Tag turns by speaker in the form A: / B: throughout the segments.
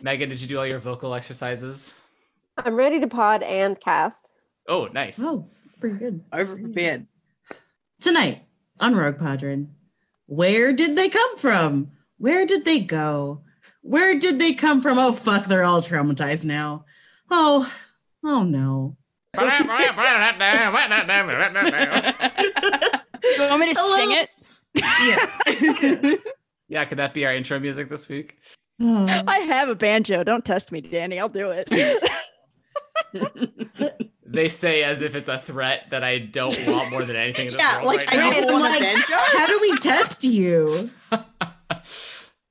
A: Megan, did you do all your vocal exercises?
B: I'm ready to pod and cast.
A: Oh, nice.
C: Oh, that's pretty good.
D: Over prepared.
C: Tonight on Rogue Padron, where did they come from? Where did they go? Where did they come from? Oh fuck, they're all traumatized now. Oh, oh no.
E: Do you want me to
C: Hello?
E: sing it?
C: Yeah.
A: yeah, could that be our intro music this week?
C: Oh.
E: I have a banjo. Don't test me, Danny. I'll do it.
A: They say as if it's a threat that I don't want more than anything in this
D: Yeah,
A: world
D: like
A: right
D: I
A: now.
C: know.
D: don't
C: I'm
D: want
C: like-
D: a banjo.
C: How do we test you?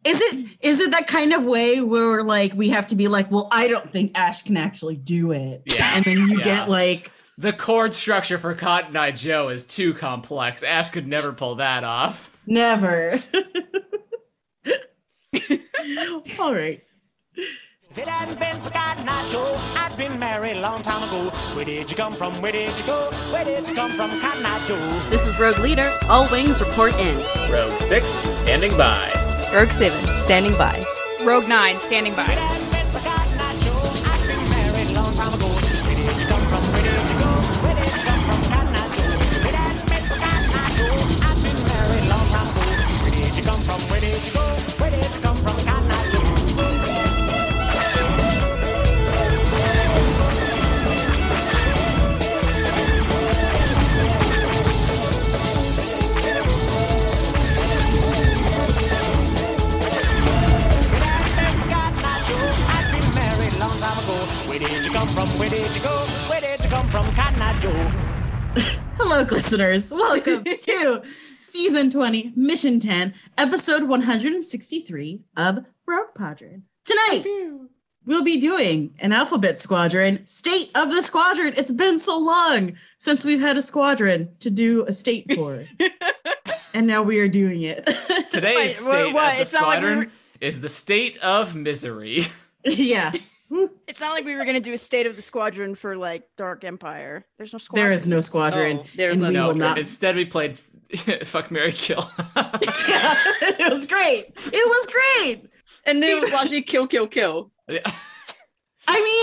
C: Is it is it that kind of way where like we have to be like, well, I don't think Ash can actually do it.
A: Yeah.
C: And then you
A: Yeah.
C: get like,
A: the chord structure for Cotton Eye Joe is too complex. Ash could never pull that off.
C: never. All right.
F: If it hadn't been for God Nacho, I'd been married a long time ago. Where did you come from? Where did you go? Where did you come from, Cotton Eye Joe?
G: This is Rogue Leader. All wings report in.
A: Rogue Six standing by.
G: Rogue Seven standing by.
E: Rogue Nine standing
F: If
E: by.
F: it hadn't been for God Nacho, I'd been married a long time ago. Where did you come from? Where did you go? Where did you come from, Cotton Eye Joe? If it hadn't been for God Nacho, I'd been married a long time ago. Where did you come from? Where did you go? Where did you come from, Cotton Eye Joe? forgot my Joe. I've been married a long time ago. Where did you come from? Where did you go? Where did you come from, Cotton Eye Joe?
C: Hello, listeners. Welcome to season 20, mission 10, episode 163 of Rogue Padron. Tonight, we'll be doing an alphabet squadron, state of the squadron. It's been so long since we've had a squadron to do a state for. and now we are doing it.
A: Today's
E: Wait, wha-
A: state
E: what?
A: of the
E: It's not like we
A: squadron
E: were-
A: is the state of misery.
C: yeah,
E: It's not like we were gonna do a state of the squadron for like Dark Empire. There's no squadron.
C: there is no squadron.
D: Oh, there's
C: and
D: no
C: we
A: no,
C: will not.
A: instead we played Fuck Mary Kill.
C: it was great. It was great.
D: And then it was largely kill, kill, kill.
C: I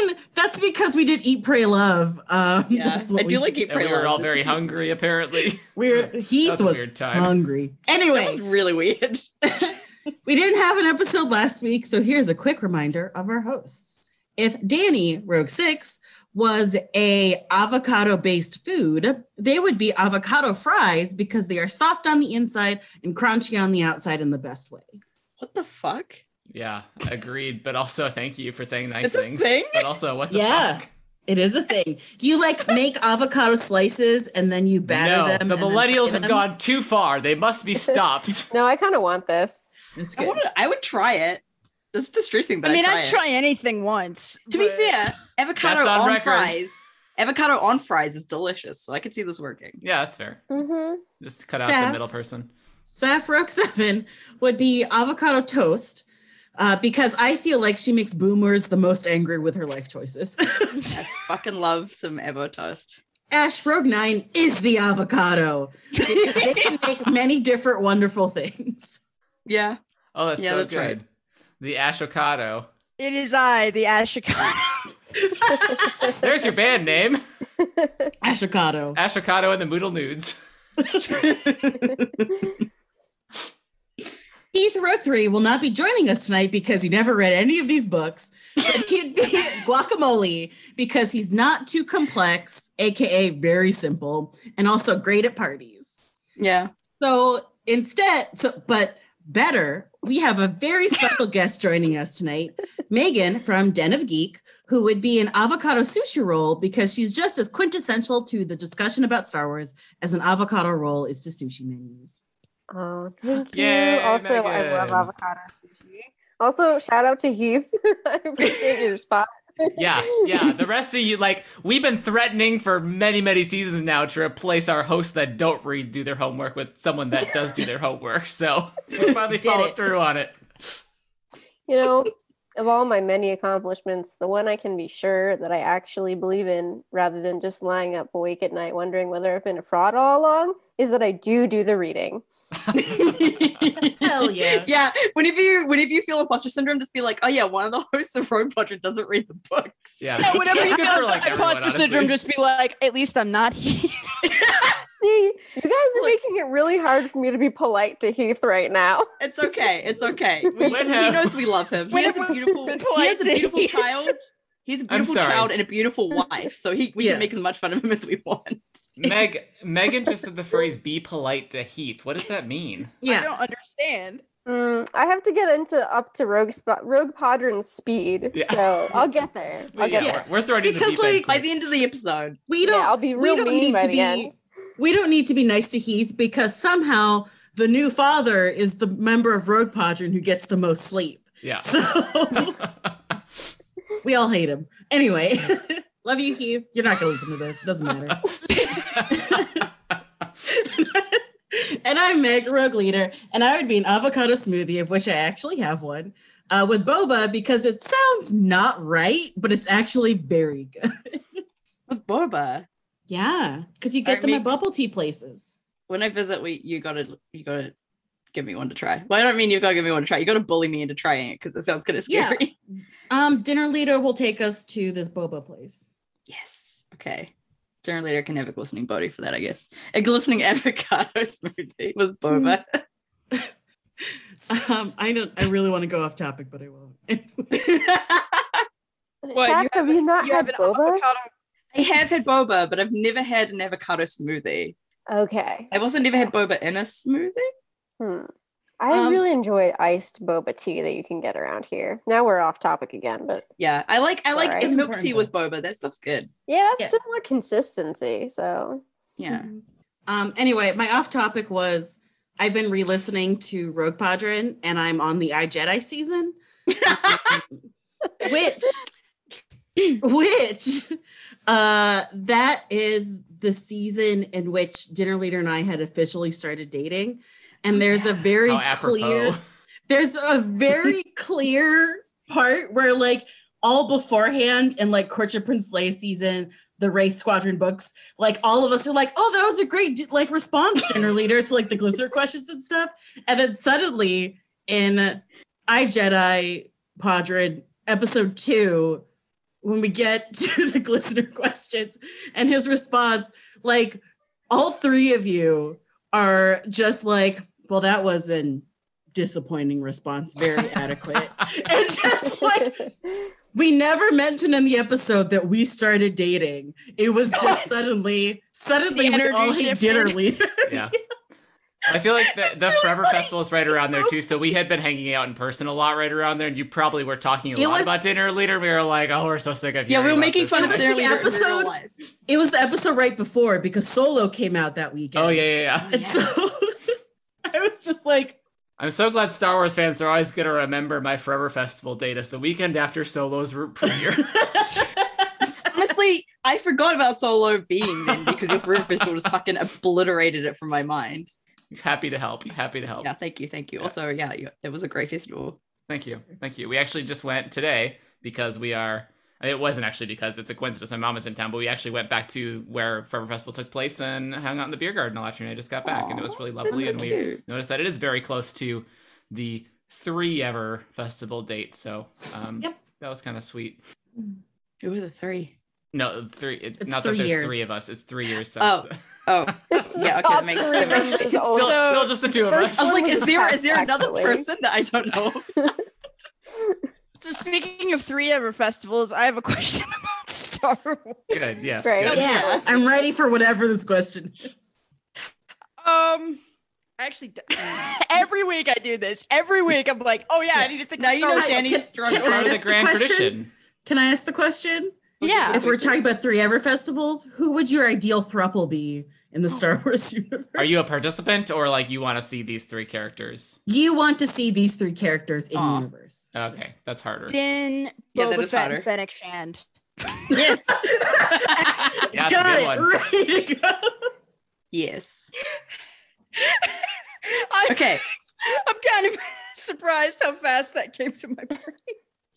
C: mean, that's because we did eat, pray, love. Um,
D: Yeah,
C: that's what
D: I do
C: we
D: like eat.
A: and we
D: Pray,
A: were
D: Love.
A: all
D: That's
A: very
D: a-
A: hungry apparently.
C: We were,
A: That
C: he
A: that was
C: was,
A: a weird time.
C: hungry.
D: That was
C: Anyway,
D: really weird.
C: we didn't have an episode last week, so here's a quick reminder of our hosts. If Danny Rogue Six was a avocado based food, they would be avocado fries because they are soft on the inside and crunchy on the outside in the best way.
D: What the fuck?
A: Yeah, agreed. But also, thank you for saying nice
D: It's a
A: things.
D: thing?
A: But also, what the
C: Yeah.
A: fuck?
C: It is a thing. You like make avocado slices and then you batter
A: no,
C: them. and
A: the
C: then fry
A: millennials have
C: them?
A: gone too far. They must be stopped.
B: No, I kind of want this.
C: It's
D: I
C: good.
D: want I would try it. That's distressing, but
E: I mean,
D: I'd
E: I'd
D: try.
E: try anything once.
D: it. To be
E: but-
D: fair, avocado
A: That's on
D: on,
A: record.
D: fries. Avocado on fries is delicious, so I could see this working.
A: yeah, that's fair.
B: hmm
A: Just cut out the
C: Seth?
A: middle person.
C: Saf Rook Seven would be avocado toast uh, because I feel like she makes boomers the most angry with her life choices.
D: I fucking love some avocado toast.
C: Ash Rogue Nine is the avocado. they can make many different wonderful things.
D: Yeah,
A: Oh, that's
D: Yeah,
A: so
D: that's
A: good.
D: right.
A: The ashokado.
E: It is I, the Ashikon.
A: There's your band name,
C: Ashocado.
A: Ashokado and the Moodle Nudes.
C: Keith Rogue Three will not be joining us tonight because he never read any of these books. But he'd be guacamole because he's not too complex, aka very simple, and also great at parties.
D: yeah.
C: So instead, so but better, we have a very special guest joining us tonight, Megan from Den of Geek, who would be an avocado sushi roll because she's just as quintessential to the discussion about Star Wars as an avocado roll is to sushi menus.
B: Oh, thank
A: Yay,
B: you. Also, I love
A: Megan.
B: avocado sushi. Also, shout out to Heath. I appreciate your spot.
A: Yeah, yeah. The rest of you, like, we've been threatening for many, many seasons now to replace our hosts that don't read, do their homework with someone that does do their homework. So we finally
C: Did
A: followed
C: it.
A: through on it.
B: You know, of all my many accomplishments, the one I can be sure that I actually believe in, rather than just lying up awake at night wondering whether I've been a fraud all along, is that I do do the reading.
C: Hell yeah.
D: Yeah. Whenever you whenever you feel imposter syndrome, just be like, oh yeah, one of the hosts of Road Budget doesn't read the books.
A: Yeah.
E: Yeah, whenever
A: that's
E: you
A: good
E: feel
A: for, like,
E: like
A: everyone,
E: imposter syndrome,
A: honestly.
E: just be like, at least I'm not here.
B: See, you guys are
D: Look-
B: making it really hard for me to be polite to Heath right now.
D: It's okay. It's okay. We-
A: Let
D: he
A: him.
D: knows we love him. He
E: Let
D: has a
E: him.
D: beautiful he has a beautiful child. He's a
A: I'm
D: beautiful
A: sorry.
D: child and a beautiful wife. So he we
C: Yeah.
D: can make as much fun of him as we want.
A: Meg Megan just said the phrase "be polite to Heath." What does that mean?
E: I don't understand.
B: Mm, I have to get into up to Rogue Spot Rogue Podrin's speed,
A: Yeah.
B: so I'll get there. I'll
A: Yeah,
B: get there.
A: we're, we're throwing you to the
C: Because,
A: deep end
C: like,
D: By
A: quick.
D: the end of the episode.
C: We don't
B: I'll be
C: we
B: real
C: don't
B: mean
C: need
B: by
C: to
B: the
C: be
B: end.
C: we don't need to be nice to Heath because somehow the new father is the member of Road Podrin who gets the most sleep.
A: yeah.
C: So we all hate him. Anyway, love you, Heath. You're not gonna listen to this. It doesn't matter. and I'm Meg, Rogue Leader, and I would be an avocado smoothie, of which I actually have one, uh, with boba because it sounds not right, but it's actually very good.
D: With Boba.
C: Yeah, because you get
D: Alright,
C: them at
D: me-
C: bubble tea places.
D: When I visit, we you gotta you gotta give me one to try. Well, I don't mean you gotta give me one to try. You gotta bully me into trying it because it sounds kinda
C: Yeah.
D: scary.
C: Um, dinner leader will take us to this boba place.
D: Yes. Okay. Dinner later can have a glistening body for that, I guess. A glistening avocado smoothie with boba.
C: Um, I don't. I really want to go off topic, but I won't.
D: you
B: Shaq, have you not
E: You
B: had
E: have an
B: boba?
E: avocado.
D: I have had boba, but I've never had an avocado smoothie.
B: Okay.
D: I've also never had boba in a smoothie.
B: Hmm. I
C: Um,
B: really enjoy iced boba tea that you can get around here. Now we're off topic again, but
D: Yeah, I like I like
B: Alright.
D: it's milk
C: Important
D: tea with boba. That stuff's good.
B: yeah,
C: Yeah.
B: that's similar consistency. So
D: Yeah.
C: Um. Anyway, my off topic was I've been re-listening to Rogue Padron, and I'm on the I Jedi season, which, which, uh, that is the season in which dinner leader and I had officially started dating, and there's a very
A: How apropos.
C: clear. there's a very clear part where like all beforehand in like courtship prince leia season the race squadron books like all of us are like oh that was a great like response dinner leader to like the glistener questions and stuff and then suddenly in i jedi padron episode two when we get to the glistener questions and his response like all three of you are just like well that was an disappointing response very adequate and just like we never mentioned in the episode that we started dating it was just suddenly suddenly
E: The
C: we all
E: energy
C: hate dinner
E: shifted.
C: leader
A: yeah. I feel like the, the
C: really
A: Forever
C: funny.
A: Festival is right around there
C: so
A: too. So we had been hanging out in person a lot right around there, and you probably were talking a
C: It
A: lot
C: was-
A: about dinner later. We were like, "Oh, we're so sick of
D: Yeah,
A: hearing
D: we were
A: about
D: making
A: this
D: fun
A: guy.
C: It was
D: of dinner
C: the
D: later in
C: episode-
D: real life.
C: it was the episode right before because solo came out that weekend
A: Oh yeah, yeah, yeah.
C: and so i was just like
A: I'm so glad Star Wars fans are always gonna remember my Forever Festival date as the weekend after Solo's re- premiere.
D: Honestly, I forgot about Solo being then because your Forever Festival just fucking obliterated it from my mind.
A: Happy to help. Happy to help.
D: Yeah, thank you, thank you. Also, yeah, you- it was a great festival.
A: Thank you. Thank you. We actually just went today because we are. It wasn't actually because it's a coincidence. My mom was in town, but we actually went back to where Forever Festival took place and hung out in the beer garden all afternoon. I just got back and it was really lovely.
D: so
A: and we
D: cute.
A: noticed that it is very close to the three ever festival date. So um,
C: Yep.
A: that was kind of sweet.
D: Who were the three?
A: No, three. It,
C: It's
A: not
C: three
A: that there's
C: years.
A: three of us. It's three years since.
D: Oh, oh,
B: it's the
D: Yeah, okay, that
B: top
D: makes
B: three
D: sense.
B: members
E: Still-
B: only.
A: still,
E: So-
A: still just the two of
B: Those-
A: us.
D: I was like, is there is there
B: Yes,
D: another
B: actually.
D: person that I don't know?
E: So speaking of three ever festivals, I have a question about Star Wars.
A: Good. Yes.
B: Right.
A: Good.
C: yeah i'm ready for whatever this question is.
E: Um, I actually, d- every week I do this. Every week I'm like, oh yeah, I need to think.
D: Now
E: of
D: you
E: Star
D: know
E: Wars.
D: Danny's
C: Can-
D: struggling.
C: can I
A: Part of the
C: ask the
A: grand
C: question?
A: tradition.
C: can i ask the question
E: Yeah.
C: if we're talking about three ever festivals, who would your ideal thruple be in
E: Oh.
C: the Star Wars universe?
A: Are you a participant or like you want to see these three characters?
C: You want to see these three characters in
D: Aw.
C: universe.
A: Okay, that's harder.
E: Din,
D: Yeah, that
E: Boba
D: is
E: Fett,
D: hotter.
E: and Fennec Shand.
C: Yes.
A: Yeah, that's a
C: Got
A: good
C: it.
A: one.
C: Ready to go.
D: yes.
E: I,
D: Okay.
E: I'm kind of surprised how fast that came to my brain.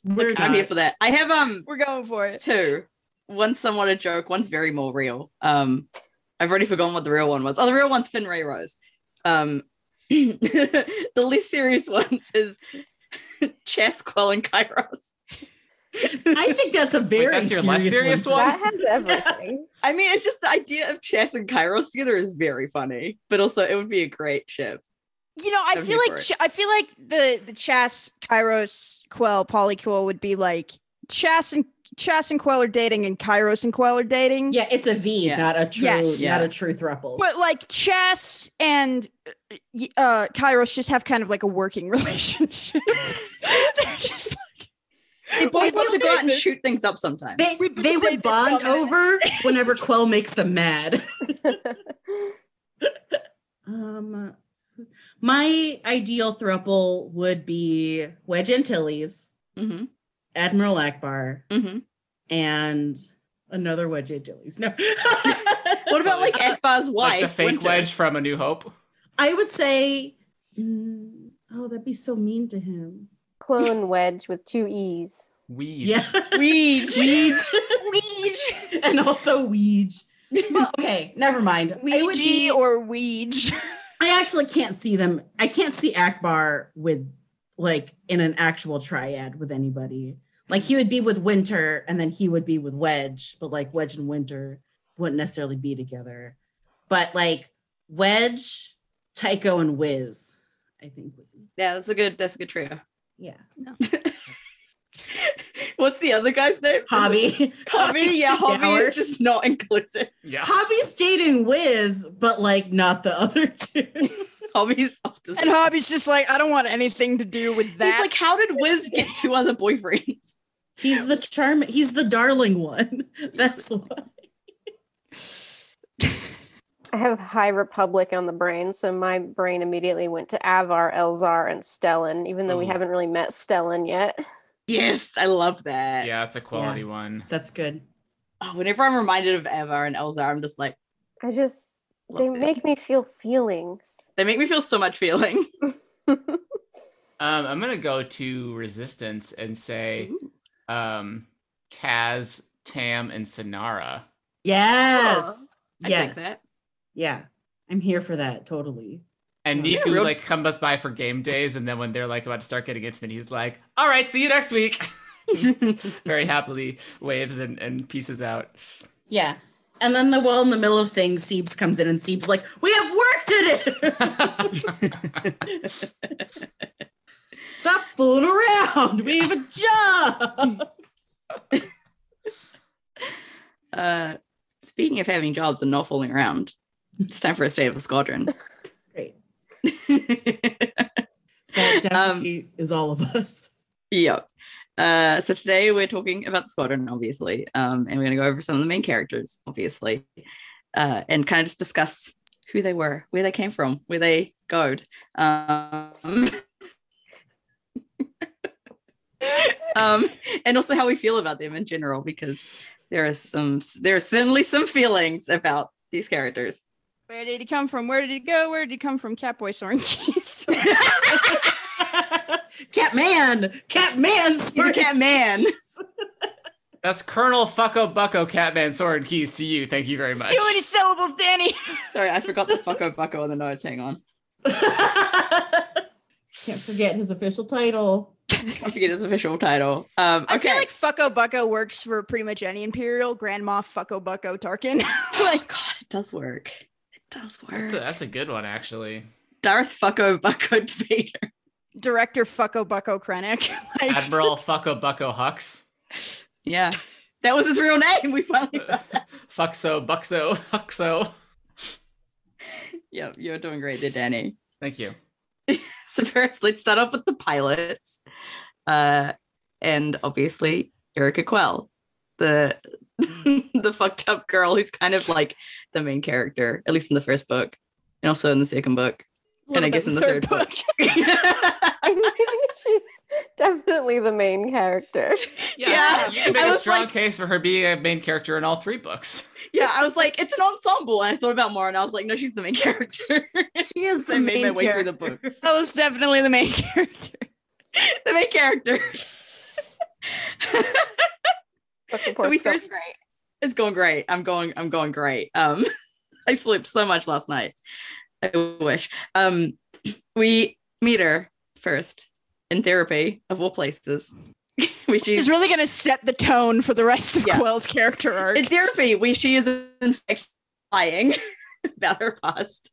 C: We're
D: I'm here
C: not.
D: for that. I have um
E: We're going for it.
D: two. One's somewhat a joke. One's very more real. Um, I've already forgotten what the real one was. Oh, the real one's Finn Ray Rose. Um, the least serious one is Chasquel and Kairos.
C: I think that's a very
A: that's your less serious
C: one.
A: one?
B: That has everything.
D: I mean, it's just the idea of Chess and Kairos together is very funny, but also it would be a great ship.
E: You know, I
D: I'm
E: feel
D: here
E: like
D: for it.
E: Ch- I feel like the the Chas Kairos Quell Polyquel would be like Chas and Chas and Quell are dating and Kairos and Quell are dating.
C: Yeah, it's a V,
D: Yeah.
C: not a true,
E: Yes.
C: not
D: Yeah.
C: a true thruple.
E: But like Chas and uh, y- uh Kairos just have kind of like a working relationship. They're just
D: They both love to go out and
E: David.
D: shoot things up sometimes.
C: they,
E: we-
C: they
E: they- they
C: would bond
E: comment.
C: over whenever Quell makes them mad. Um, my ideal thruple would be Wedge Antilles,
D: hmm
C: Admiral Akbar,
D: hmm
C: and another Wedge Antilles. No,
D: What about like
A: Uh,
D: Akbar's wife?
A: like the fake
D: Winter?
A: wedge from A New Hope.
C: I would say, mm, oh, that'd be so mean to him.
B: Clone wedge with two E's.
A: Weed.
C: Yeah,
D: Weege.
C: Weege,
E: Weege,
C: and also Weege. Well, okay, never mind. I would be-
E: Ouija or Weege.
C: I actually can't see them. I can't see Akbar with like in an actual triad with anybody. Like he would be with Winter and then he would be with Wedge, but like Wedge and Winter wouldn't necessarily be together. But like Wedge, Tycho, and Wiz, I think would be.
D: Yeah, that's a good. That's a good trio.
C: Yeah.
D: What's the other guy's name?
C: Hobby.
D: Hobby. Yeah, Hobby
C: Gower.
D: is just not included.
A: Yeah.
C: Hobby's dating Wiz, but like not the other two.
D: Hobby's off to the
E: And Hobby's just like, I don't want anything to do with
D: He's
E: that.
D: like, how did Wiz get two other boyfriends?
C: He's the charm. He's the darling one. That's why.
B: I have High Republic on the brain, so my brain immediately went to Avar, Elzar, and Stellan, even though we
A: Ooh.
D: Mm-hmm.
B: haven't really met Stellan yet.
D: Yes, I love that.
A: Yeah, it's a quality one.
C: That's good.
D: Oh, whenever I'm reminded of Eva and Elzar, I'm just like,
B: I just,
D: love
B: they
D: it.
B: make me feel feelings.
D: they make me feel so much feeling.
A: Um, I'm gonna go to Resistance and say,
D: Ooh.
A: um, Kaz, Tam, and Sonara.
C: Yes.
B: Huh.
D: I dig
C: yes.
D: that.
C: Yeah. I'm here for that totally.
A: And
D: Yeah,
A: Niku
D: real-
A: like comes by for game days, and then when they're like about to start getting intimate, he's like, "All right, see you next week." Very happily waves and, and pieces out.
C: Yeah. And then the well in the middle of things, Siebes comes in and Siebes like, we have work to do. Stop fooling around. We have a job.
D: Uh, speaking of having jobs and not falling around, it's time for a state of a squadron.
C: Great. That definitely is all of us.
D: Yep. Uh, so today we're talking about the squadron, obviously, um, and we're going to go over some of the main characters, obviously, uh, and kind of just discuss who they were, where they came from, where they goed. Um, um, and also how we feel about them in general, because there is some, there are certainly some feelings about these characters.
E: Where did he come from? Where did he go? Where did he come from? Catboy Soren Keys.
C: Catman. Catman.
D: You're
C: sort of-
D: cat man.
A: That's Colonel Fucko Bucko Catman Sword Keys to you. Thank you very much.
E: Too many syllables, Danny.
D: Sorry, I forgot the fucko bucko on the notes. Hang on.
C: Can't forget his official title.
D: I forget his official title. Um, okay.
E: I feel like Fucko Bucko works for pretty much any Imperial. Grandma Fucko Bucko Tarkin. like,
D: God, it does work. It does
A: That's
D: work.
A: a, that's a good one, actually.
D: Darth Fucko Bucko Vader.
E: director Fucko Bucko Krennic. like,
A: Admiral Fucko Bucko Hux.
D: Yeah. That was his real name. We finally
A: Fuxo, Buxo, Huxo.
D: Yep, you're doing great there, Danny.
A: Thank you.
D: So first, let's start off with the pilots. Uh and obviously Erica Quell, the the fucked up girl who's kind of like the main character, at least in the first book, and also in the second book. And I guess in the third, book.
B: I think she's definitely the main character.
A: Yeah,
D: Yeah,
A: you can
D: I
A: make a
D: was
A: strong
D: like-
A: case for her being a main character in all three books.
D: yeah, I was like, it's an ensemble. And I thought about more and I was like, no, she's the main character.
C: She is the
D: I made my
C: main
D: way through the
C: character.
D: books.
E: That was definitely the main character.
D: the main character.
B: Book report's going
D: we first-
B: great.
D: it's going great. I'm going, I'm going great. Um, I slept so much last night. I wish. Um, we meet her first in therapy of all places. Which
E: She's
D: is
E: really going to set the tone for the rest of
D: Yeah.
E: Quell's character arc.
D: in therapy, we she is in fact lying about her past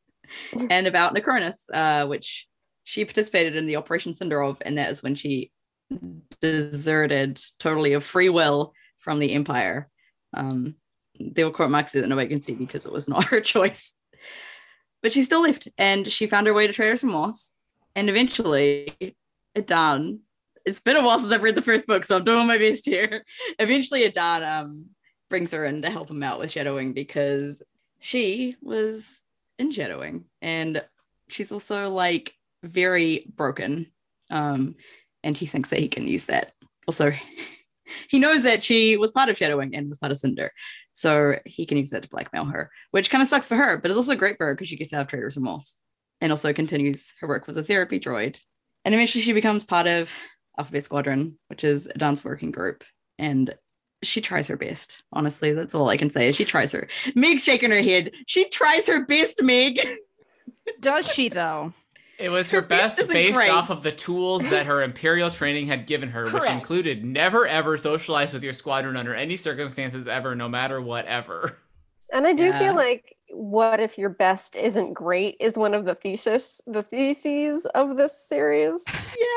D: and about Necronus, uh, which she participated in the Operation Cinder of, and that is when she deserted totally of free will from the Empire. Um, they were quote marks that nobody can see because it was not her choice. But she still lived, and she found her way to Trader's Remorse, and eventually, Adan. It's been a while since I've read the first book, so I'm doing my best here. Eventually, Adan um, brings her in to help him out with shadowing because she was in shadowing and she's also like very broken um and he thinks that he can use that also he knows that she was part of shadowing and was part of cinder so he can use that to blackmail her which kind of sucks for her but it's also great for her because she gets out of trader's remorse and also continues her work with the therapy droid and eventually she becomes part of alphabet squadron which is a dance working group and she tries her best. Honestly, that's all I can say is she tries her. Meg's shaking her head. She tries her best, Meg.
E: Does she though?
A: It was her,
D: Her beast
A: best
D: isn't
A: based
D: great.
A: off of the tools that her imperial training had given her, which
D: Correct.
A: included never ever socialize with your squadron under any circumstances ever, no matter whatever.
B: And I do
D: Yeah.
B: feel like what if your best isn't great is one of the thesis the theses of this series.
D: Yeah.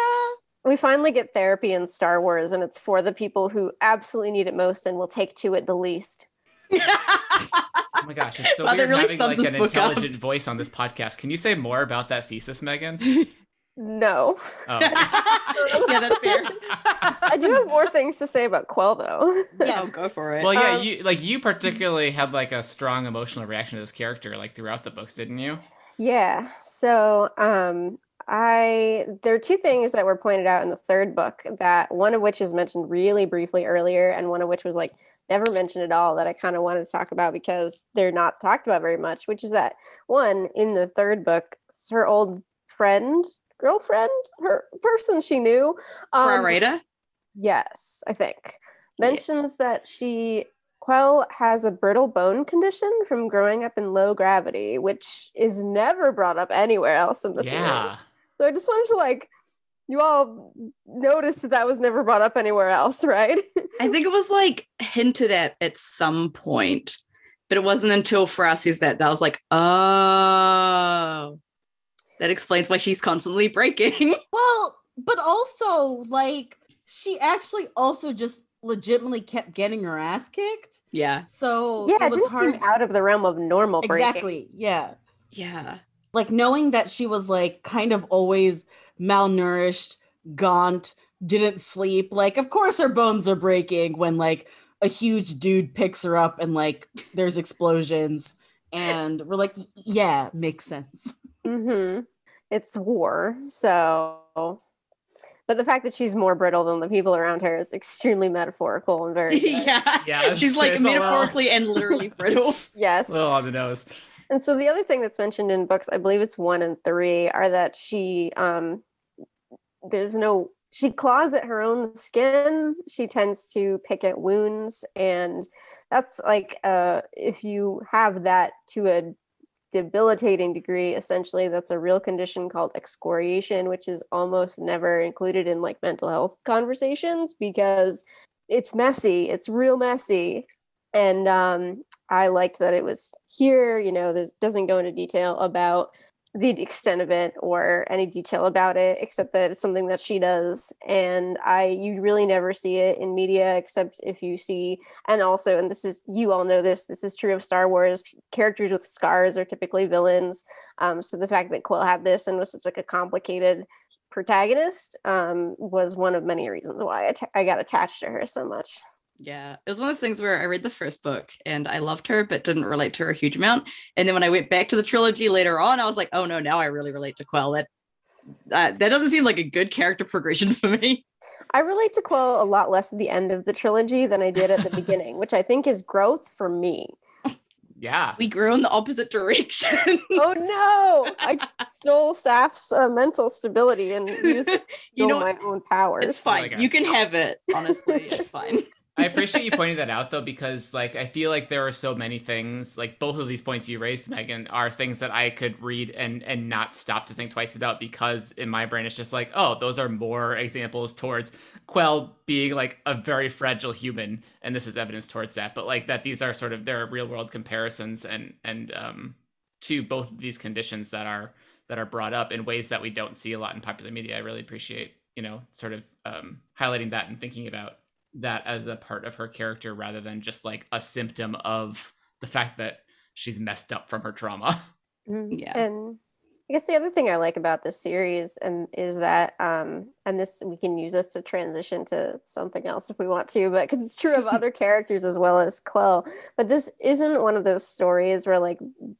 B: We finally get therapy in Star Wars and it's for the people who absolutely need it most and will take to it the least.
A: Oh my gosh, it's so
D: Wow, that
A: weird
D: really
A: having like
D: sums this
A: an
D: book up.
A: intelligent voice on this podcast. Can you say more about that thesis, Megan?
B: No.
A: Oh.
D: yeah, that's fair.
B: I do have more things to say about Quell though.
D: Yeah, I'll Oh, go for it.
A: well, yeah,
B: Um,
A: you like you particularly had like a strong emotional reaction to this character like throughout the books, didn't you?
B: Yeah. So, um, I there are two things that were pointed out in the third book that one of which is mentioned really briefly earlier, and one of which was like never mentioned at all that I kind of wanted to talk about because they're not talked about very much. Which is that one in the third book, s- her old friend, girlfriend, her person she knew, um,
D: Prorata?
B: Yes, I think.
D: Yeah.
B: Mentions that she Quell has a brittle bone condition from growing up in low gravity, which is never brought up anywhere else in the series.
A: yeah.
B: So I just wanted to like you all noticed that that was never brought up anywhere else, right?
D: I think it was like hinted at at some point, but it wasn't until Frosty's that that I was like, oh, that explains why she's constantly breaking.
C: Well, but also like she actually also just legitimately kept getting her ass kicked.
D: yeah.
C: So
B: yeah,
C: it
B: it
C: was
B: didn't
C: hard.
B: seem out of the realm of normal breaking.
C: exactly. Yeah.
D: Yeah.
C: Like knowing that she was like kind of always malnourished, gaunt, didn't sleep. Like, of course her bones are breaking when like a huge dude picks her up and like there's explosions. And we're like, yeah, makes sense.
B: hmm It's war, so but the fact that she's more brittle than the people around her is extremely metaphorical and very good.
D: yeah.
A: Yeah.
D: She's like
A: it's a little-
D: metaphorically and literally brittle.
B: yes.
A: little on the nose.
B: And so the other thing that's mentioned in books, I believe it's one and three, are that she um there's no she claws at her own skin. She tends to pick at wounds, and that's like uh if you have that to a debilitating degree, essentially that's a real condition called excoriation, which is almost never included in like mental health conversations because it's messy, it's real messy. And um I liked that it was here. You know, this doesn't go into detail about the extent of it or any detail about it, except that it's something that she does. And I, you really never see it in media, except if you see, and also, and this is, you all know this, this is true of Star Wars. Characters with scars are typically villains. Um, so the fact that Quill had this and was such like a complicated protagonist um, was one of many reasons why I ta- I got attached to her so much.
D: Yeah, it was one of those things where I read the first book and I loved her, but didn't relate to her a huge amount. And then when I went back to the trilogy later on, I was like, oh no, now I really relate to Quell. That uh, that doesn't seem like a good character progression for me.
B: I relate to Quo a lot less at the end of the trilogy than I did at the beginning, which I think is growth for me.
A: Yeah.
D: We grew in the opposite direction.
B: Oh no! I stole Saf's uh, mental stability and used it to
D: you know,
B: build my own powers.
D: it's fine.
A: Like a-
D: you can have it. Honestly, it's fine.
A: I appreciate you pointing that out though, because like I feel like there are so many things, like both of these points you raised, Megan, are things that I could read and and not stop to think twice about because in my brain it's just like, oh, those are more examples towards Quell being like a very fragile human, and this is evidence towards that. But like that these are sort of there are real world comparisons and and um to both of these conditions that are that are brought up in ways that we don't see a lot in popular media. I really appreciate, you know, sort of um highlighting that and thinking about that as a part of her character rather than just like a symptom of the fact that she's messed up from her trauma.
B: Mhm.
D: Yeah.
B: And I guess the other thing I like about this series and is that um and this we can use this to transition to something else if we want to, but because it's true of other characters as well as Quell. But this isn't one of those stories where like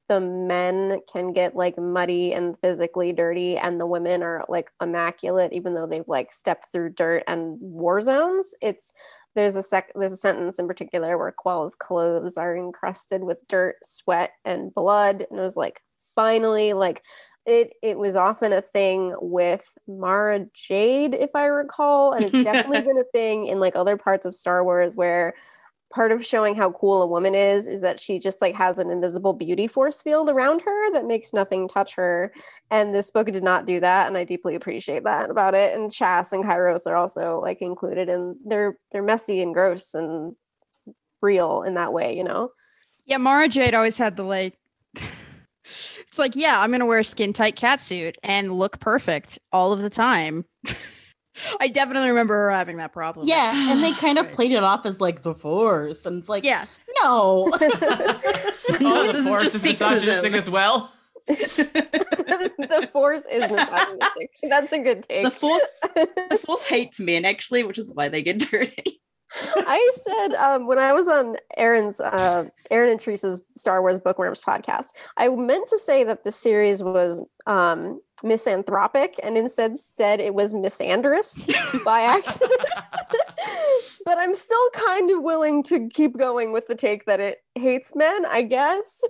B: the men can get like muddy and physically dirty and the women are like immaculate even though they've like stepped through dirt and war zones. It's there's a sec there's a sentence in particular where Quell's clothes are encrusted with dirt, sweat, and blood. And it was like, finally, like it it was often a thing with Mara Jade, if I recall. And it's definitely been a thing in like other parts of Star Wars where part of showing how cool a woman is is that she just like has an invisible beauty force field around her that makes nothing touch her and this book did not do that and i deeply appreciate that about it and chas and kairos are also like included and they're they're messy and gross and real in that way you know
E: Yeah, Mara Jade always had the like. it's like, yeah, I'm gonna wear a skin tight catsuit and look perfect all of the time. I definitely remember her having that problem.
C: Yeah, and they kind of
E: Right.
C: played it off as like the force, and it's like,
E: Yeah,
C: no,
A: oh, the
D: This is
A: force
D: just
A: is
D: sexism.
A: misogynistic as well.
B: the force is misogynistic that's a good take
D: The force, the force hates men actually, which is why they get dirty.
B: I said um, when I was on Aaron's uh, Aaron and Teresa's Star Wars Bookworms podcast, I meant to say that the series was um, misanthropic, and instead said it was misandrist by accident. but I'm still kind of willing to keep going with the take that it hates men, I guess.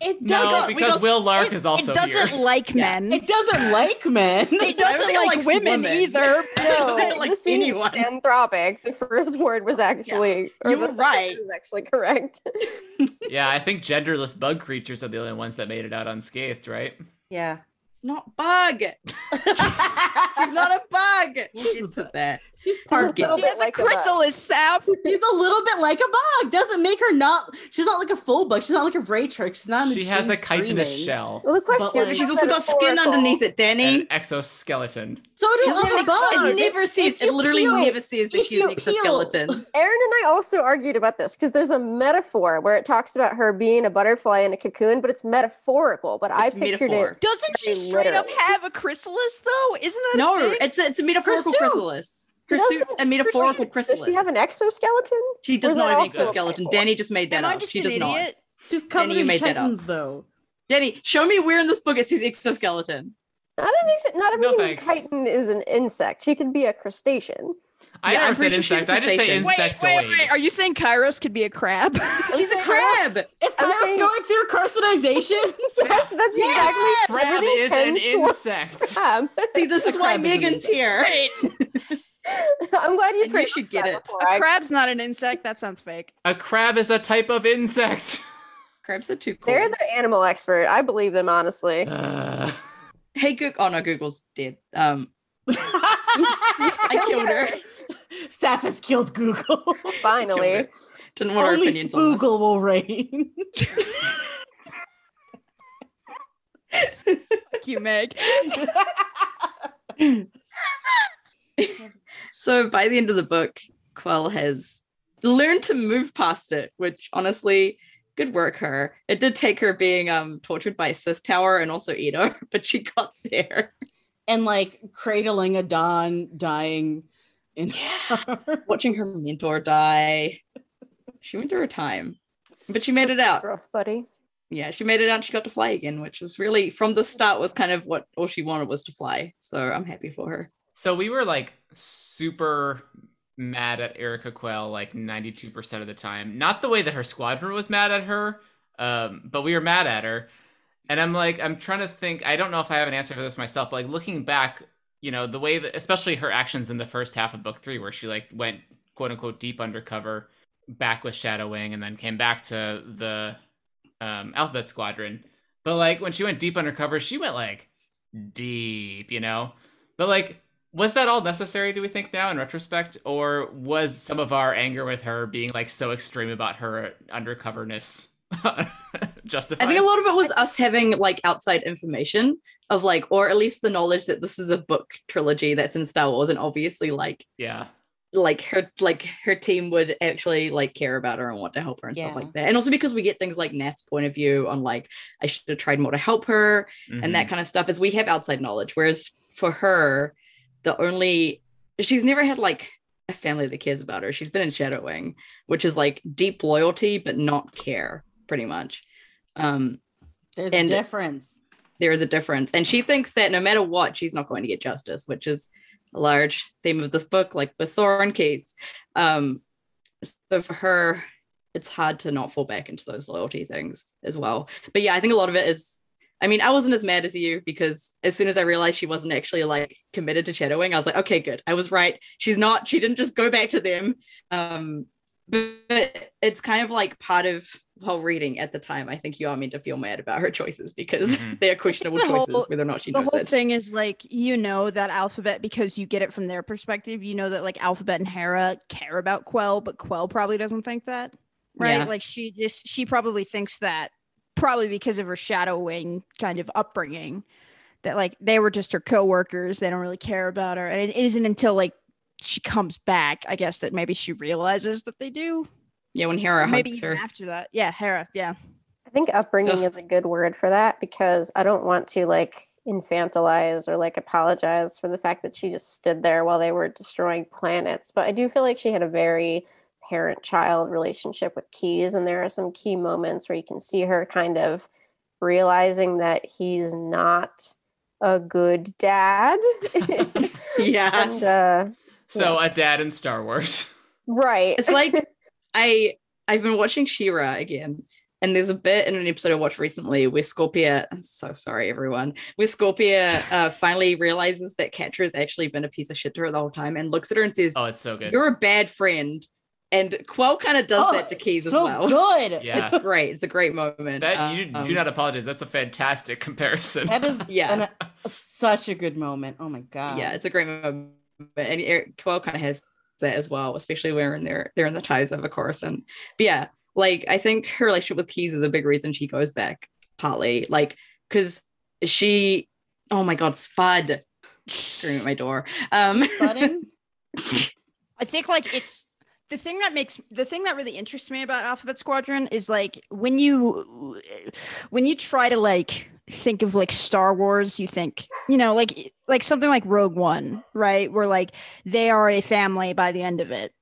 C: it doesn't.
A: no,
C: we
A: because
C: don't-
A: Will Lark
C: it,
A: is also
E: it doesn't
A: here.
E: like men.
C: It doesn't like men.
E: It doesn't
D: think it
E: like
D: likes
E: women,
D: women.
E: either.
B: No,
D: They don't like
B: the scene is
D: anyone.
B: misanthropic. The first word was actually or the
D: You were
B: second
D: right.
B: was actually correct.
A: yeah, I think genderless bug creatures are the only ones that made it out unscathed, right?
C: yeah.
D: It's not bug. He's not a bug. We'll get to that.
C: He's
B: Parky.
C: parking.
B: little bit
E: There's a
B: like a-
E: chrysalis, Sap.
C: She's a little bit like a bug. Doesn't make her not. She's not like a full bug. She's not like a ray trick. She's not. An
A: She has a chitinous
C: screaming.
A: shell,
B: Well, the question
C: like-
B: is
D: She's also got skin
B: metaphorical.
D: underneath it, Danny.
A: an exoskeleton.
C: So do
D: She's
C: other
D: like- It
C: bugs.
D: never says.
C: if
D: It
C: you
D: literally
C: peel-
D: never says that
C: if
D: she's an
C: you peel-
D: exoskeleton.
B: Aaron and I also argued about this because there's a metaphor where it talks about her being a butterfly in a cocoon, but it's metaphorical. But I
D: It's
B: pictured
D: metaphor.
E: Doesn't she
B: Very
E: straight up
B: literally.
E: have a chrysalis though? Isn't that A
D: No,
E: thing?
D: it's a, it's a metaphorical
C: Pursuit.
D: chrysalis. Pursuit's a metaphorical
B: it. Does
D: chrysalis.
B: she have an exoskeleton?
D: She
B: or
D: does
B: is
D: not
B: that
D: have an
B: also a
D: exoskeleton.
B: metaphor?
D: Danny just made that
E: Am I
D: up.
E: just
D: She
E: an
D: does not.
E: idiot?
C: She's covered
D: Danny, you
C: in
D: made that up.
C: chitins, though.
D: Danny, show me where in this book it says exoskeleton.
B: Not anything. Not
A: No,
B: everything.
A: thanks.
B: chitin is an insect. She could be a crustacean.
A: I
D: Yeah, I'm
A: never said
D: pretty sure she's
A: insect. I just say
D: crustacean.
A: insectoid.
E: Wait, wait, wait. Are you saying Kairos could be a crab?
D: She's a
B: saying-
D: crab.
C: Is
B: I'm
C: Kairos
B: saying-
C: going through carcinization?
B: Yes, that's exactly.
A: Crab
B: everything
A: is an
B: tends towards
A: insect.
B: crab.
D: See, this
C: A
D: is why
C: crab is an
D: Megan's here.
B: I'm glad you.
D: And you
B: pronounced
D: should get
B: that
D: it.
B: before I-
E: a crab's not an insect. That sounds fake.
A: A crab is a type of insect.
D: Crabs are too cool.
B: They're the animal expert. I believe them honestly.
A: Uh,
D: Hey, Google. Oh no, Google's dead. Um, I killed her.
C: Staff has killed Google.
B: Finally,
D: Killed her. Didn't want her
C: Only
D: opinions on this.
C: Spoogle will reign.
E: Fuck you, Meg.
D: So by the end of the book, Quell has learned to move past it, which honestly, good work her. It did take her being um tortured by Sith Tower and also Edo, but she got there.
C: and like cradling a Don dying in her.
D: Watching her mentor die. She went through her time. But she made it out.
B: rough buddy.
D: Yeah, she made it out. She got to fly again, which was really from the start was kind of what all she wanted was to fly. So I'm happy for her.
A: so we were like super mad at Erica Quell like 92% of the time. Not the way that her squadron was mad at her, Um, but we were mad at her. And I'm like, I'm trying to think. I don't know if I have an answer for this myself. But like looking back, you know, the way that, especially her actions in the first half of book three, where she like went quote unquote deep undercover back with Shadowwing and then came back to the um, Alphabet Squadron. But like when she went deep undercover, she went like deep, you know? But like, was that all necessary, do we think now in retrospect? Or was some of our anger with her being like so extreme about her undercoverness justified?
D: I think a lot of it was us having like outside information of like, or at least the knowledge that this is a book trilogy that's in Star Wars, and obviously like
A: yeah.
D: like her like her team would actually like care about her and want to help her and
C: Yeah.
D: stuff like that. And also because we get things like Nat's point of view on like I should have tried more to help her and
A: Mm-hmm.
D: that kind of stuff is we have outside knowledge. Whereas for her, the only she's never had like a family that cares about her. She's been in Shadowing, which is like deep loyalty but not care, pretty much. Um,
C: There's
D: And-
C: a difference.
D: there is a difference, and she thinks that no matter what, she's not going to get justice, which is a large theme of this book, like with Soren Keys. Um, so for her, it's hard to not fall back into those loyalty things as well. But yeah, I think a lot of it is. I mean, I wasn't as mad as you because as soon as I realized she wasn't actually like committed to shadowing, I was like, okay, good. I was right. She's not. She didn't just go back to them. Um, but, but it's kind of like part of while reading at the time. I think you are meant to feel mad about her choices because
A: Mhm.
D: they are questionable
E: the whole-
D: choices, whether or not she
E: the
D: knows
E: whole
D: it.
E: thing is like you know that alphabet because you get it from their perspective you know that like alphabet and hera care about quell but quell probably doesn't think that right
D: Yes.
E: like she just she probably thinks that probably because of her shadowing kind of upbringing that like they were just her co-workers they don't really care about her and it isn't until like she comes back i guess that maybe she realizes that they do
D: Yeah, when Hera
E: maybe
D: hugs
E: even
D: her.
E: after that yeah hera yeah
B: I think upbringing
D: Ugh.
B: is a good word for that because I don't want to like infantilize or like apologize for the fact that she just stood there while they were destroying planets. But I do feel like she had a very parent child relationship with Keys, and there are some key moments where you can see her kind of realizing that he's not a good dad.
D: Yeah.
B: and uh,
A: So
B: Yes.
A: a dad in Star Wars.
B: right.
D: It's like I I've been watching Shira again, and there's a bit in an episode I watched recently where Scorpia. I'm so sorry, everyone. Where Scorpia uh, finally realizes that Catra has actually been a piece of shit to her the whole time, and looks at her and says,
A: Oh, it's so good.
D: "You're a bad friend." And Quell kind of does
C: Oh,
D: that to Keys
C: so
D: as well.
C: good.
A: Yeah.
D: It's great. It's a great moment.
A: That you
D: Um,
A: do not apologize. That's a fantastic comparison.
C: That is
D: Yeah.
C: an- such a good moment. Oh my god.
D: yeah, it's a great moment. And Eric Quell kind of has that as well, especially when they're they're in the ties over Coruscant. But yeah, like I think her relationship with Keys is a big reason she goes back, partly like because she, oh my god, Spud screaming at my door. Um,
C: Sudden?
E: I think like it's the thing that makes the thing that really interests me about Alphabet Squadron is like when you when you try to like think of like Star Wars, you think you know like like something like Rogue One, right? Where like they are a family by the end of it,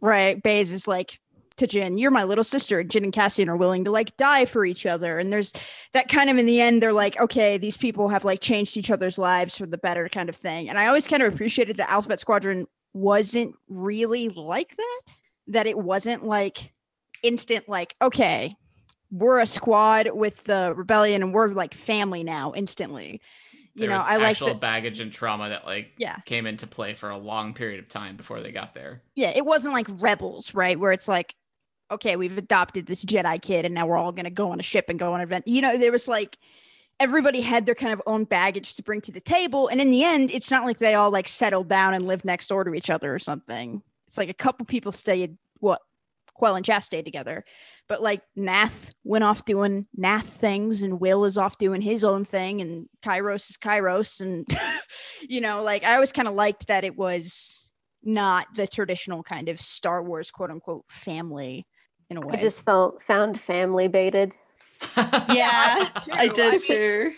E: right? Baze is like to Jin, you're my little sister. Jin and Cassian are willing to like die for each other, and there's that kind of in the end they're like okay these people have like changed each other's lives for the better kind of thing and i always kind of appreciated that alphabet squadron wasn't really like that that it wasn't like instant like okay we're a squad with the rebellion and we're like family now instantly you
A: There
E: know
A: was
E: i like
A: actual
E: that
A: baggage and trauma that like
E: Yeah.
A: came into play for a long period of time before they got there.
E: yeah it wasn't like rebels right where it's like okay we've adopted this jedi kid and now we're all going to go on a ship and go on an event you know there was like everybody had their kind of own baggage to bring to the table and in the end it's not like they all like settled down and lived next door to each other or something it's like a couple people stayed what quell and Jaf stayed together but like nath went off doing nath things and will is off doing his own thing and kairos is kairos and you know like i always kind of liked that it was not the traditional kind of Star Wars quote unquote family in a way.
B: I just felt found family baited.
D: yeah, I
E: too.
D: did
E: I mean-
D: too.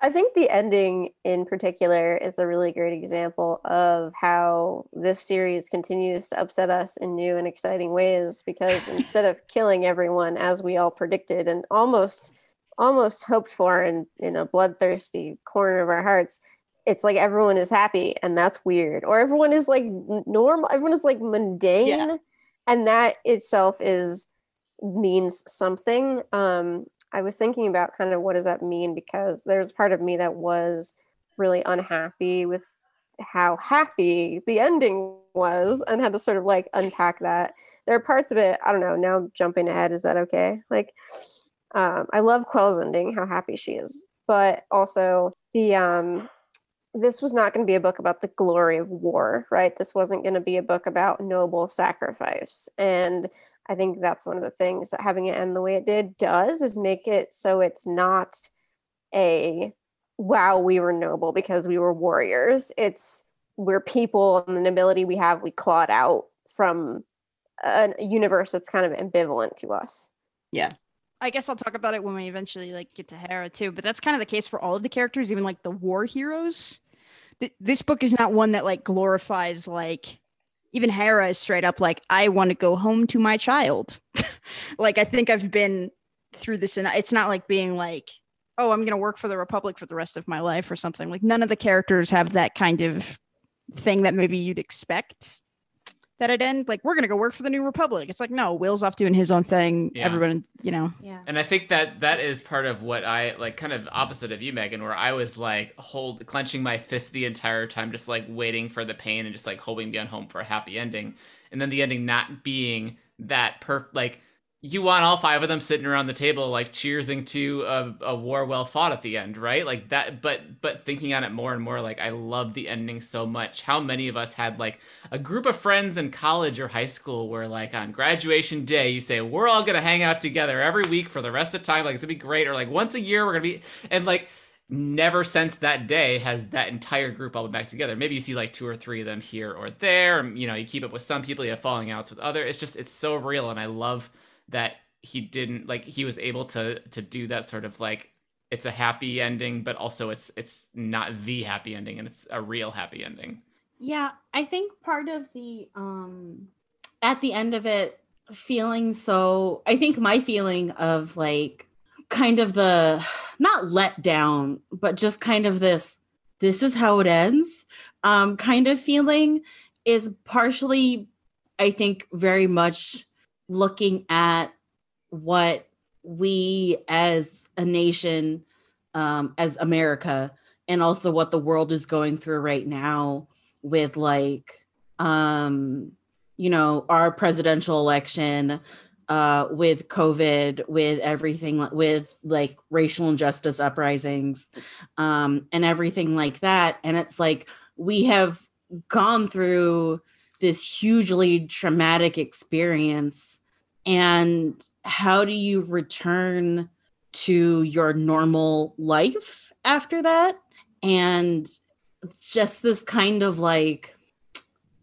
B: I think the ending in particular is a really great example of how this series continues to upset us in new and exciting ways because instead of killing everyone as we all predicted and almost almost hoped for in in a bloodthirsty corner of our hearts it's like everyone is happy and that's weird or everyone is like n- normal everyone is like mundane and that itself is means something um I was thinking about kind of what does that mean because there's part of me that was really unhappy with how happy the ending was and had to sort of like unpack that. There are parts of it, I don't know, now I'm jumping ahead. Is that okay? Like um I love Quell's ending, how happy she is. But also the um this was not going to be a book about the glory of war, right? This wasn't going to be a book about noble sacrifice. And I think that's one of the things that having it end the way it did does is make it so it's not a wow, we were noble because we were warriors. It's we're people and the nobility we have, we clawed out from a universe that's kind of ambivalent to us.
E: I guess I'll talk about it when we eventually like get to Hera too. But that's kind of the case for all of the characters, even like the war heroes. Th- this book is not one that like glorifies like even Hera is straight up like I want to go home to my child. like I think I've been through this, and it's not like being like oh I'm gonna work for the Republic for the rest of my life or something. Like none of the characters have that kind of thing that maybe you'd expect that it end like we're gonna go work for the new republic it's like no will's off doing his own thing
A: Yeah.
E: everyone you know
H: Yeah.
A: And I think that that is part of what I like, kind of opposite of you, Megan, where I was like hold clenching my fist the entire time, just like waiting for the pain and just like hoping beyond home for a happy ending, and then the ending not being that perfect. Like you want all five of them sitting around the table, like cheersing to a, a war well fought at the end, right? Like that. But but thinking on it more and more, like I love the ending so much. How many of us had like a group of friends in college or high school where like on graduation day you say we're all gonna hang out together every week for the rest of time like it's gonna be great or like once a year we're gonna be and like never since that day has that entire group all been back together maybe you see like two or three of them here or there and, you know you keep up with some people you have falling outs with other it's just it's so real and i love that he didn't like he was able to to do that sort of like it's a happy ending but also it's it's not the happy ending and it's a real happy ending
C: Yeah, I think part of the um at the end of it feeling so I think my feeling of like kind of the not let down, but just kind of this this is how it ends um kind of feeling is partially I think very much looking at what we as a nation um as America and also what the world is going through right now with like um you know our presidential election uh with covid with everything with like racial injustice uprisings um and everything like that and it's like we have gone through this hugely traumatic experience and how do you return to your normal life after that and just this kind of like,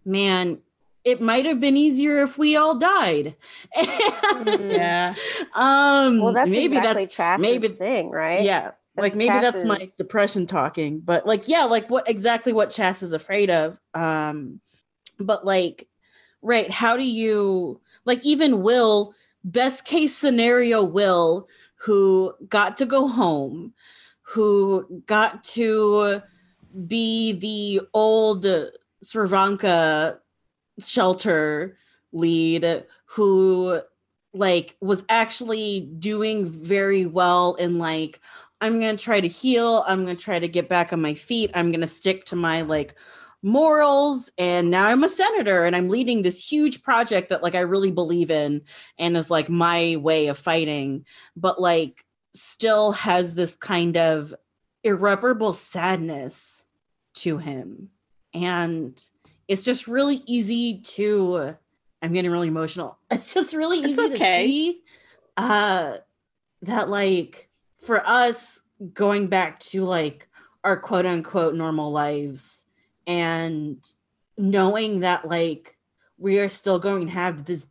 C: man, it might have been easier if we all died. And,
D: Yeah.
C: Um.
B: Well, that's
C: maybe
B: exactly
C: that's
B: Chas's
C: maybe-
B: thing, right?
C: yeah. Like
B: That's
C: maybe that's my
B: Chas's-
C: depression talking, but like yeah, like what exactly what Chas is afraid of. Um. But like, right? How do you like even Will? Best case scenario, Will who got to go home, who got to be the old Srivanka shelter lead who like was actually doing very well in like I'm going to try to heal, I'm going to try to get back on my feet, I'm going to stick to my like morals and now I'm a senator and I'm leading this huge project that like I really believe in and is like my way of fighting but like still has this kind of irreparable sadness to him. And it's just really easy to I'm getting really emotional. It's just really
D: It's
C: easy
D: okay.
C: to see uh that like for us going back to like our quote unquote normal lives and knowing that like we are still going to have this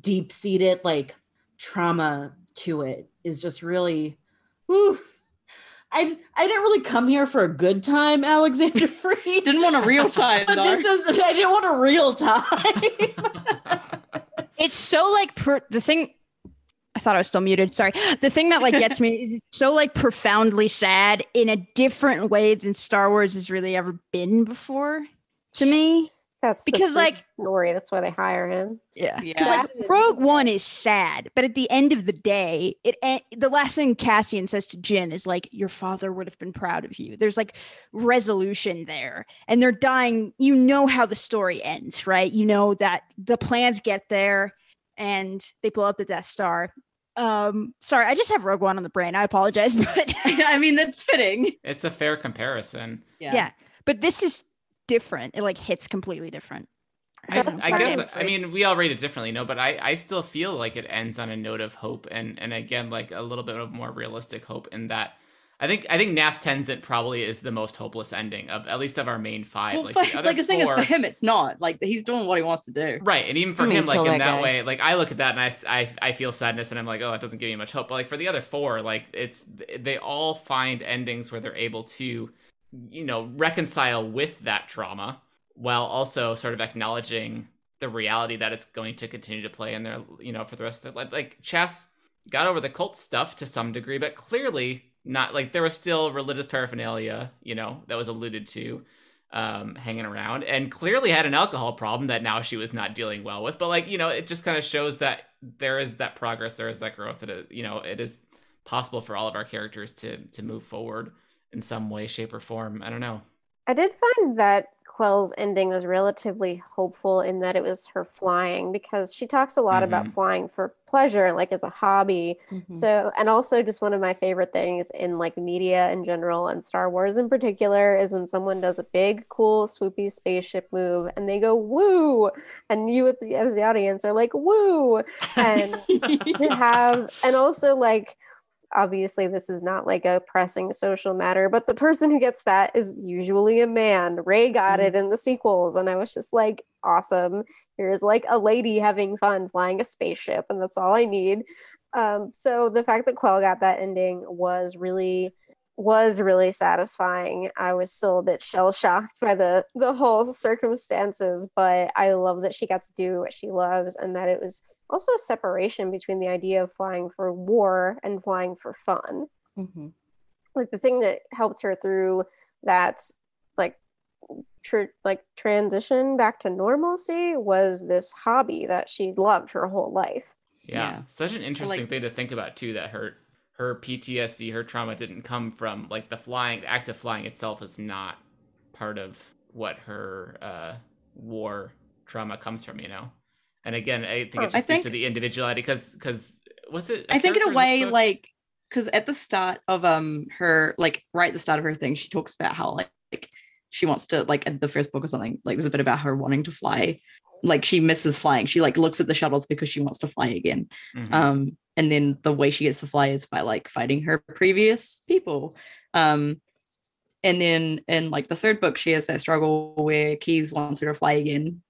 C: deep seated like trauma to it is just really whew. I I didn't really come here for a good time, Alexander Free.
D: Didn't want a real time.
C: but
D: though.
C: this is I didn't want a real time.
E: It's so like per- the thing. I thought I was still muted. Sorry. The thing that like gets me is it's so like profoundly sad in a different way than Star Wars has really ever been before to me.
B: That's the
E: Because,
B: freaking
E: like-
B: Nori. That's why they hire him.
E: Yeah.
D: Yeah.
E: Because like Rogue One is sad, but at the end of the day, it en- the last thing Cassian says to Jin is like, "Your father would have been proud of you." There's like resolution there, and they're dying. You know how the story ends, right? You know that the plans get there, and they blow up the Death Star. Um, sorry, I just have Rogue One on the brain. I apologize, but
D: I mean, that's fitting.
A: It's a fair comparison.
E: yeah. but this is different. It like hits completely different.
A: I,
E: don't know.
A: I
E: I'm
A: guess I
E: afraid.
A: mean we all rate it differently, no, but I, I still feel like it ends on a note of hope and and again like a little bit of more realistic hope in that I think I think Nath Tenzin probably is the most hopeless ending of at least of our main five.
D: Well,
A: like,
D: fi- like,
A: the
D: the
A: other
D: thing is,
A: four-
D: for him, it's not. Like he's doing what he wants to do.
A: Right, and even for
C: I mean,
A: him, like
C: Mm-hmm. kill
A: in
C: that
A: that,
C: guy.
A: way, like I look at that and I, s- I- I feel sadness, and I'm like, oh, that doesn't give me much hope. But like for the other four, like it's they all find endings where they're able to, you know, reconcile with that trauma while also sort of acknowledging the reality that it's going to continue to play in their, you know, for the rest of their life. Like Chas got over the cult stuff to some degree, but clearly not like there was still religious paraphernalia, you know, that was alluded to um, hanging around and clearly had an alcohol problem that now she was not dealing well with. But like, you know, it just kind of shows that there is that progress, there is that growth that, it, you know, it is possible for all of our characters to, to move forward in some way, shape or form. I don't know.
B: I did find that Quell's ending was relatively hopeful in that it was her flying because she talks a lot about
A: Mhm.
B: flying for pleasure, like as a hobby.
C: Mm-hmm.
B: So, and also just one of my favorite things in like media in general and Star Wars in particular is when someone does a big, cool, swoopy spaceship move and they go woo, and you with the, as the audience are like woo, and to have and also like obviously this is not like a pressing social matter but the person who gets that is usually a man ray got it in the sequels and i was just like awesome here's like a lady having fun flying a spaceship and that's all i need um, so the fact that quell got that ending was really was really satisfying i was still a bit shell shocked by the the whole circumstances but i love that she got to do what she loves and that it was also a separation between the idea of flying for war and flying for fun.
A: Mm-hmm.
B: Like the thing that helped her through that, like, tr- like transition back to normalcy was this hobby that she loved her whole life.
A: Yeah.
D: Yeah.
A: Such an interesting
D: like-
A: thing to think about too that her her PTSD, her trauma didn't come from like the flying the act of flying itself is not part of what her uh war trauma comes from, you know. And again, I think
B: Oh, I
A: it just speaks to
D: think-
A: the individuality cuz cuz was it a
D: I think in
A: character
D: a
A: this
D: way,
A: book?
D: like, because at the start of um her, like, right at the start of her thing, she talks about how like, like she wants to like at the first book or something. Like, there's a bit about her wanting to fly. Like, she misses flying. She like looks at the shuttles because she wants to fly again.
A: Mhm.
D: Um, and then the way she gets to fly is by like fighting her previous people. Um, and then in like the third book, she has that struggle where Keys wants her to fly again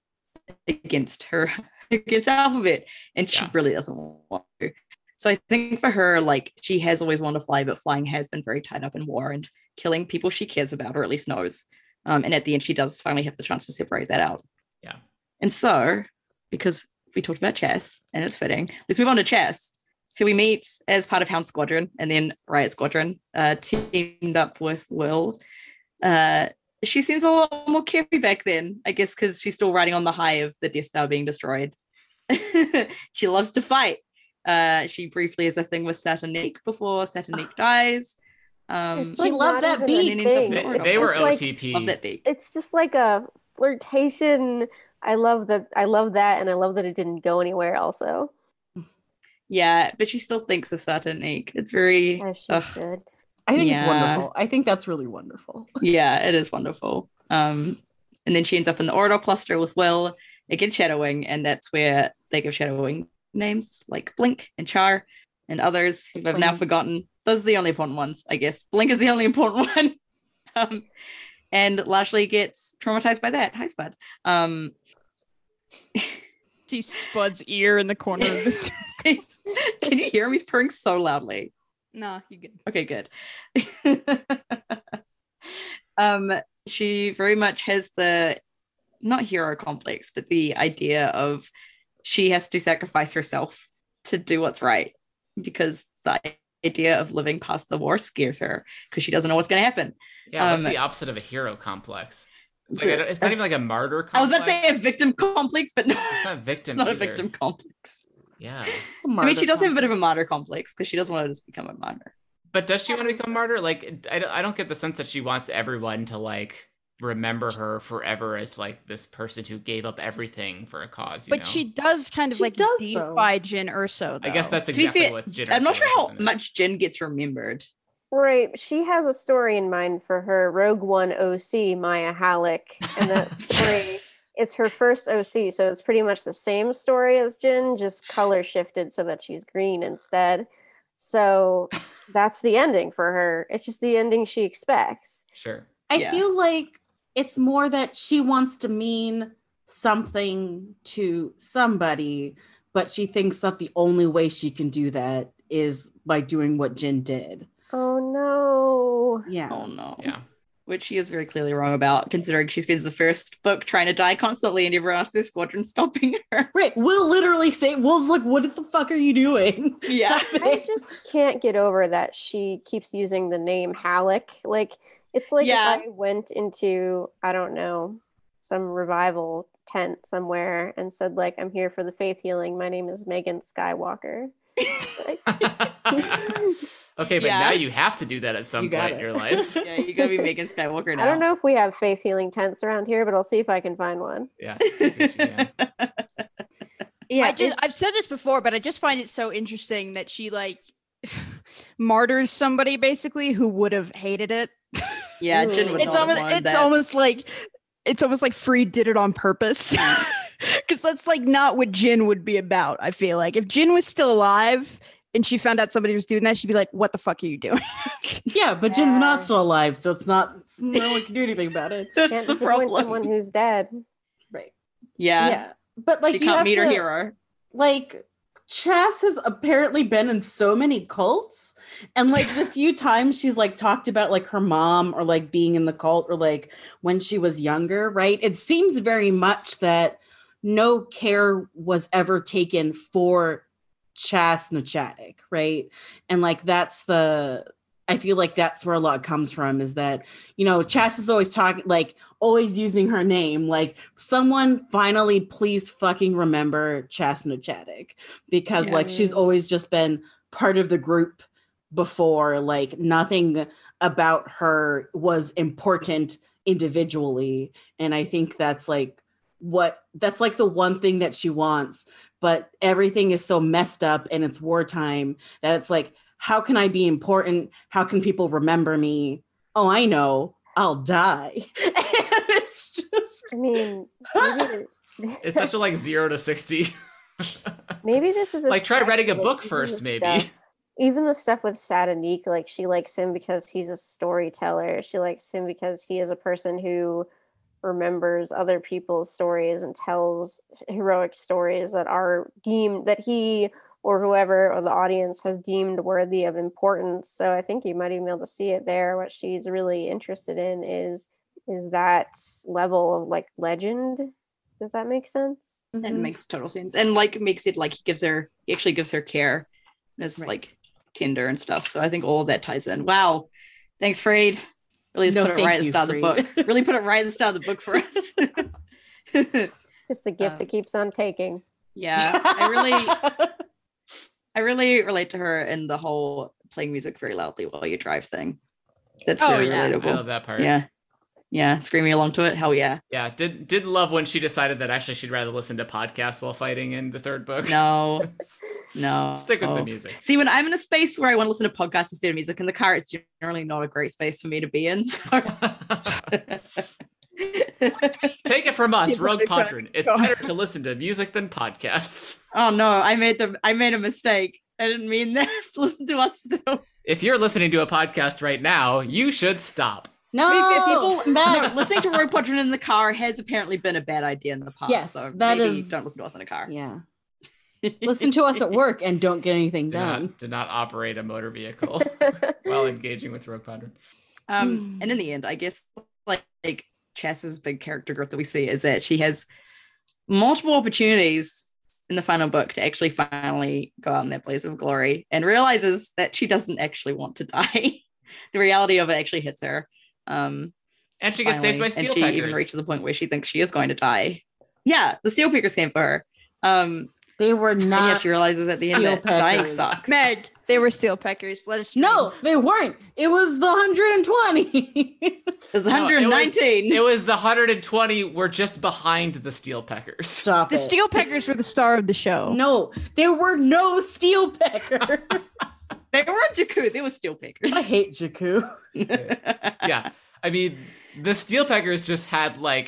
D: against her against Alphabet, and she
A: Yeah.
D: really doesn't want to. So I think for her, like she has always wanted to fly, but flying has been very tied up in war and killing people she cares about, or at least knows. Um, and at the end, she does finally have the chance to separate that out.
A: Yeah.
D: And so, because we talked about chess, and it's fitting, let's move on to chess who we meet as part of Hound Squadron and then Riot Squadron, uh, teamed up with Will. Uh, she seems a lot more carefree back then, I guess, because she's still riding on the high of the Death Star being destroyed. she loves to fight. Uh, she briefly has a thing with Saturnique before Saturnique dies. Um,
C: like- love
B: not
C: that
B: even a
C: beat.
D: They-
B: thing.
A: they,
D: It's
A: they were
B: just like-
A: OTP.
D: love that beat.
B: it's just like a flirtation. I love that. I love that, and I love that it didn't go anywhere. Also,
D: Yeah, but she still thinks of Saturnique. It's very.
B: as she
D: ugh.
B: should.
C: I think it's
D: Yeah.
C: wonderful. I think that's really wonderful.
D: yeah, it is wonderful. Um, and then she ends up in the Orador cluster with Will against Shadowwing, and that's where they give Shadowwing names like Blink and Char and others who I've now
C: twins.
D: forgotten. Those are the only important ones, I guess. Blink is the only important one. um, and largely gets traumatized by that. Hi, Spud. Um,
E: see Spud's ear in the corner of the screen.
D: can you hear him? He's purring so loudly.
E: no, you good.
D: Okay, good. um, she very much has the not hero complex, but the idea of she has to sacrifice herself to do what's right because the idea of living past the war scares her because she doesn't know what's going to happen.
A: yeah, what's
D: um,
A: the opposite of a hero complex? It's, like, I don't- it's not even like a martyr. Complex.
D: I was about to say a victim complex, but no,
A: It's not victim.
D: it's not a
A: either.
D: victim complex.
A: Yeah,
D: I mean, she does have a bit of a martyr complex because she doesn't want to just become a martyr.
A: but does she want to become a martyr? Like, it- I don't, I don't get the sense that she wants everyone to like remember her forever as like this person who gave up everything for a cause. you
E: but
A: know?
E: she does kind of
C: She
E: like
C: does,
E: deify
C: though.
E: Jin Urso.
A: I guess
E: though.
A: that's
D: To be
A: exactly
D: fair,
A: what Jitter.
D: I'm not sure
A: feels,
D: how
A: isn't it?
D: much Jen gets remembered.
B: Right. She has a story in mind for her Rogue One OC, Maya Halleck. And that story is her first OC. So it's pretty much the same story as Jin, just color shifted so that she's green instead. So that's the ending for her. It's just the ending she expects.
A: Sure.
C: I
D: Yeah.
C: feel like it's more that she wants to mean something to somebody, but she thinks that the only way she can do that is by doing what Jin did.
B: Oh no.
C: Yeah.
D: Oh no.
A: Yeah.
D: Which she is very clearly wrong about, considering she spends the first book trying to die constantly and everyone else in her squadron stopping her.
C: Right. We'll literally say, Wolves, like, what the fuck are you doing?
D: Yeah.
C: Stop
B: I
C: it.
B: just can't get over that she keeps using the name Halleck. Like it's like
D: Yeah.
B: if I went into I don't know some revival tent somewhere and said like I'm here for the faith healing. My name is Megan Skywalker. Like,
A: okay, but
D: Yeah.
A: now you have to do that at some
C: You got
A: point in
C: it.
A: your life.
D: yeah, you gotta be Megan Skywalker now.
B: I don't know if we have faith healing tents around here, but I'll see if I can find one.
A: yeah. yeah.
B: Yeah,
E: I just, I've said this before, but I just find it so interesting that she like martyrs somebody basically who would have hated it.
D: Yeah,
B: Ooh.
D: Jin would
E: it's
D: not
E: almost,
D: want
E: it's
D: that.
E: almost like, it's almost like Free did it on purpose. Because that's like not what Jin would be about. I feel like if Jin was still alive and she found out somebody was doing that, she'd be like, "What the fuck are you doing?"
C: Yeah, but Jin's not still alive, so it's not, no one can do anything about it.
D: That's
B: can't
D: the
B: disappoint
D: problem.
B: someone who's dead.
D: yeah.
C: yeah. But like,
D: she
C: you have
D: can't meet her
C: to-
D: hero.
C: like Chas has apparently been in so many cults and like the few times she's like talked about like her mom or like being in the cult or like when she was younger, right? It seems very much that no care was ever taken for Chas Nachatic, right? And like that's the I feel like that's where a lot comes from is that, you know, Chas is always talking like always using her name. Like someone finally please fucking remember Chasna Chaddick because
D: Yeah.
C: like she's always just been part of the group before. Like nothing about her was important individually. And I think that's like what that's like the one thing that she wants, but everything is so messed up and it's wartime that it's like, how can I be important? How can people remember me? Oh, I know. I'll die. and it's just
B: I mean, maybe,
A: It's such a like zero to sixty.
B: maybe this is a
A: Like, try
B: stretch,
A: writing a
B: like,
A: book
B: even the
A: first, maybe.
B: stuff- even the stuff with Sadanik, like she likes him because he's a storyteller. She likes him because he is a person who remembers other people's stories and tells heroic stories that are deemed that he or whoever or the audience has deemed worthy of importance. So I think you might even be able to see it there. What she's really interested in is is that level of like legend. Does that make sense?
D: That makes total sense. And like makes it like he gives her he actually gives her care. And It's
C: Right.
D: like tender and stuff. So I think all of that ties in. Wow. Thanks, Freed. Really just
C: No,
D: put it
C: thank
D: right at the
C: you,
D: start of the
C: Freed.
D: book. Really put it right at the start of the book for us.
B: Just the gift
D: Um,
B: that keeps on taking.
D: yeah. I really I really relate to her in the whole playing music very loudly while you drive thing. That's
E: Oh,
D: very
E: yeah. I
A: I love
D: relatable.
A: that part.
D: Yeah. Yeah. Screaming along to it. Hell yeah.
A: Yeah, did did love when she decided that actually she'd rather listen to podcasts while fighting in the third book.
D: No, no. Oh.
A: Stick with the music.
D: See, when I'm in a space where I want to listen to podcasts instead of music in the car, it's generally not a great space for me to be in. So
A: Take it from us,
D: Keep
A: Rogue
D: it going.
A: Padron. It's better to listen to music than podcasts.
D: oh no, I made the I made a mistake. I didn't mean that. listen to us still.
A: If you're listening to a podcast right now, you should stop.
C: no
D: people no, listening to Rogue Podron in the car has apparently been a bad idea in the past.
C: Yes,
D: so
C: that
D: maybe
C: is-
D: don't listen to us in a car.
C: Yeah. Listen to us at work and don't get anything
A: Do not,
C: done.
A: do not operate a motor vehicle while engaging with Rogue Padron.
D: Um,
A: Hmm.
D: and in the end, I guess like like Chess's big character growth that we see is that she has multiple opportunities in the final book to actually finally go out in that blaze of glory and realizes that she doesn't actually want to die. the reality of it actually hits her. Um,
A: And she gets saved by
D: finally,
A: steel
D: and she even reaches the point where she thinks she is going to die. Yeah, the steel pickers came for her. Um,
C: They were
D: and yet
C: not.
D: she realizes at the end
C: steel
D: that dying
C: peckers.
D: sucks.
E: Meg, they were steel peckers. Let us
C: No, they weren't. It was the 120.
D: It was
A: No, it was-
D: 119.
A: It was the 120 were just behind the steel peckers.
C: Stop
E: The
C: it.
E: steel peckers were the star of the show.
C: No, there were no steel peckers.
D: they weren't Jakku. They were steel pickers.
C: I hate Jakku.
A: yeah. I mean, the steel peckers just had like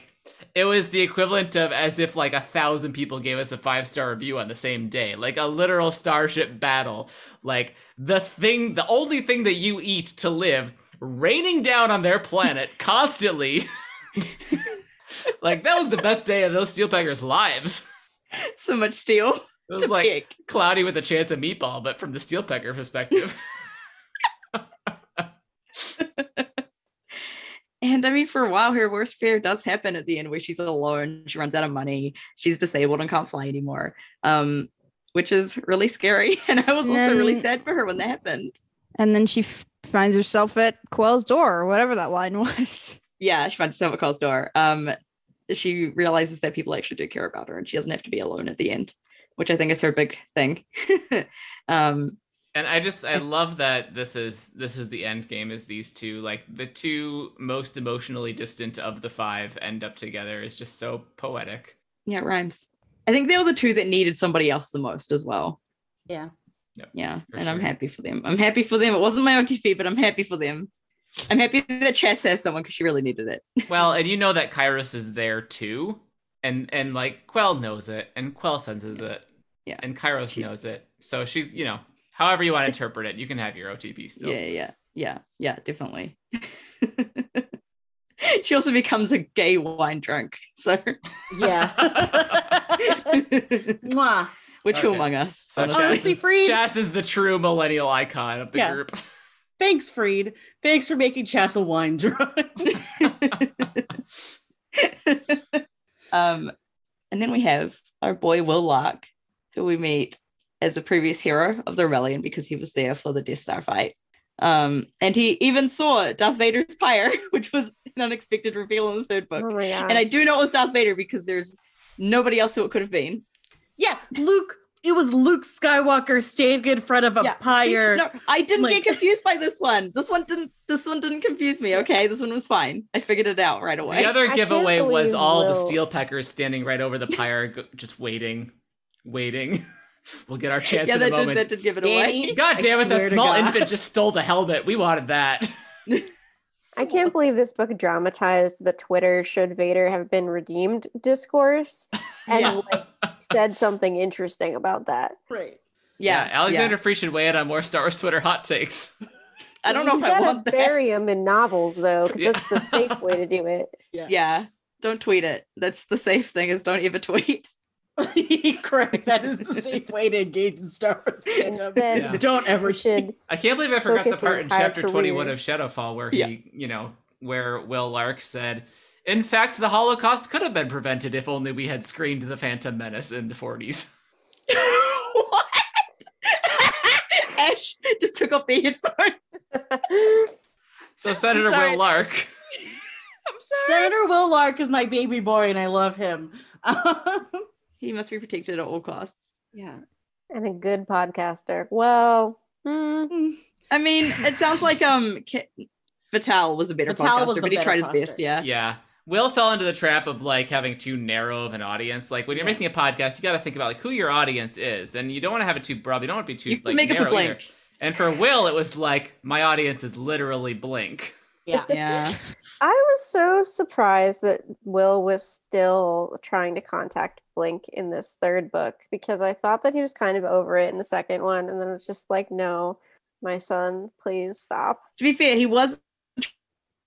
A: it was the equivalent of as if like a thousand people gave us a five star review on the same day, like a literal starship battle. Like the thing, the only thing that you eat to live, raining down on their planet constantly. like that was the best day of those steel peckers' lives.
D: so much steel
A: It was
D: to
A: like
D: pick.
A: cloudy with a chance of meatball, but from the steel pecker perspective.
D: And I mean, for a while, her worst fear does happen at the end, where she's alone, she runs out of money, she's disabled and can't fly anymore, um, which is really scary. And I was also really
E: Mm.
D: sad for her when that happened.
E: And then she f- finds herself at Quell's door or whatever that line was.
D: Yeah, she finds herself at Carl's door. Um, she realizes that people actually do care about her, and she doesn't have to be alone at the end, which I think is her big thing. um,
A: And I just I love that this is this is the end game is these two like the two most emotionally distant of the five end up together is just so poetic.
D: yeah, it rhymes. I think they were the two that needed somebody else the most as well.
C: Yeah.
A: Yep,
D: yeah.
A: for
D: And I'm
A: sure.
D: happy for them. I'm happy for them. It wasn't my OTP, but I'm happy for them. I'm happy that Chess has someone because she really needed it.
A: Well, and you know that Kairos is there too, and and like Quell knows it, and Quell senses it,
D: Yeah.
A: and Kairos
D: She-
A: knows it. So she's you know however you want to interpret it, you can have your OTP still.
D: Yeah, yeah, yeah, yeah, definitely. she also becomes a gay wine drunk, so
C: Yeah.
D: which
C: Mwah.
D: who
A: Okay.
D: among us?
A: So
D: honestly?
A: Chess
C: Honestly,
A: is,
C: Freed.
A: Chas is the true millennial icon of the
C: Yeah.
A: group.
C: Thanks, Freed. Thanks for making Chas a wine drunk.
D: um, and then we have our boy Will Lark, who we meet as a previous hero of the rebellion because he was there for the Death Star fight. Um, and he even saw Darth Vader's pyre, which was an unexpected reveal in the third book.
B: Oh my god.
D: And I do know it was Darth Vader because there's nobody else who it could have been.
C: yeah, Luke. It was Luke Skywalker standing in front of a
D: Yeah.
C: pyre.
D: No, I didn't
C: Like-
D: get confused by this one. This one didn't. This one didn't confuse me. Okay, this one was fine. I figured it out right away.
A: The other
B: can't
A: giveaway was
B: believe
A: all the
B: Will-
A: steel peckers standing right over the pyre, go- just waiting, waiting. we'll get our chance
D: yeah,
A: in a
D: that did,
A: moment.
D: that did give it
C: Danny,
D: away.
A: God
C: I
A: damn it!
C: swear
A: That
C: to
A: small
C: God.
A: infant just stole the helmet. We wanted that.
B: I can't believe this book dramatized the Twitter should Vader have been redeemed discourse and
D: Yeah.
B: like said something interesting about that.
C: Right.
D: Yeah,
A: Alexander Free should weigh in on more Star Wars Twitter hot takes.
D: yeah. I don't know
B: You
D: if I
B: gotta
D: want that.
B: bury him in novels though, because
A: Yeah.
B: that's the safe way to do it.
D: Yeah, don't tweet it. That's the safe thing is don't ever tweet.
C: Correct. That is the safe way to engage in Star Wars fandom.
B: Instead,
A: Yeah.
C: Don't ever
B: we should
A: I can't believe I forgot
B: Focus
A: the part in
B: your entire
A: chapter twenty-one
B: career.
A: of Shadowfall where
D: Yeah.
A: he, you know, where Will Lark said, "In fact, the Holocaust could have been prevented if only we had screened the Phantom Menace in the '40s."
D: what? Ash just took off the headphones.
A: So Senator
E: sorry.
A: Will Lark.
D: I'm sorry.
C: Senator Will Lark is my baby boy, and I love him.
D: He must be protected at all costs.
C: yeah.
B: and a good podcaster. Well, hmm,
D: I mean, it sounds like um, K- Vital was a better
C: Vital
D: podcaster,
C: was the
D: but he
C: better
D: tried his
C: podcaster.
D: best. Yeah.
A: Yeah. Will fell into the trap of like having too narrow of an audience. Like when you're
C: Yeah.
A: making a podcast, you got to think about like who your audience is, and you don't want to have it too broad. You don't want to be too
D: You
A: like
D: can make it for
A: narrow either.
D: blank.
A: And for Will, it was like my audience is literally blank.
C: Yeah.
D: Yeah.
B: I was so surprised that Will was still trying to contact Blink in this third book because I thought that he was kind of over it in the second one, and then it was just like, no, my son, please stop.
D: to be fair, he was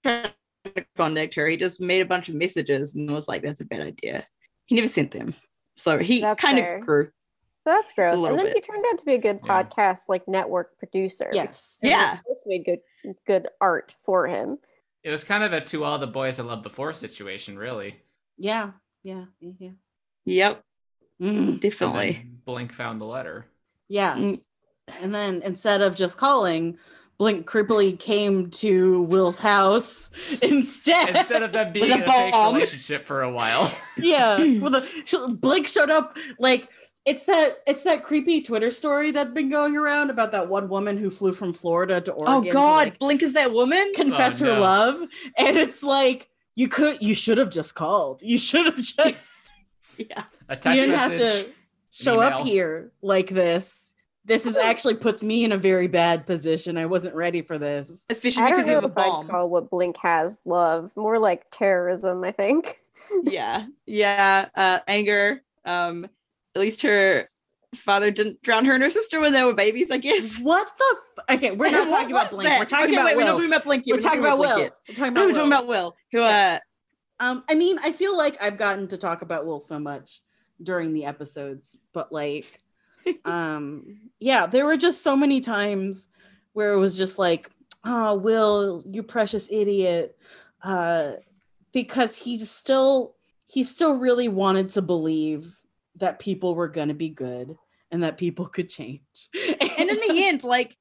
D: trying to contact her. He just made a bunch of messages and was like, "That's a bad idea." He never sent them, so he
B: That's
D: kind
B: fair.
D: of grew.
B: So that's gross.
D: little
B: And then he
D: bit.
B: turned out to be a good
A: Yeah.
B: podcast, like network producer.
C: Yes.
B: because
D: Yeah.
B: this made good good art for him.
A: It was kind of a "To All the Boys I Loved Before" situation, really.
C: Yeah. Yeah. Yeah.
D: Yep,
C: Mm,
A: And then
D: definitely.
A: Blink found the letter.
C: yeah.
D: Mm.
C: And then instead of just calling, Blink Cripply came to Will's house instead.
A: Instead of them being
C: a
A: in a fake
C: bomb.
A: relationship for a while.
C: yeah,
D: Mm.
C: well, the, sh- Blink showed up like it's that it's that creepy Twitter story that's been going around about that one woman who flew from Florida to Oregon.
D: Oh
C: to,
D: God,
C: like,
D: Blink is that woman.
C: confess
A: Oh,
C: her
A: no.
C: love, and it's like you could you should have just called. You should have just
A: A text
C: you didn't have
A: message.
C: to show up
A: email.
C: here like this. This is actually puts me in a very bad position. I wasn't ready for this.
D: Especially
B: I don't
D: because you
B: know
D: have a
B: if I'd
D: bomb.
B: call what Blink has love, more like terrorism, I think.
D: yeah, yeah. Uh, anger. Um, at least her father didn't drown her and her sister when they were babies. I guess.
C: What the? F- okay, we're not
D: What
C: talking about
D: was
C: Blink.
D: that?
C: We're talking
D: Okay,
C: about
D: wait, We're
C: Will.
D: not talking about Blink yet.
C: We're talking about Will.
D: Blink
C: We're talking
D: yet. No,
C: about
D: we're talking
C: Will.
D: about Will. Who? Uh,
C: Um, I mean, I feel like I've gotten to talk about Will so much during the episodes, but like, um, yeah, there were just so many times where it was just like, oh, Will, you precious idiot. Uh, because he just still, he still really wanted to believe that people were going to be good and that people could change.
D: and in the end, like,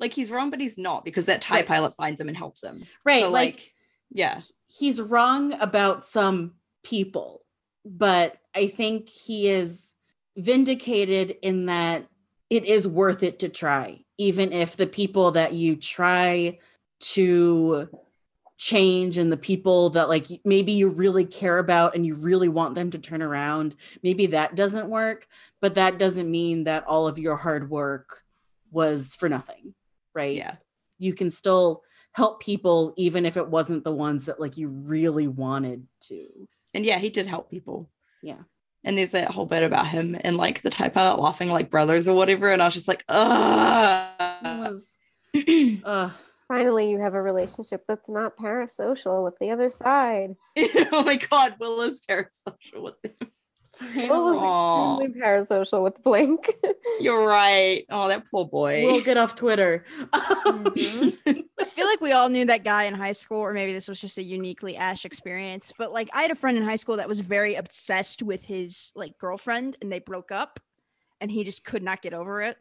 D: like he's wrong, but he's not because that Thai pilot finds him and helps him.
C: right,
D: So,
C: like,
D: like, yeah,
C: he's wrong about some people, but I think he is vindicated in that it is worth it to try, even if the people that you try to change and the people that like maybe you really care about and you really want them to turn around, maybe that doesn't work, but that doesn't mean that all of your hard work was for nothing, right?
D: yeah,
C: you can still help people even if it wasn't the ones that like you really wanted to
D: and yeah, he did help people.
C: Yeah.
D: And there's that whole bit about him and like the Thai pilot laughing like brothers or whatever, and I was just like, ah.
C: It was, uh,
B: Finally, you have a relationship that's not parasocial with the other side.
D: oh my god, Will is parasocial with him.
B: Will
D: Aw.
B: was extremely parasocial with Blink.
D: You're right. Mm-hmm. Oh, that poor boy.
C: we'll get off twitter
E: I feel like we all knew that guy in high school, or maybe this was just a uniquely Ash experience. But like, I had a friend in high school that was very obsessed with his like girlfriend, and they broke up, and he just could not get over it.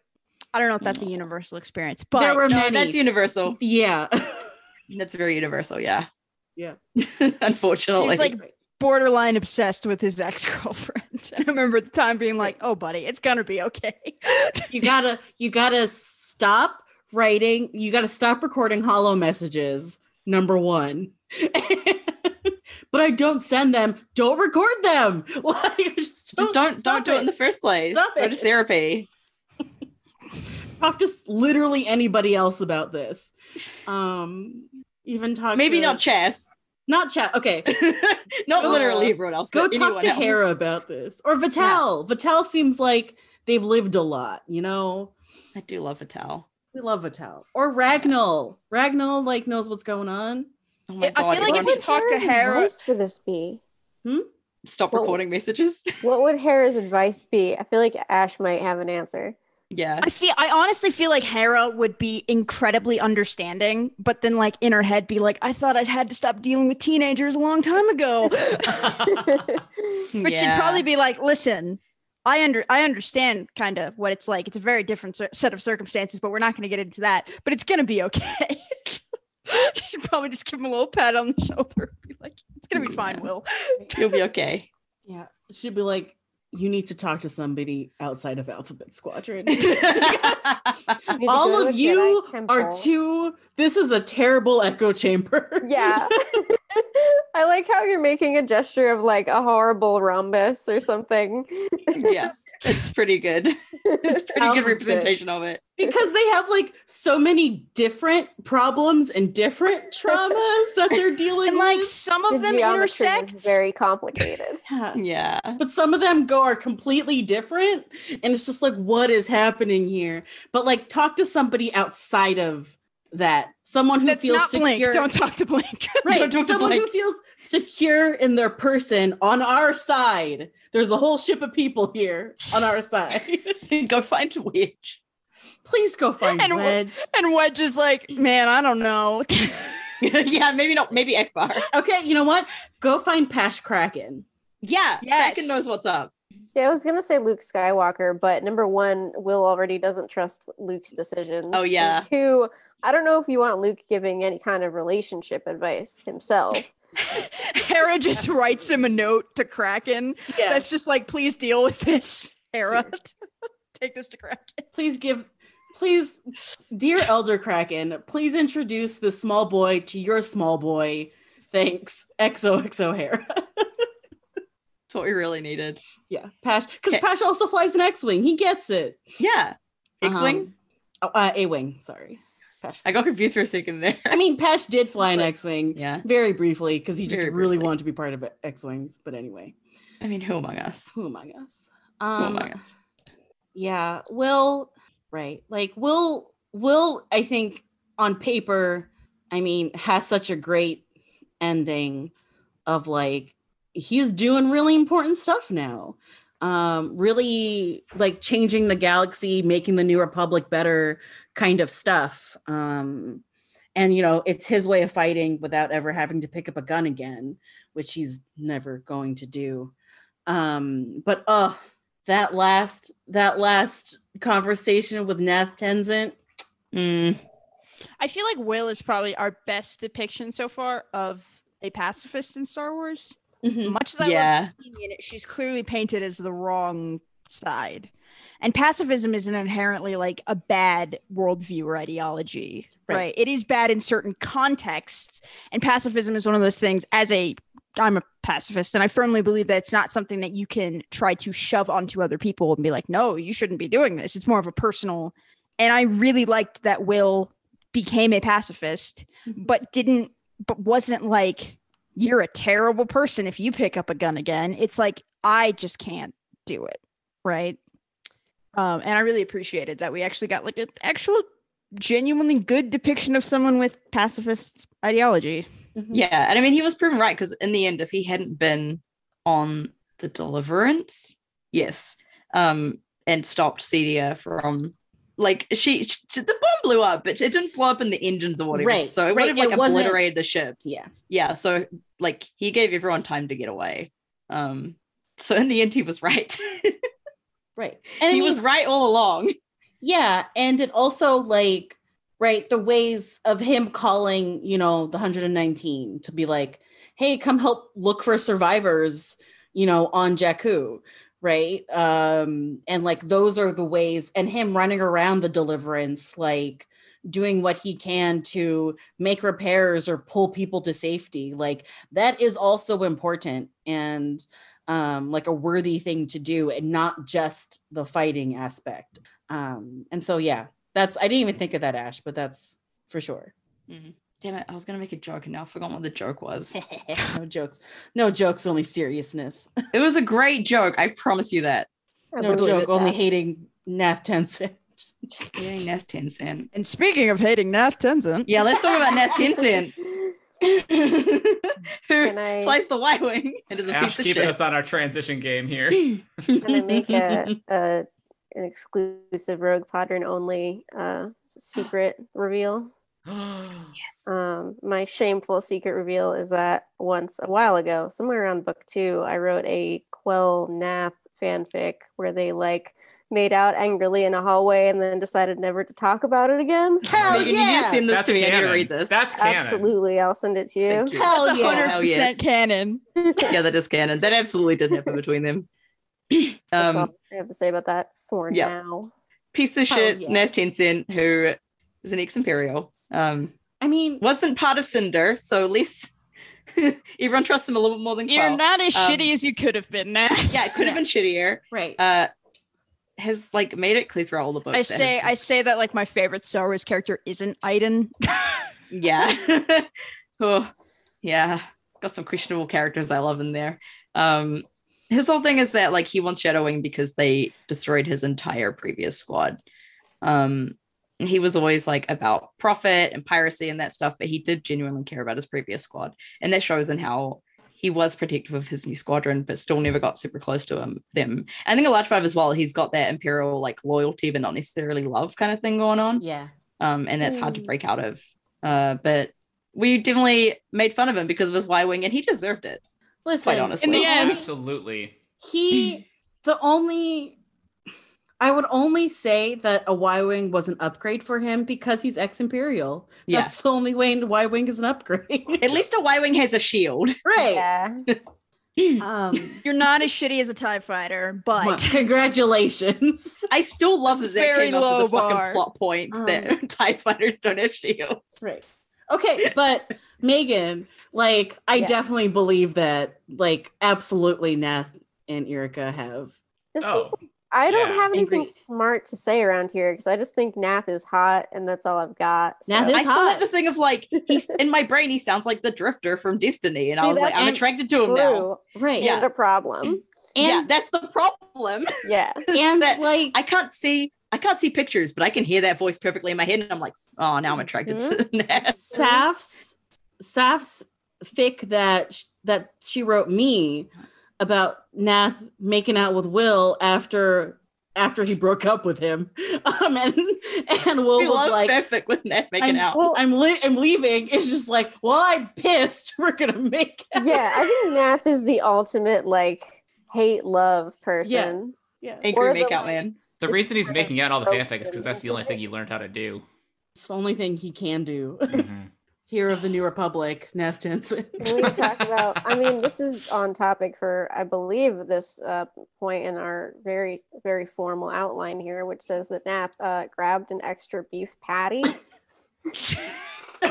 E: I don't know if that's a
D: Mm.
E: universal experience, but
C: there were
D: no,
C: many
D: that's universal.
C: yeah
D: That's very universal. Yeah.
C: Yeah.
D: Unfortunately.
E: He's, like, borderline obsessed with his ex girlfriend. And I remember at the time being like, "Oh, buddy, it's gonna be okay."
C: you gotta you gotta stop writing you gotta stop recording hollow messages number one but i don't send them don't record them like just
D: just don't
C: stop
D: don't do it. in the first place.
C: Stop
D: Go
C: it.
D: to therapy.
C: talk to s- literally anybody else about this. Um, even talk
D: Maybe
C: to-
D: not chess.
C: not chat. Okay,
D: not
C: Go-
D: literally everyone else.
C: go
D: but
C: talk
D: anyone
C: to
D: else.
C: Hera about this or Vital. Vital seems like they've lived a lot. You know,
D: I do love Vital.
C: we love Vital or Ragnall. Ragnall like knows what's going on.
D: Oh my
E: I
D: god.
E: feel like
D: everyone
E: if you
D: just
E: talk to
B: Hera's
E: Hera-
B: advice for this be?
D: stop
B: Well-
D: recording messages.
B: What would Hera's advice be? I feel like Ash might have an answer.
D: yeah.
E: I feel I honestly feel like Hera would be incredibly understanding, but then like in her head be like, "I thought I had to stop dealing with teenagers a long time ago," but she'd probably be like, "Listen." I under I understand kind of what it's like. It's a very different cer- set of circumstances, but we're not going to get into that. But it's going to be okay. She'd probably just give him a little pat on the shoulder, be like, "It's going to be fine,
D: Yeah.
E: Will."
D: You'll be okay.
C: Yeah, she'd be like, you need to talk to somebody outside of Alphabet Squadron.
B: You need to go
C: All
B: to
C: of
B: a
C: you
B: Jedi
C: are
B: temple.
C: too. This is a terrible echo chamber.
B: Yeah. I like how you're making a gesture of like a horrible rhombus or something.
D: yeah. It's pretty good. It's pretty
C: Alphabet.
D: good representation of it.
C: because they have like so many different problems and different traumas that they're dealing
E: and like
C: with.
E: some
B: The
E: of them
B: geometry is
E: intersect.
B: very complicated.
C: Yeah.
D: Yeah.
C: But some of them go are completely different, and it's just like, what is happening here? But like, talk to somebody outside of that, someone who
E: That's
C: feels
E: not
C: secure.
E: Blink. Don't talk to Blink.
C: Right,
D: don't
C: someone who
D: like-
C: feels secure in their person on our side. There's a whole ship of people here on our side.
D: Go find Wedge.
C: Please go find
E: And wh-
C: Wedge.
E: and Wedge is like, "Man, I don't know."
D: yeah, maybe not. Maybe Ekbar.
C: Okay, you know what? Go find Pash Kraken.
D: Yeah.
E: Yes.
D: Kraken knows what's up.
B: Yeah, I was gonna say Luke Skywalker, but number one, Will already doesn't trust Luke's decisions.
D: Oh,
B: And
D: yeah.
B: two, I don't know if you want Luke giving any kind of relationship advice himself.
E: Hera just writes him a note to Kraken.
C: Yeah.
E: That's just like, please deal with this, Hera. Take this to Kraken.
C: please give please dear elder kraken please introduce this small boy to your small boy thanks xoxo hair
D: That's what we really needed.
C: yeah pash because
D: Okay.
C: pash also flies an x-wing he gets it
D: Yeah. X-wing.
C: Um, oh, uh, a-wing sorry pash
D: I got confused for a second there.
C: i mean pash did fly an
D: But-
C: x-wing
D: yeah.
C: very briefly because he just
D: Very
C: really
D: briefly.
C: wanted to be part of x-wings but anyway
D: I mean, who among us?
C: who among us
D: Who
C: um
D: among us?
C: yeah will right like will will i think on paper i mean has such a great ending of like he's doing really important stuff now um really like changing the galaxy making the new republic better kind of stuff um and you know it's his way of fighting without ever having to pick up a gun again which he's never going to do um but uh that last that last conversation with Nath Tenzin.
D: Mm,
E: I feel like Will is probably our best depiction so far of a pacifist in Star Wars.
C: Mm-hmm.
E: Much as I
D: Yeah.
E: love Sabine in it, she's clearly painted as the wrong side. And pacifism is an inherently like a bad worldview or ideology,
C: Right.
E: right. It is bad in certain contexts. And pacifism is one of those things as a I'm a pacifist and I firmly believe that it's not something that you can try to shove onto other people and be like, no, you shouldn't be doing this. It's more of a personal. And I really liked that Will became a pacifist, but didn't, but wasn't like, you're a terrible person if you pick up a gun again. It's like, I just can't do it. Right. Um, and I really appreciated that we actually got like an actual genuinely good depiction of someone with pacifist ideology.
D: yeah. And I mean, he was proven right because in the end, if he hadn't been on the deliverance, yes, um, and stopped Cedia from like she, she the bomb blew up, but it didn't blow up in the engines or whatever.
C: Right,
D: So
C: right,
D: it would have
C: it
D: like
C: wasn't-
D: obliterated the ship.
C: Yeah.
D: yeah so like he gave everyone time to get away um so in the end he was right
C: Right.
D: he
C: And he
D: was right all along
C: yeah, and it also like right the ways of him calling, you know, the 119 to be like, "Hey, come help look for survivors, you know, on Jakku." Right? Um and like those are the ways and him running around the deliverance like doing what he can to make repairs or pull people to safety. Like that is also important and um like a worthy thing to do and not just the fighting aspect um and so yeah that's i didn't even think of that ash but that's for sure
D: damn it i was gonna make a joke and now i've forgotten what the joke was
C: no jokes no jokes only seriousness
D: it was a great joke i promise you that
B: I
C: no
B: believe
C: joke
B: that.
C: only hating nath tenzin
D: Yay, Neth Tencent.
E: And speaking of hating Nath Tenzin,
D: yeah let's talk about Neth Tencent who
B: Can I-
D: flies the Y-wing and is a
A: Ash
D: piece of
A: keeping us
D: shit
A: on our transition game here.
B: Can I make a, a an exclusive Rogue Podron only uh, secret reveal? Um, my shameful secret reveal is that once a while ago, somewhere around book two, I wrote a Quell Nath fanfic where they like made out angrily in a hallway and then decided never to talk about it again.
C: hell
D: Megan, did you
C: yeah
D: send this
A: That's
D: to me i need to
A: canon.
D: read this
A: That's canon.
B: Absolutely, I'll send it to you.
D: Thank you.
C: Hell
E: that's
C: yeah.
E: 100%
D: Hell yes.
E: canon.
D: yeah that is canon that absolutely did happen between them
B: That's
D: um
B: all I have to say about that for
D: yeah.
B: now.
D: piece of
C: Oh,
D: shit,
C: yeah.
D: Naz Tencent, who is an ex-imperial. Um,
C: i mean
D: wasn't part of Cinder, so at least everyone trusts him a little bit more than
E: You're
D: Quill.
E: not as
D: Um,
E: shitty as you could have been, Nath.
D: yeah, it could have been shittier.
C: right
D: Uh, has like made it clear throughout all the books.
E: I
D: that has-
E: say I say that like my favorite Star Wars character isn't Aiden.
D: yeah, oh, yeah, got some questionable characters I love in there. Um, his whole thing is that like he wants shadowing because they destroyed his entire previous squad. Um, he was always like about profit and piracy and that stuff, but he did genuinely care about his previous squad, and that shows in how he was protective of his new squadron, but still never got super close to him, them. I think a large part of as well, he's got that imperial like loyalty, but not necessarily love kind of thing going on
C: yeah
D: um, and that's hard to break out of. Uh, but we definitely made fun of him because of his Y wing, and he deserved it.
C: listen
D: Quite honestly.
E: In the end-
A: Absolutely.
C: he the only I would only say that a Y Wing was an upgrade for him because he's ex Imperial.
D: Yeah.
C: That's the only way Y Wing is an upgrade.
D: At least a Y Wing has a shield.
C: right.
B: Yeah.
C: Um
E: You're not as shitty as a TIE fighter,
C: well,
E: but
C: congratulations.
D: I still love that that
E: Very
D: came up as a
E: low
D: fucking
E: bar.
D: plot point
C: Um,
D: that TIE fighters don't have shields.
C: right. Okay, but Megan, like I
E: Yeah.
C: definitely believe that like absolutely Nath and Erica have
B: This
A: Oh.
B: is I don't
A: Yeah.
B: have anything
C: Angry.
B: smart to say around here because I just think Nath is hot and that's all I've got. So.
C: Nath is
D: I still have
C: hot.
D: the thing of like he's in my brain. He sounds like the Drifter from Destiny, and I
B: See,
D: was like,
B: that's
D: I'm attracted to him now.
B: True
C: Right.
B: And
D: Yeah.
B: a problem.
D: yeah,
C: And
D: that's the problem.
B: Yeah.
C: and
D: that
C: like
D: I can't see. I can't see pictures, but I can hear that voice perfectly in my head, and I'm like, oh, now I'm attracted
C: Mm-hmm.
D: to Ness.
C: Saf's Saf's fic that sh- that she wrote me about Nath making out with Will after after he broke up with him. Um, and and Will
D: We
C: was
D: love
C: like,
D: fanfic with Ness making
C: I'm,
D: out.
C: well, I'm, li- I'm leaving. It's just like, well, I'm pissed. We're gonna make out.
B: Yeah. I think Nath is the ultimate like hate love person.
C: yeah.
D: Angry
B: or the,
D: makeout
B: like-
D: man.
A: The
B: This
A: reason he's
B: is-
A: making out all the fanfic is because that's the only thing he learned how to do.
C: It's the only thing he can do.
A: Mhm.
C: Hero of the New Republic, Nath Jensen.
B: When we talk about, I mean, this is on topic for, I believe, this uh, point in our very, very formal outline here, which says that Nath uh, grabbed an extra beef patty.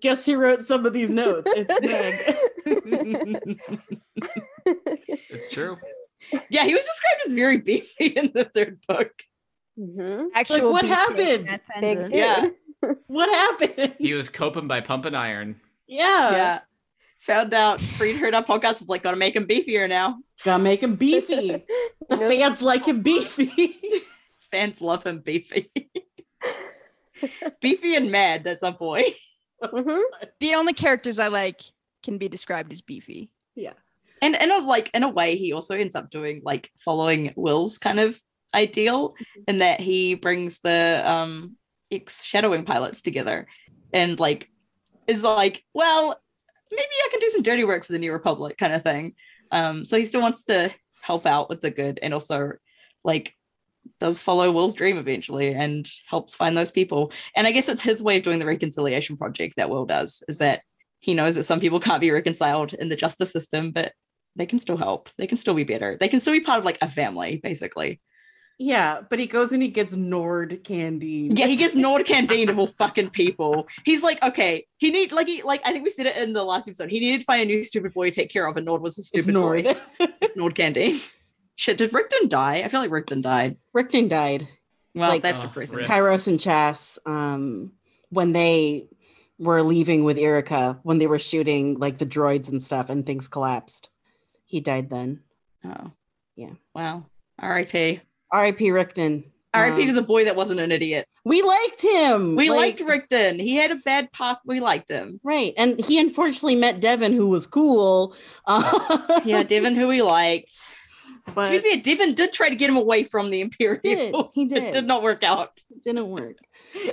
C: Guess who wrote some of these notes? It's Meg.
A: It's true.
D: yeah, he was described as very beefy in the third book.
B: Mhm.
E: actual
C: what
E: beefcake,
C: happened?
E: Matt
B: Big
E: Fenton.
B: dude.
D: Yeah.
C: What happened?
A: He was coping by pumping iron.
C: Yeah.
D: yeah. Found out Freed heard our podcast was like, gotta make him beefier now.
C: Gotta make him beefy. The
B: Nope.
C: fans like him beefy.
D: Fans love him beefy. beefy and mad, that's our boy.
B: Mhm.
E: The only characters I like can be described as beefy.
D: And in a like in a way, he also ends up doing like following Will's kind of ideal in that he brings the um ex shadowing pilots together and like is like, well, maybe I can do some dirty work for the New Republic kind of thing. Um, so he still wants to help out with the good and also like does follow Will's dream eventually and helps find those people. And I guess it's his way of doing the reconciliation project that Will does is that he knows that some people can't be reconciled in the justice system, but they can still help. They can still be better. They can still be part of like a family, basically.
C: yeah, but he goes and he gets Nord candy.
D: Yeah, he gets Nord Candine of all fucking people. He's like, okay, he need like he like I think we said it in the last episode. He needed to find a new stupid boy to take care of, and Nord was a
C: It's
D: stupid
C: Nord.
D: boy. It's Nord Candine. Shit, did Rickton die? I feel like Rickton died.
C: Rickton died.
D: Well,
C: Like-
D: that's
A: Oh,
D: depressing.
A: Rick.
C: Kairos and Chas, um, when they were leaving with Erica, when they were shooting like the droids and stuff and things collapsed, he died then.
D: Oh,
C: Yeah.
D: Wow. R.I.P.
C: R.I.P. Rickton.
D: R.I.P. to
C: Um,
D: the boy that wasn't an idiot.
C: We liked him.
D: We
C: Like,
D: liked Rickton. He had a bad path. We liked him.
C: Right. And he unfortunately met Devin, who was cool. Uh,
D: Yeah, Devin, who we liked.
C: but
D: To be fair, Devin did try to get him away from the Imperials.
C: He did, he did.
D: It did not work out.
C: didn't work.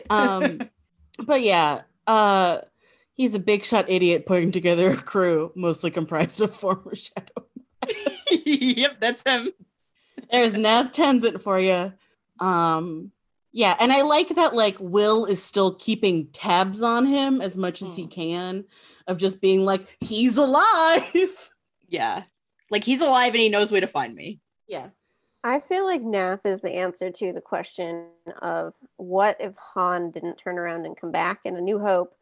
C: Um, but yeah, uh, he's a big shot idiot putting together a crew mostly comprised of former shadow.
D: yep, that's him.
C: There's Nav Tenzin for you. Um, yeah, and I like that. Like Will is still keeping tabs on him as much as he
D: Hmm.
C: can, of just being like he's alive.
D: Yeah. Like he's alive and he knows where to find me.
C: Yeah,
B: I feel like Nath is the answer to the question of what if Han didn't turn around and come back in A New Hope.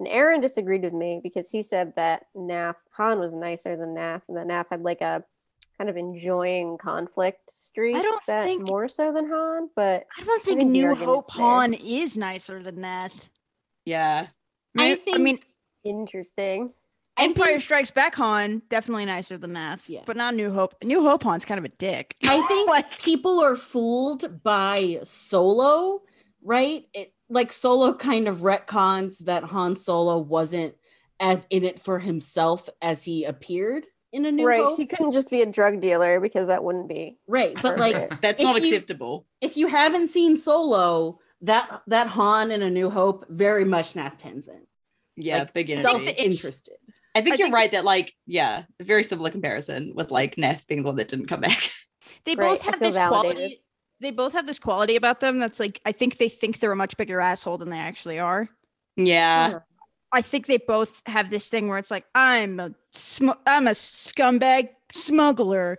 B: And Aaron disagreed with me because he said that Nath Han was nicer than Nath, and that Nath had like a kind of enjoying conflict streak.
E: don't
B: that
E: think-
B: more so than Han, but
E: I don't
B: think
E: think
B: the
E: New Hope
B: argument's there.
E: Han is nicer than Nath.
D: Yeah.
C: I
E: I,
C: think-
E: mean,
B: interesting.
C: I
E: Empire
C: think-
E: Strikes Back Han definitely nicer than Nath,
C: Yeah.
E: but not New Hope. New Hope Han's kind of a dick.
C: I think people are fooled by Solo, right? It, like Solo kind of retcons that Han Solo wasn't as in it for himself as he appeared in A New
B: right,
C: Hope.
B: so he couldn't just be a drug dealer because that wouldn't be.
C: right, but like
B: appropriate.
D: That's
C: If
D: not
C: you-
D: acceptable.
C: if you haven't seen Solo, that that Han in A New Hope very much Nath Tenzin,
D: Yeah,
C: like,
D: big
E: I
D: enemy.
E: think the-
C: self-interested.
D: I think
E: I
D: you're
E: think-
D: right that like yeah, a very similar comparison with like Neth being the one that didn't come back.
E: they
B: Right,
E: both
B: I
E: have
B: feel
E: this
B: validated.
E: quality they both have this quality about them that's like i think they think they're a much bigger asshole than they actually are
C: Uh-huh.
D: yeah,
E: i think they both have this thing where it's like i'm a sm- i'm a scumbag smuggler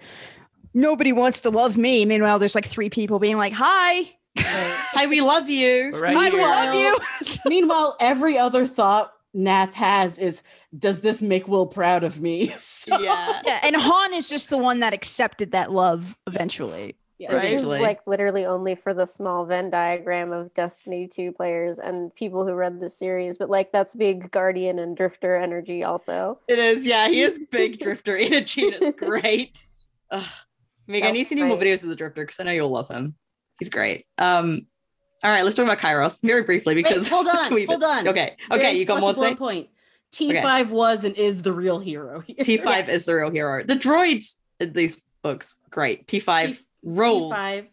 E: nobody wants to love me meanwhile there's like three people being like hi
D: hi, we love you.
A: Right
E: i
A: here.
E: love you
C: Meanwhile, every other thought Nath has is, does this make Will proud of me? So,
D: Yeah,
E: yeah and han is just the one that accepted that love eventually
C: yeah.
B: This is
D: Eventually.
B: like literally only for the small Venn diagram of Destiny 2 players and people who read the series, but like that's big Guardian and Drifter energy also.
D: it is. Yeah, he is big drifter energy. and It's great. Ugh. Meg, I
B: That's
D: need to see any more
B: right.
D: videos of the drifter because I know you'll love him. He's great. Um, all right, let's talk about Kairos very briefly because
C: Wait, hold on,
D: we've-
C: hold on.
D: Okay, okay,
C: Very
D: you got more to
C: flexible
D: say.
C: point. T5 was and is the real hero. here.
D: T5 is the real hero. The droids in these books, great. T5
C: T-
D: rolls.
C: T5,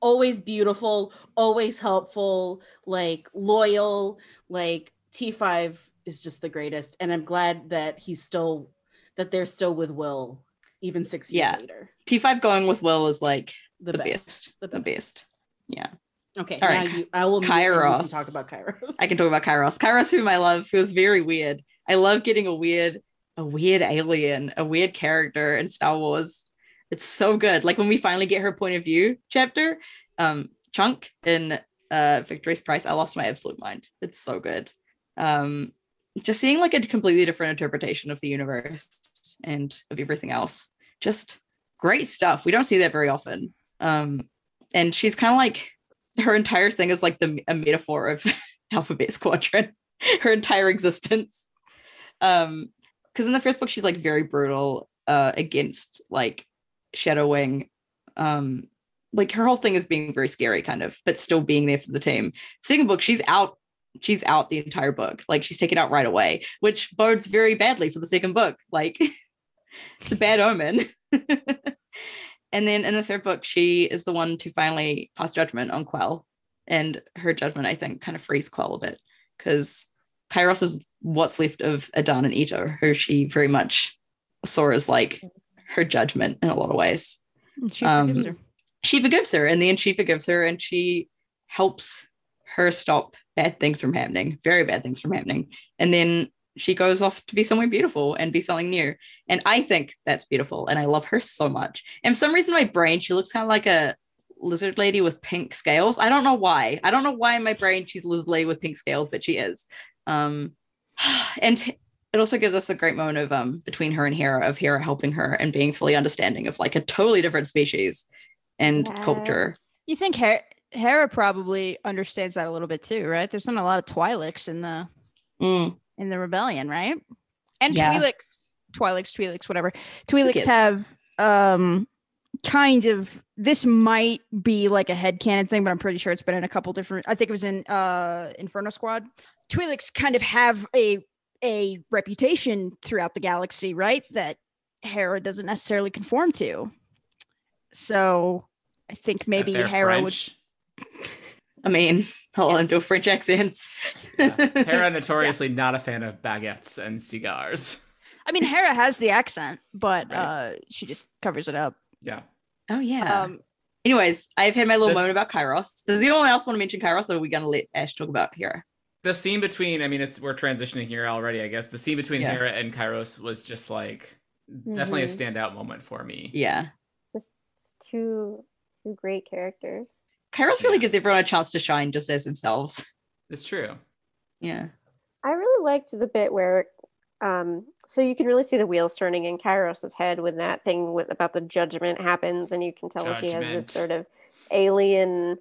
C: always beautiful, always helpful, like loyal. Like T5 is just the greatest. And I'm glad that he's still, that they're still with Will even six years
D: Yeah.
C: later.
D: T5 going with Will is like
C: The,
D: The
C: best.
D: best.
C: The
D: the
C: best.
D: best. Yeah.
C: Okay.
D: All
C: now
D: right,
C: you, I will mute and you can
D: Kairos.
C: talk about Kairos.
D: I can talk about Kairos. Kairos, whom I love, who is very weird. I love getting a weird, a weird alien, a weird character in Star Wars. It's so good. Like when we finally get her point of view chapter, um, Chunk in uh Victorious Price, I lost my absolute mind. It's so good. Um, just seeing like a completely different interpretation of the universe and of everything else. Just great stuff. We don't see that very often. Um, and she's kind of like her entire thing is like the a metaphor of alphabet squadron her entire existence um because in the first book she's like very brutal uh against like shadowing um like her whole thing is being very scary kind of but still being there for the team second book she's out she's out the entire book like she's taken out right away which bodes very badly for the second book like it's a bad omen and then in the third book she is the one to finally pass judgment on quell and her judgment, I think, kind of frees Quell a bit because Kairos is what's left of Adan and Ito, who she very much saw as like her judgment in a lot of ways.
E: And she
D: Um,
E: forgives her.
D: She forgives her, and then she forgives her, and she helps her stop bad things from happening, very bad things from happening. And then she goes off to be somewhere beautiful and be something new. And I think that's beautiful, and I love her so much. And for some reason, in my brain, she looks kind of like a lizard lady with pink scales. I don't know why. I don't know why in my brain she's lizard lady with pink scales, but she is. Um, and it also gives us a great moment of um between her and Hera of Hera helping her and being fully understanding of like a totally different species and culture.
E: you think Her- hera probably understands that a little bit too right there's not a lot of twi'leks in the
D: Mm,
E: in the rebellion, right? And
D: Yeah.
E: Twi'leks, Twi'leks, Twi'leks, whatever. Twi'leks
D: Yes.
E: have um kind of this might be like a headcanon thing, but I'm pretty sure it's been in a couple different I think it was in uh Inferno Squad. Twi'leks kind of have a a reputation throughout the galaxy, right? That Hera doesn't necessarily conform to. So I think maybe
A: They're
E: Hera would
A: French.
D: I mean, I'll
E: Yes.
D: do French accents.
A: Yeah. Hera notoriously not a fan of baguettes and cigars.
E: I mean Hera has the accent, but
A: Right.
E: uh she just covers it up.
A: Yeah.
D: oh yeah.
E: Um
D: Anyways, I've had my little
A: This-
D: moment about Kairos. Does anyone else want to mention Kairos, or are we gonna let Ash talk about Hera?
A: The scene between, I mean, it's we're transitioning here already, I guess. The scene between
D: Yeah.
A: Hera and Kairos was just like definitely a
E: Mm-hmm.
A: standout moment for me.
D: Yeah.
B: Just, just two two great characters.
D: Kairos really
A: Yeah.
D: gives everyone a chance to shine just as themselves.
A: It's true.
D: Yeah.
B: I really liked the bit where um so you can really see the wheels turning in Kairos's head when that thing with about the judgment happens and you can tell she has
A: Judgment.
B: this sort of alien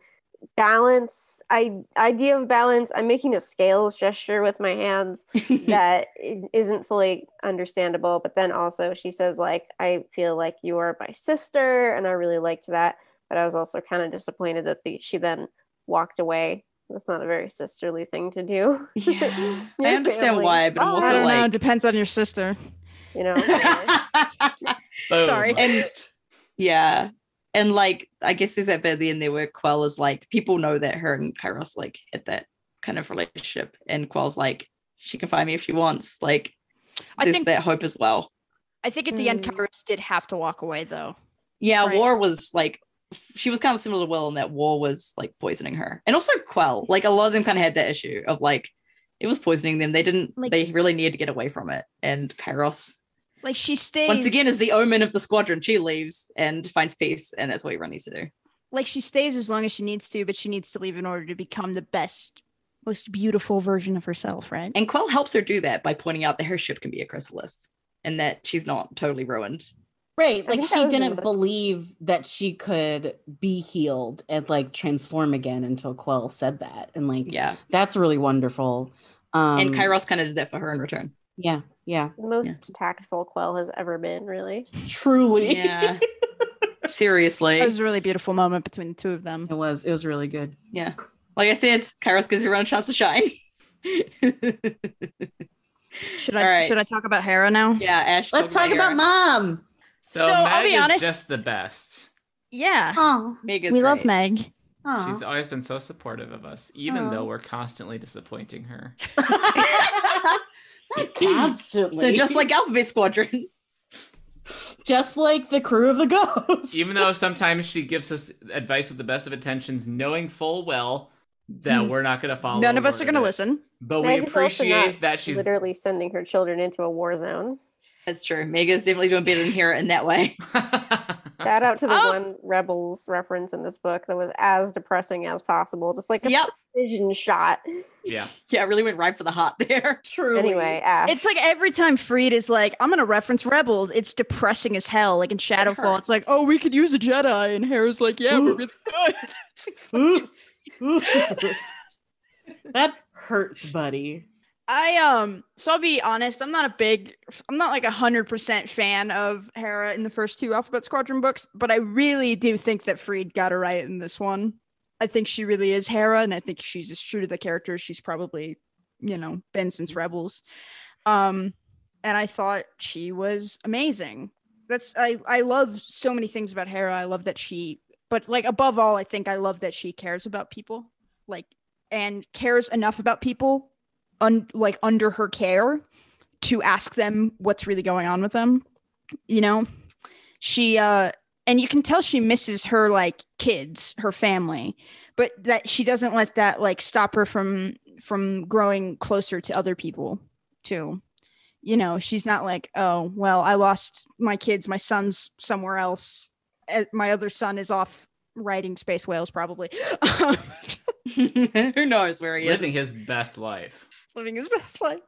B: balance I idea of balance. I'm making a scales gesture with my hands that i- isn't fully understandable. But then also she says like, I feel like you are my sister, and I really liked that. But I was also kind of disappointed that the, she then walked away. That's not a very sisterly thing to do.
D: yeah. I
B: Your
D: understand
B: family.
D: why, but I'm
B: Bye.
E: I
D: also
E: don't know.
D: like,
E: Depends on your sister.
B: You know,
A: Boom.
E: Sorry.
D: and yeah. And like, I guess there's that bit at the end there where Quell is like, people know that her and Kairos like had that kind of relationship. And Quell's like, she can find me if she wants. Like,
E: I
D: there's
E: think-
D: that hope as well.
E: I think at the end,
B: Hmm.
E: Kairos did have to walk away though.
D: Yeah,
E: Right.
D: War was like she was kind of similar to Will in that War was like poisoning her, and also Quell. Like a lot of them kind of had that issue of like it was poisoning them. They didn't.
E: Like-
D: they really needed to get away from it. And Kairos
E: Like she stays
D: once again is the omen of the squadron. She leaves and finds peace, and that's what everyone needs to do.
E: like she stays as long as she needs to, but she needs to leave in order to become the best, most beautiful version of herself, right?
D: And Quell helps her do that by pointing out that her ship can be a chrysalis and that she's not totally ruined.
C: Right.
B: I
C: Like
B: think I
C: she
B: remember
C: didn't
B: this.
C: believe that she could be healed and like transform again until Quell said that. And like
D: Yeah.
C: that's really wonderful. Um
D: and Kairos kind of did that for her in return.
C: Yeah. Yeah.
B: Most tactful Quell has ever been, really.
C: Truly.
D: Yeah. Seriously.
E: It was a really beautiful moment between the two of them.
C: It was it was really good.
D: Yeah. Like I said, Kairos gives everyone a chance to shine.
E: Should
D: All
E: I
D: right.
E: should I talk about Hera now?
D: yeah, Ash.
C: Let's talk about
D: Hera.
C: mom.
A: So,
E: So, I'll
A: Meg
E: be
A: is
E: honest-
A: just the best.
E: Yeah.
C: Oh.
D: Meg is
E: We love
D: great.
E: Meg.
A: She's always been so supportive of us, even
C: Aw.
A: though we're constantly disappointing her.
C: Constantly.
D: So just like Alphabet Squadron.
C: just like the crew of the ghost.
A: even though sometimes she gives us advice with the best of intentions, knowing full well that
E: Mm.
A: we're not going to follow.
E: None
A: a
E: of us
A: word
E: are gonna
A: it.
E: listen.
A: But
B: Meg
A: we
B: is also not
A: appreciate that she's
B: Literally sending her children into a war zone.
D: That's true. Meg is definitely doing better than Hera in that way.
B: Shout out to the
E: Oh.
B: one Rebels reference in this book that was as depressing as possible, just like a
D: yep.
B: precision shot.
A: yeah.
D: Yeah, really went right for the heart there.
C: Truly.
B: Anyway, Ash.
E: It's like every time Freed is like, I'm gonna reference Rebels, it's depressing as hell. Like in Shadowfall, it's like,
D: hurts.
E: oh, we could use a Jedi, and Hera's like, yeah, we're
C: Ooh.
E: really good. It's like, fuck you.
C: Ooh, ooh. that hurts, buddy.
E: I um so I'll be honest, I'm not a big I'm not like a hundred percent fan of Hera in the first two Alphabet Squadron books, but I really do think that Freed got it right in this one. I think she really is Hera, and I think she's as true to the character she's probably, you know, been since Rebels. Um, and I thought she was amazing. That's I I love so many things about Hera. I love that she, but like above all, I think I love that she cares about people, like and cares enough about people, un, like under her care, to ask them what's really going on with them. You know, she uh, and you can tell she misses her like kids, her family, but that she doesn't let that like stop her from from growing closer to other people too you know, she's not like, oh, well, I lost my kids, my son's somewhere else. Eh, My other son is off riding space whales, probably Um,
D: Who knows where he
A: Living
D: is?
A: his best life.
E: living his best life.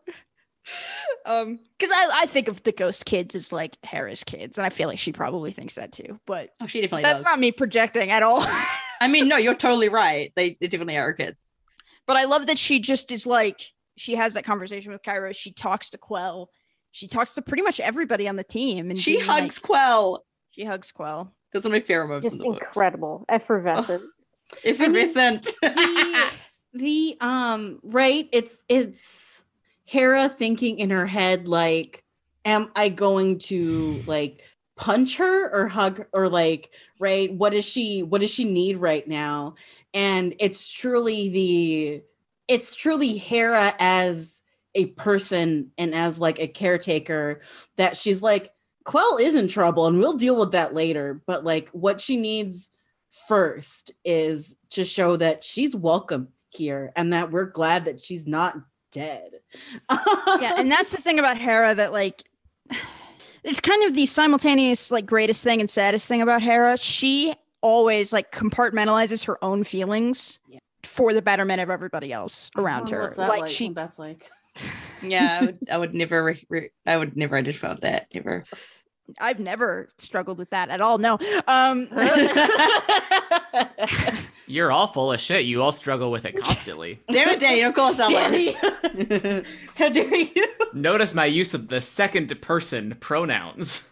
E: Um, because I, I think of the ghost kids as like Hera's kids, and I feel like she probably thinks that too, but
D: Oh, she definitely
E: that's
D: does.
E: not me projecting at all.
D: I mean, no, you're totally right. They, they definitely are her kids.
E: but I love that she just is like, she has that conversation with Kairos, she talks to Quell, she talks to pretty much everybody on the team, and
D: She
E: being, like-
D: hugs Quell.
E: she hugs Quell.
D: That's one of my favorite moments. in
B: just
D: the books.
B: incredible, effervescent.
E: Oh,
D: Effervescent.
C: The, the um right, it's it's Hera thinking in her head like, am I going to like punch her or hug or like right? What does she what does she need right now? And it's truly the it's truly Hera as a person and as like a caretaker that she's like Quell is in trouble and we'll deal with that later. But like what she needs first is to show that she's welcome here and that we're glad that she's not dead.
E: yeah, and that's the thing about Hera that like it's kind of the simultaneous like greatest thing and saddest thing about Hera. She always like compartmentalizes her own feelings
C: Yeah. Oh,
E: for the betterment of everybody else around her.
C: What's that
E: Like, she
C: that's like.
D: yeah, I would, I would never, re- re- I would never identify with that ever.
E: I've never struggled with that at all. No. Um
A: You're all full of shit. You all struggle with it constantly.
D: Damn it, Danny, don't call us out. like-
C: Danny, how dare you?
A: Notice my use of the second person pronouns.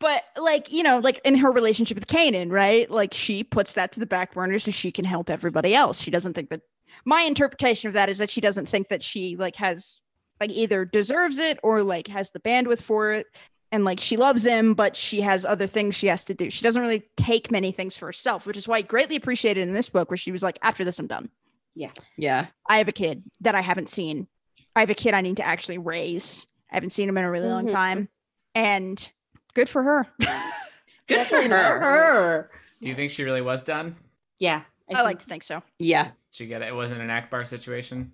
E: but like, you know, like in her relationship with Kanan, right? Like she puts that to the back burner so she can help everybody else. She doesn't think that my interpretation of that is that she doesn't think that she like has like either deserves it or like has the bandwidth for it and like she loves him but she has other things she has to do she doesn't really take many things for herself which is why i greatly appreciated in this book where she was like after this i'm done
D: Yeah,
E: i have a kid that i haven't seen I have a kid I need to actually raise. I haven't seen him in a really long
B: Mhm.
E: time. And good for her.
D: Good for her.
C: Her.
A: Do you think she really was done?
C: Yeah.
E: I like to think so.
D: Yeah.
A: Did she get it? It wasn't an Akbar situation.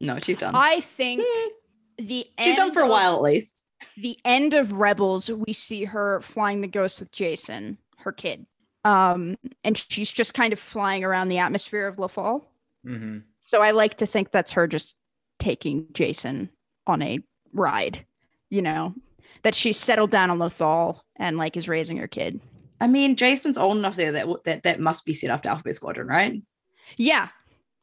D: No, she's done.
E: I think
D: Mm,
E: the end
D: she's done for a
E: of-
D: while at least.
E: the end of Rebels, we see her flying the ghost with Jason, her kid. Um, and she's just kind of flying around the atmosphere of LaFall.
A: Mm-hmm.
E: So I like to think that's her just taking Jason on a ride, you know, that she's settled down on Lothal and like is raising her kid.
D: I mean, Jason's old enough there that that that must be set after Alphabet Squadron, right?
E: Yeah.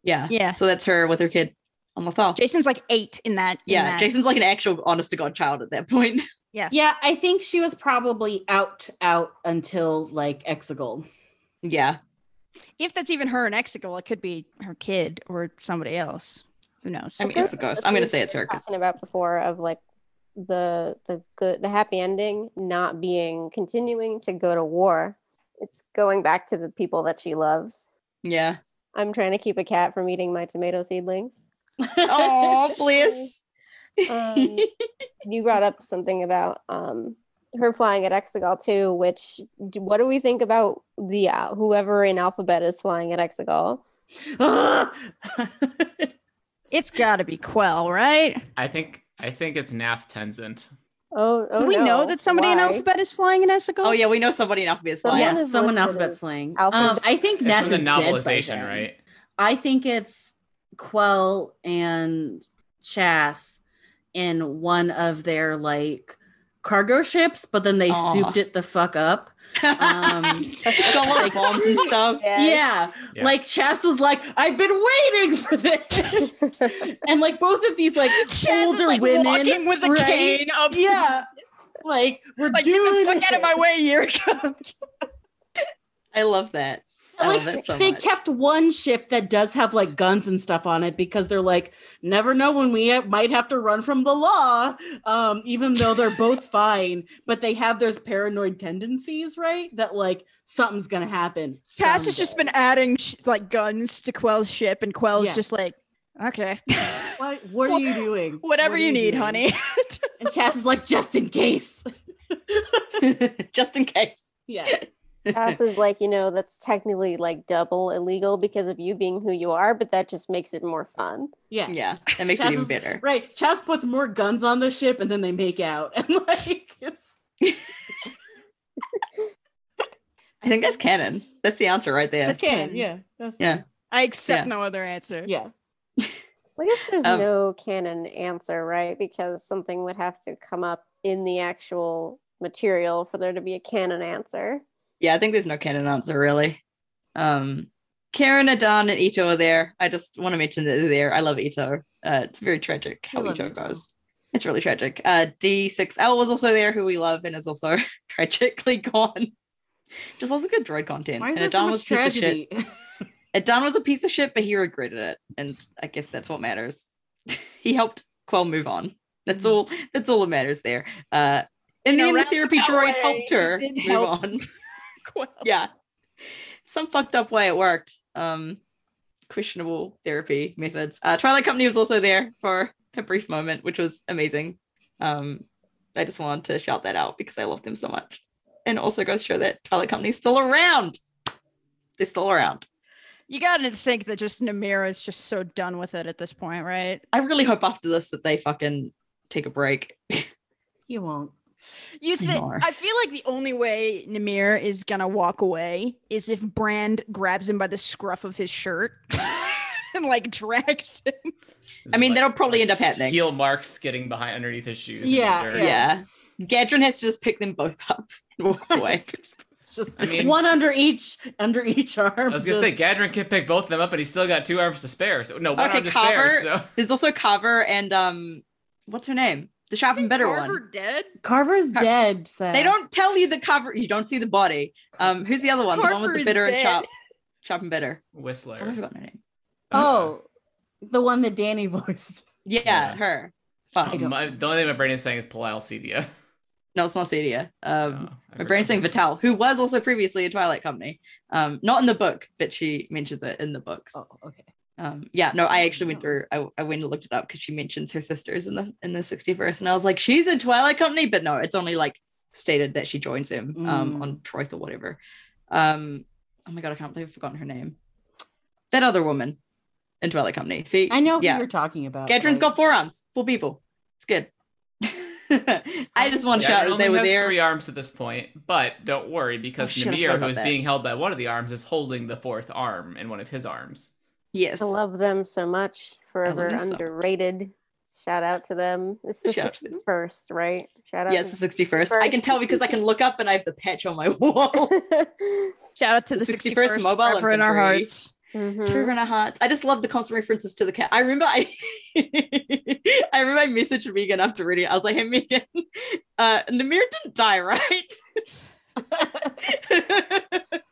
D: Yeah.
E: Yeah.
D: So that's her with her kid on the thought.
E: Jason's like eight in that. in
D: yeah,
E: that-
D: Jason's like an actual honest to god child at that point.
C: Yeah, I think she was probably out out until like Exegol.
D: yeah,
E: If that's even her in Exegol, it could be her kid or somebody else. Who knows?
D: I mean it's the ghost. I'm gonna say it's her. 'cause-
B: Talking about before of like the the good the happy ending not being continuing to go to war. It's going back to the people that she loves.
D: Yeah.
B: I'm trying to keep a cat from eating my tomato seedlings.
D: Oh, bliss.
B: Um, you brought up something about um her flying at Exegol too. Which d- what do we think about the uh, whoever in Alphabet is flying at Exegol?
E: it's got to be Quell, right?
A: I think I think it's Nath Tenzin.
B: Oh, oh
E: Do we know
B: no.
E: that somebody in
B: Why?
E: Alphabet is flying in Exegol?
D: oh yeah, we know somebody in Alphabet is flying.
B: Someone
C: yeah,
B: is
C: someone
B: listed
C: alphabet
B: as
C: slang.
B: alphabet
C: Um, I think
A: It's
C: Nath
A: from the
C: is
A: novelization,
C: dead by then.
A: right?
C: I think it's Quell and Chas in one of their like cargo ships, but then they
D: Aw.
C: souped it the fuck up. Um,
D: it's got a lot of bombs and stuff.
B: Yeah.
C: Yeah.
A: Yeah.
C: Like Chas was like, I've been waiting for this. and like both of these like
E: Chaz
C: older
E: is like
C: women.
E: walking with a
C: right?
E: cane up.
C: Yeah. Like we're
E: Like, get
C: doing
E: the fuck out of
C: it.
E: my way, Eureka.
D: I love that. I love
C: like
D: that so
C: they
D: much.
C: kept one ship that does have like guns and stuff on it because they're like never know when we ha- might have to run from the law um even though they're both fine but they have those paranoid tendencies right that like something's gonna happen
E: Cass has just been adding sh- like guns to Quell's ship, and Quell's
C: Yeah.
E: just like, okay,
C: someday. what, what are you doing
E: whatever
C: What are
E: you need,
C: doing?"
E: honey.
C: and chas is like just in case
D: Just in case.
C: yeah
B: House is like, you know, that's technically like double illegal because of you being who you are, but that just makes it more fun.
C: yeah,
D: Yeah, that makes
C: Chaz
D: it even
C: is-
D: better.
C: right chas puts more guns on the ship and then they make out and like it's
D: I think that's canon. That's the answer right there.
C: it's canon yeah that's
D: Yeah.
E: I accept
D: Yeah.
E: no other answer.
C: yeah
B: I guess there's
D: Um,
B: no canon answer, right? Because something would have to come up in the actual material for there to be a canon answer.
D: Yeah, I think there's no canon answer really. Um, Karen, Adan, and Ito are there. I just want to mention that they're there. I love Ito. Uh, it's very tragic how
C: We love
D: Ito,
C: Ito.
D: goes. It's really tragic. Uh, D6L was also there, who we love, and is also tragically gone. Just lots of good droid content.
C: why is
D: and
C: there so
D: Adan
C: much
D: was a piece of shit.
C: tragedy
D: Adan was a piece of shit, but he regretted it, and I guess that's what matters. he helped Quell move on. That's
C: Mm.
D: all. That's all that matters there. Uh, in the
E: In a
D: end, the therapy
E: roundabout
D: droid
E: way,
D: helped
E: he
D: her
E: did
D: move
E: help.
D: on.
E: Quell.
D: yeah, some fucked up way it worked. Um, questionable therapy methods. Uh, Twilight Company was also there for a brief moment, which was amazing. Um, I just wanted to shout that out because I love them so much, and it also goes to show that Twilight Company's still around. They're still around.
E: You gotta think that just Namira is just so done with it at this point, right?
D: I really hope after this that they fucking take a break.
C: You won't.
E: You think?
D: Namor.
E: I feel like the only way Namir is gonna walk away is if Brand grabs him by the scruff of his shirt and like drags him.
A: This
D: I
A: is
D: mean,
A: like-
D: that'll probably
A: like
D: end up happening.
A: Heel marks getting behind underneath his shoes. in the
C: Yeah,
A: dirt.
D: yeah. Gadrin has to just pick them both up and walk away.
C: It's just
A: I mean-
C: one under each under each arm.
A: I was gonna say Gadrin can pick both of them up, and he's still got two arms to spare. So no, one
D: Okay,
A: arm to spare.
D: Carver-
A: So
D: There's also Carver and um, what's her name? The sharp and bitter
E: Carver
D: one.
E: dead?
C: Carver's
D: Car-
C: dead. So.
D: They don't tell you the Carver. You don't see the body. Um, who's the other one? the one
E: Carver
D: with the
E: is
D: bitter and
E: dead.
D: sharp, sharp and bitter. Oh, I
A: Whistler.
D: forgot her name.
C: Oh, the one that Danny voiced.
D: Yeah,
A: Yeah.
D: her.
A: Uh,
D: Fuck.
C: don't-
A: my- the only thing my brain is saying is Palal Cedia.
D: No, it's not Cedia. Um,
A: Oh, I
D: My
A: forgot.
D: brain's saying Vital, who was also previously a Twilight Company. Um, not in the book, but she mentions it in the books.
C: Oh, okay.
D: Um, yeah, no, I actually went through. I, I went and looked it up because she mentions her sisters in the in the sixty first, and I was like, she's in Twilight Company, but no, it's only like stated that she joins him um,
C: Mm.
D: on Troith or whatever. Um, oh my god, I can't believe I've forgotten her name. That other woman in Twilight Company. See,
C: I know who
D: Yeah,
C: you're talking about.
D: Gadrin's
C: but-
D: got four arms, four people. It's good. I just want to
A: Gadrin
D: shout that
A: only
D: they were
A: has
D: there.
A: three arms at this point, but don't worry because
D: Oh, shit, I forgot
A: Namir, who
D: about
A: is
D: that.
A: being held by one of the arms, is holding the fourth arm in one of his arms.
D: Yes.
B: I love them so much. Forever
D: them so much.
B: underrated. Shout out to them. It's the
D: Shout out to them.
B: 61st, right? Shout out.
D: Yes,
B: to
D: the 61st. I can
B: First.
D: tell because I can look up and I have the patch on my wall.
E: Shout out to
D: The
E: the
D: 61st
E: 61st,
D: Mobile
E: forever in our
D: Infantry.
E: hearts.
B: Mhm.
C: Mm-hmm.
D: True in our hearts. I just love the constant references to the cat. I remember I I remember I messaged Megan after reading it. I was like, hey Megan, uh Namir didn't die, right?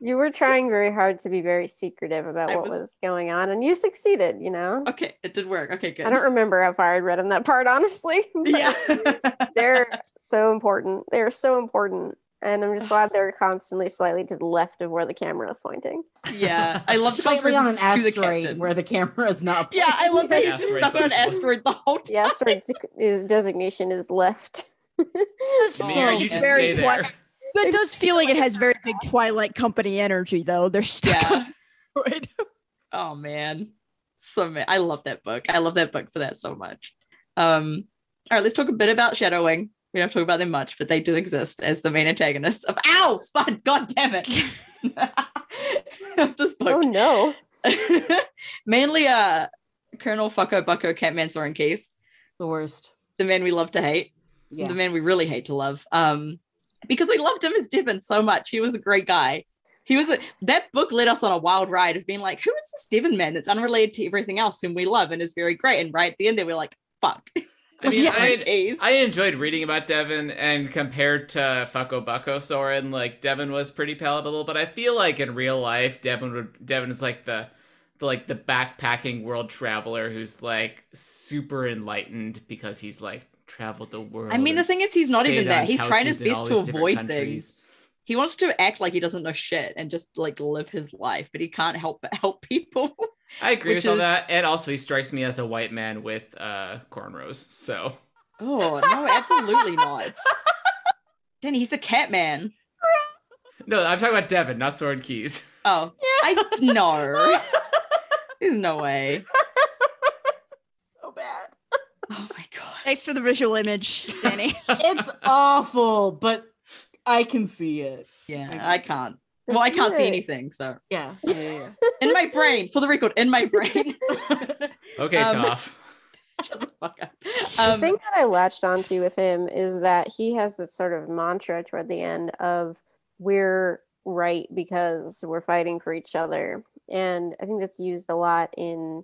B: You were trying very hard to be very secretive about
D: I
B: what
D: was-
B: was going on, and you succeeded. You know,
D: okay, it did work. Okay, good.
B: I don't remember how far I'd read on that part, honestly. but
D: yeah.
B: they're so important. They're so important, and I'm just glad they're constantly slightly to the left of where the camera is pointing.
D: yeah. I love the constant
C: Slightly on an
D: references to the
C: asteroid
D: captain.
C: where the camera is not.
D: yeah, I love that
A: Yeah,
D: he's just
A: asteroid
D: stuck on an
A: sensible.
D: asteroid the whole time.
B: The asteroid's dec- is designation is left.
D: Oh,
E: This
A: Namir,
E: feels
A: you just
E: very
A: stay
E: Twilight.
A: there.
E: That does feel like it has very big Twilight Company energy, though. They're stuck
D: Yeah.
E: on it.
D: Oh man. So man, I love that book. I love that book for that so much. Um, all right, let's talk a bit about Shadowwing. We don't talk about them much, but they do exist as the main antagonists of Ow, Spud, god damn it. Of this
B: Oh
D: book.
B: no!
D: Mainly uh Colonel Fucko Bucko Catman Soren Keys,
C: The worst.
D: the man we love to hate,
C: Yeah.
D: the man we really hate to love. Um, because we loved him as Devin so much. He was a great guy. He was a, that book led us on a wild ride of being like, who is this Devin man that's unrelated to everything else whom we love and is very great? And right at the end, they were like, fuck.
A: I mean,
D: Yeah,
A: I,
D: Keys.
A: I enjoyed reading about Devin, and compared to Fucko Bucko Soren, like Devin was pretty palatable. But I feel like in real life, Devin would Devin is like the, the like the backpacking world traveler who's like super enlightened because he's like traveled the world.
D: I mean, the
A: and
D: thing is, he's not even
A: stayed
D: that.
A: on
D: He's trying his
A: couches in all
D: best to
A: these different
D: avoid things.
A: countries.
D: He wants to act like he doesn't know shit and just like live his life, but he can't help but help people.
A: I agree
D: which
A: with all
D: is-
A: that, and also he strikes me as a white man with uh cornrows. So
D: oh, no, absolutely not. Danny, he's a cat man.
A: no, I'm talking about Devin, not Soren Keys.
D: Oh, I no. There's no way.
C: so bad.
D: Oh my god.
E: Thanks for the visual image, Danny.
C: It's awful, but I can see it.
D: Yeah, I can't. Well, I can't see anything. So
C: Yeah.
D: in my brain, for the record, in my brain.
A: Okay,
D: Um,
A: Toph.
D: Shut the fuck up.
B: The
D: Um,
B: thing that I latched onto with him is that he has this sort of mantra toward the end of we're right because we're fighting for each other. And I think that's used a lot in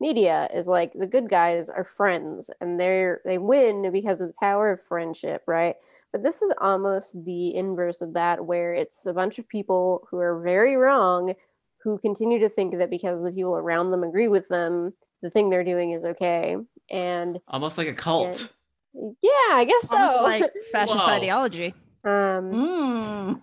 B: media is like the good guys are friends and they're they win because of the power of friendship, right? But this is almost the inverse of that where it's a bunch of people who are very wrong who continue to think that because the people around them agree with them, the thing they're doing is okay. And
A: Almost like a cult.
B: yeah, I guess
E: Almost
B: so.
E: like "Hmm?" fascist
A: Whoa.
E: ideology.
B: um,
C: Mm.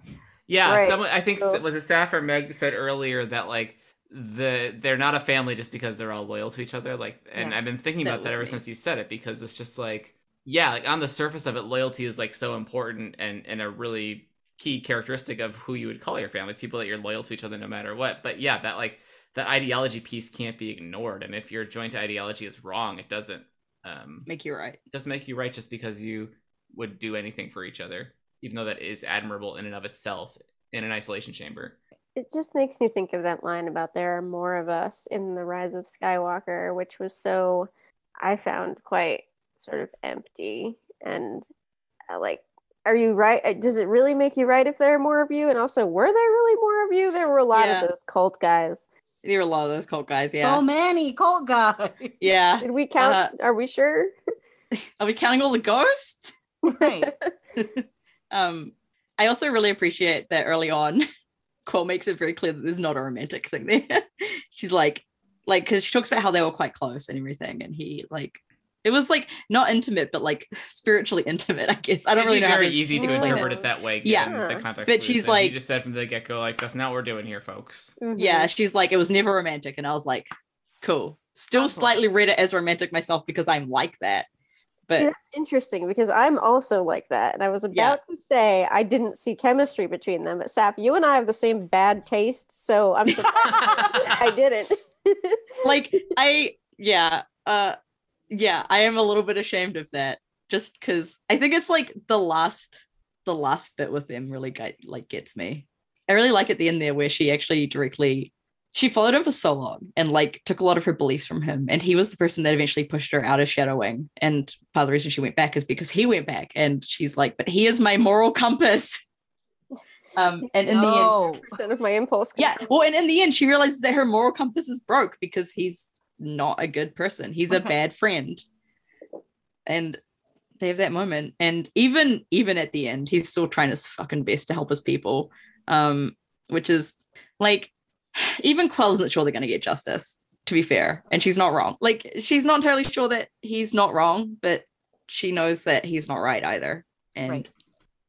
A: Yeah,
B: Right.
A: someone I think
B: So-
A: was it Saf or Meg said earlier that like the they're not a family just because they're all loyal to each other. Like, and
C: Yeah,
A: I've been thinking
D: that
A: about that
D: was
A: ever
D: me.
A: since you said it because it's just like yeah, like on the surface of it, loyalty is like so important and and a really key characteristic of who you would call your family. It's people that you're loyal to each other no matter what. But yeah, that like that ideology piece can't be ignored. And if your joint ideology is wrong, it doesn't um
D: make you right.
A: doesn't make you right just because you would do anything for each other, even though that is admirable in and of itself in an isolation chamber.
B: it just makes me think of that line about there are more of us in the Rise of Skywalker, which was so I found quite sort of empty and uh, like. Are you right? uh, Does it really make you right if there are more of you? And also, were there really more of you? There were a lot
D: Yeah.
B: of those cult guys.
D: There are a lot of those cult guys. Yeah.
C: So many cult guys.
D: yeah.
B: Did we count?
D: Uh,
B: are we sure?
D: Are we counting all the ghosts?
C: Right.
D: Um, I also really appreciate that early on, Quill makes it very clear that there's not a romantic thing there. She's like, like, because she talks about how they were quite close and everything, and he like, it was like not intimate, but like spiritually intimate. I guess I don't
A: It'd
D: really
A: be
D: know.
A: very
D: how to
A: easy to
D: explain
A: interpret
D: It.
A: it that way.
D: Yeah.
A: Given the context
D: But
A: clues.
D: she's
A: And you
D: like-
A: just
B: Mm-hmm.
A: said from the get go, like that's not what we're doing here, folks.
D: Yeah, she's like, it was never romantic, and I was like, Cool. Still slightly read it as romantic myself because I'm like that.
B: See,
D: But
B: that's interesting because I'm also like that. And I was about to
D: Yeah.
B: say I didn't see chemistry between them. But Saf, you and I have the same bad taste, so I'm surprised I didn't.
D: like I yeah, uh yeah, I am a little bit ashamed of that just cuz I think it's like the last the last bit with them really get, like gets me. I really like at the end there where she actually directly she followed him for so long and like took a lot of her beliefs from him and he was the person that eventually pushed her out of shadowing and part of the reason she went back is because he went back and she's like but he is my moral compass um and in the end
C: Oh,
B: Six percent of my impulse.
D: yeah.
B: control.
D: Well, and in the end, she realizes that her moral compass is broke because he's not a good person. He's a
C: Okay.
D: bad friend. And they have that moment. And even even at the end, he's still trying his fucking best to help his people. Um, which is like even Quell isn't sure they're gonna get justice, to be fair. And she's not wrong. Like she's not entirely sure that he's not wrong, but she knows that he's not right either. And
H: Right.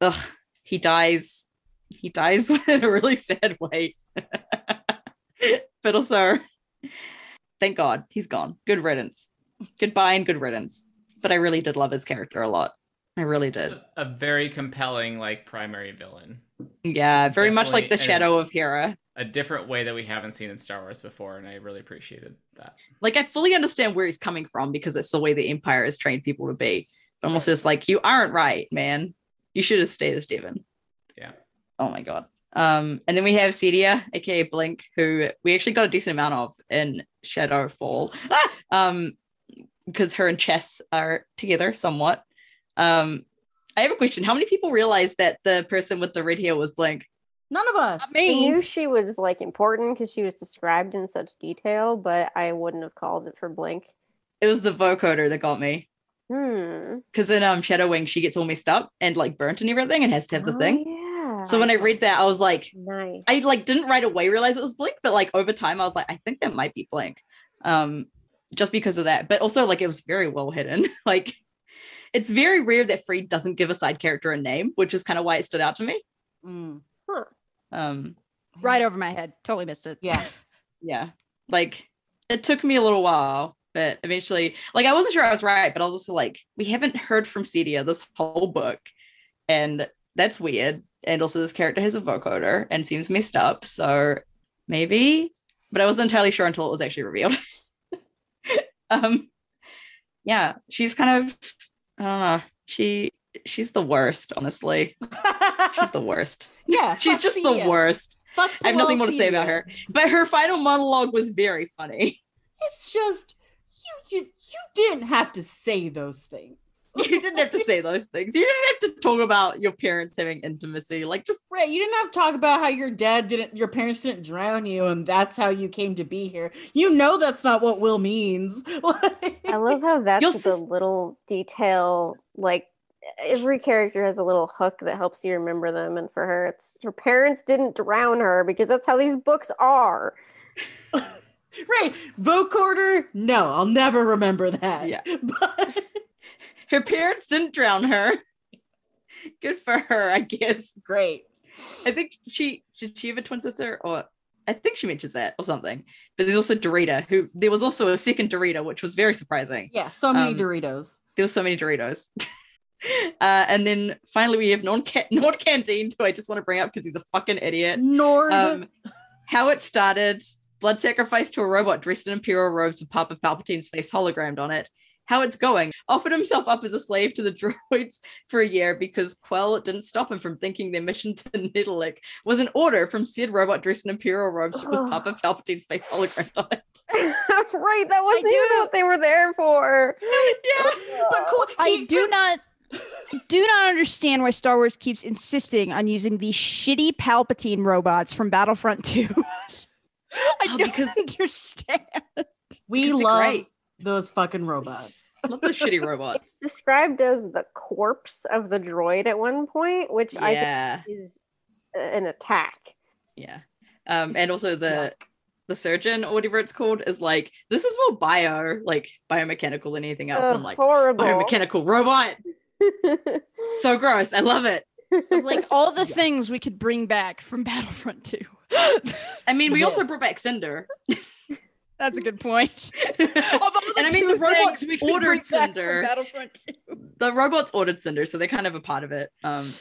D: ugh, he dies. He dies in a really sad way. but also, thank God he's gone. Good riddance. Goodbye and good riddance. But I really did love his character a lot. I really did.
A: a, a very compelling like primary villain.
D: Yeah, very much like the
A: Definitely, and-
D: shadow of Hera.
A: A different way that we haven't seen in Star Wars before, and I really appreciated that.
D: Like I fully understand where he's coming from because it's the way the Empire has trained people to be. But I'm also just like, you aren't right, man. You should have stayed as Devon.
A: Yeah.
D: Oh my god. Um, and then we have Cedia, aka Blink, who we actually got a decent amount of in Shadowfall. Ah! Um, because her and Chess are together somewhat. Um, I have a question. How many people realized that the person with the red hair was Blink?
H: None of us.
E: Not
B: I
E: me.
B: knew she was like important because she was described in such detail, but I wouldn't have called it for Blink.
D: It was the vocoder that got me.
B: Hmm.
D: Because in um Shadowwing, she gets all messed up and like burnt and everything and has to have the
B: Oh,
D: thing.
B: Yeah.
D: So when I read that, I was like,
B: nice.
D: I like didn't right away realize it was Blink, but like over time, I was like, I think that might be Blink, um, just because of that. But also, like, it was very well hidden. like, it's very rare that Freed doesn't give a side character a name, which is kind of why it stood out to me.
C: Mm,
D: Um,
E: Right over my head. Totally missed it.
C: yeah.
D: yeah, like it took me a little while, but eventually, like, I wasn't sure I was right, but I was also like, we haven't heard from Cedia this whole book, and that's weird. And also, this character has a vocoder and seems messed up, so maybe, but I wasn't entirely sure until it was actually revealed. um, yeah, she's kind of, I don't know, she she's the worst, honestly. She's the worst.
C: yeah.
D: She's
C: fuck
D: just the
C: Celia.
D: worst.
C: Fuck
D: I have nothing more to say about
C: Celia.
D: her. But her final monologue was very funny.
C: It's just you, you you didn't have to say those things.
D: You didn't have to say those things. You didn't have to talk about your parents having intimacy. Like, just
C: Right, you didn't have to talk about how your dad didn't, your parents didn't drown you, and that's how you came to be here. You know that's not what will means. Like-
B: I love how that's
D: Your
B: the
D: sis-
B: little detail. Like every character has a little hook that helps you remember them. And for her, it's her parents didn't drown her because that's how these books are.
C: right, vocorder. No, I'll never remember that.
D: Yeah.
C: but
D: her parents didn't drown her. Good for her, I guess.
C: great.
D: I think she did she have a twin sister or I think she mentions that or something. But there's also Dorita, who there was also a second Dorita, which was very surprising.
C: Yeah, so many
D: Um,
C: Doritos.
D: There were so many Doritos. uh, and then finally we have Nord, Ca- Nord Canteen, who I just want to bring up because he's a fucking idiot.
C: Nord.
D: Um, how it started, blood sacrifice to a robot dressed in imperial robes with Papa Palpatine's face hologrammed on it. How it's going. Offered himself up as a slave to the droids for a year because Quell didn't stop him from thinking their mission to Nidalee was an order from said robot dressed in imperial robes with
B: Ugh.
D: Papa Palpatine's face hologrammed on it.
B: right. That wasn't even
E: do-
B: what they were there for.
D: yeah.
C: but cool.
E: I
C: he
E: do
C: could-
E: not I do not understand why Star Wars keeps insisting on using these shitty Palpatine robots from Battlefront 2. I
D: Oh,
E: don't
D: because-
E: understand.
C: We
D: Because they're
C: love
D: great.
C: those fucking robots.
D: Love those shitty robots.
B: It's described as the corpse of the droid at one point, which I think
D: Yeah.
B: is an attack.
D: Yeah. Um, and also the the surgeon or whatever it's called is like, this is more bio, like biomechanical than anything else.
B: Ugh,
D: I'm like,
B: horrible.
D: biomechanical robot. So gross. I love it.
E: Like all the things we could bring back from Battlefront 2.
D: I mean, we also
C: Yes.
D: brought back Cinder.
E: That's a good point. Although
D: And I mean,
E: two
D: the robots
E: things we can
D: ordered
E: bring back from
D: Cinder.
E: Battlefront 2.
D: the robots ordered Cinder, so they're kind of a part of it. Um,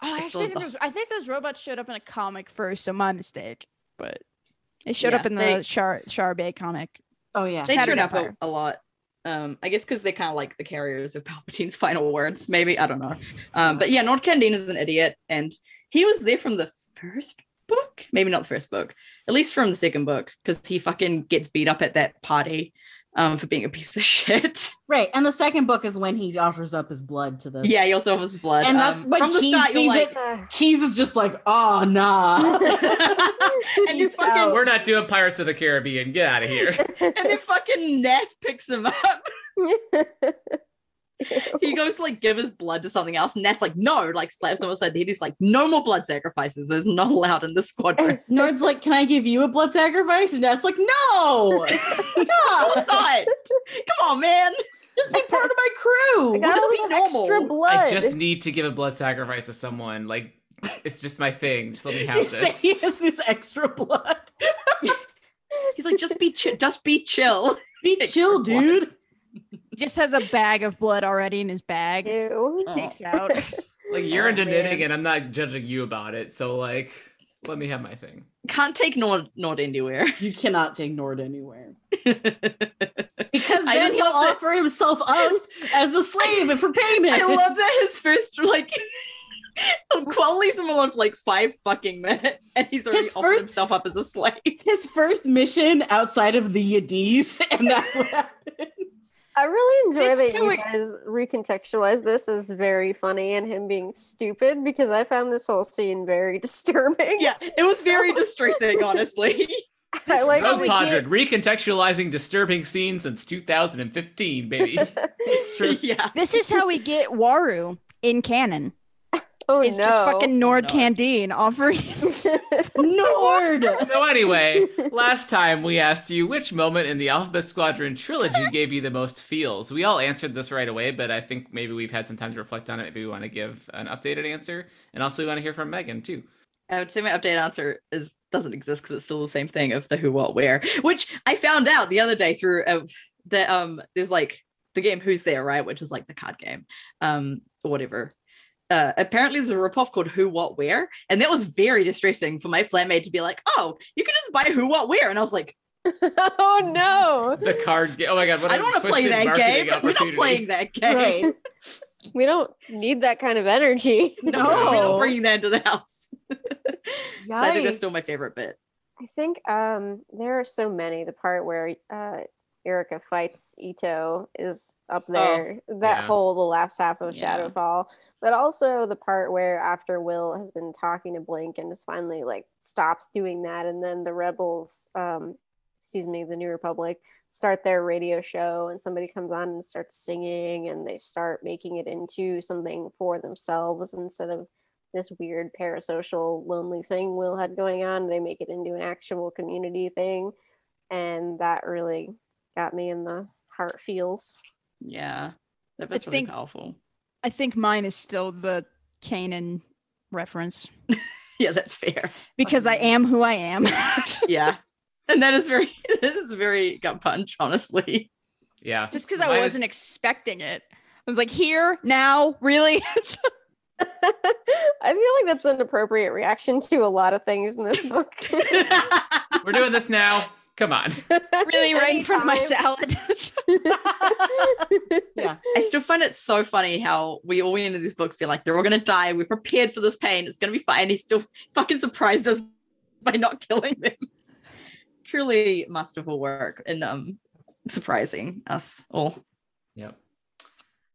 E: Oh, I
D: I still
E: actually think
D: love-
E: those, I think those robots showed up in a comic first, so my mistake. But they showed
D: Yeah,
E: up in the
D: they-
E: Char Char Bay comic.
C: Oh yeah.
D: they
E: How did
D: turn
E: that
D: up a,
E: fire?
D: a lot. Um, I guess because they're kind of like the carriers of Palpatine's final words, maybe. I don't know. Um, but yeah, Nord Candine is an idiot, and he was there from the first book, maybe not the first book, at least from the second book, because he fucking gets beat up at that party um, for being a piece of shit.
C: Right. And the second book is when he offers up his blood to the
D: yeah, he also offers blood.
C: And that's
D: um,
C: when
D: from the
C: he
D: start, you're
C: sees
D: like,
C: it- Keys is just like, oh nah.
D: and then
C: He's
D: fucking
C: out.
A: We're not doing Pirates of the Caribbean. Get out of here.
D: and then fucking Nat picks him up. He goes to like give his blood to something else, and Nat's like, no, like slaps him upside the head. He's like, no more blood sacrifices. There's not allowed in this squadron.
C: Nord's like, can I give you a blood sacrifice? And that's like, no,
D: no,
C: no,
D: it's not. Come on, man.
C: just be part of my crew.
D: just
B: all
D: be
B: this
D: normal.
B: Extra
D: I
B: blood.
A: I just need to give a blood sacrifice to someone. Like, it's just my thing. Just let me have
C: You say
A: this.
C: he has this extra blood.
D: He's like, just be chill, just be chill.
C: Be
D: Extra
C: chill,
D: blood.
C: dude.
E: He just has a bag of blood already in his bag.
B: Ew.
E: Takes out.
A: Like, you're
D: Oh,
A: a Dominican,
D: man.
A: and I'm not judging you about it. So, like, let me have my thing.
D: Can't take Nord Nord anywhere.
C: You cannot take Nord anywhere because
D: I
C: then
D: just
C: he'll
D: love that-
C: offer himself up as a slave for payment.
D: I love that his first like Quell leaves him alone for like five fucking minutes, and he's already
C: His
D: offered
C: first-
D: himself up as a slave.
C: his first mission outside of the Yadis, and that's what happened.
B: I really enjoy
E: This
B: that
E: show-
B: you guys recontextualize this as very funny and him being stupid because I found this whole scene very disturbing.
D: Yeah, it was very distressing, honestly.
B: I like oh,
A: Rogue
B: how we
A: Padre,
B: get
A: recontextualizing disturbing scenes since 2015, baby. it's true.
D: yeah.
E: This is how we get Waru in canon.
B: oh
E: It's
B: no.
E: just fucking Nord
D: Nord.
E: Candine offering.
C: Nord.
A: So anyway, last time we asked you which moment in the Alphabet Squadron trilogy gave you the most feels. We all answered this right away, but I think maybe we've had some time to reflect on it. Maybe we want to give an updated answer, and also we want to hear from Megan too.
D: I would say my update answer is doesn't exist because it's still the same thing of the who, what, where, which I found out the other day through of that um there's like the game Who's There, right? Which is like the card game, um, or whatever. Uh, apparently there's a ripoff called Who What Where, and that was very distressing for my flatmate to be like, "Oh, you can just buy Who What Where," and I was like,
B: oh no.
A: The card game. Oh my god! What
D: "I don't want to play that game. We're not playing that game.
C: Right.
B: We don't need that kind of energy.
D: No,
C: No.
D: we're not bringing that into the house." so I think that's still my
C: Yikes.
D: favorite bit.
B: I think um there are so many. The part where uh Erica fights Ito is up
E: Oh.
B: there. that
A: yeah.
B: whole the last half of
D: Yeah.
B: Shadowfall. But also the part where after Will has been talking to Blink and just finally like stops doing that and then the rebels um excuse me, the New Republic start their radio show and somebody comes on and starts singing and they start making it into something for themselves instead of this weird parasocial lonely thing Will had going on. They make it into an actual community thing. And that really got me in the heart feels.
D: Yeah, that bit's really
E: think-
D: powerful.
E: I think mine is still the Kanan reference
D: Yeah, that's fair.
E: because I am who I am.
D: yeah and that is very that is very gut punch honestly
A: Yeah.
E: Just because I
A: Mine is-
E: wasn't expecting it. I was like, here, now, really?
B: I feel like that's an appropriate reaction to a lot of things in this book.
A: We're doing this now. Come on.
E: really right in front of my salad.
B: myself.
D: i still find it so funny how we all went into these books being like they're all gonna die we're prepared for this pain it's gonna be fine and he still fucking surprised us by not killing them truly masterful work and um surprising us all
A: Yep.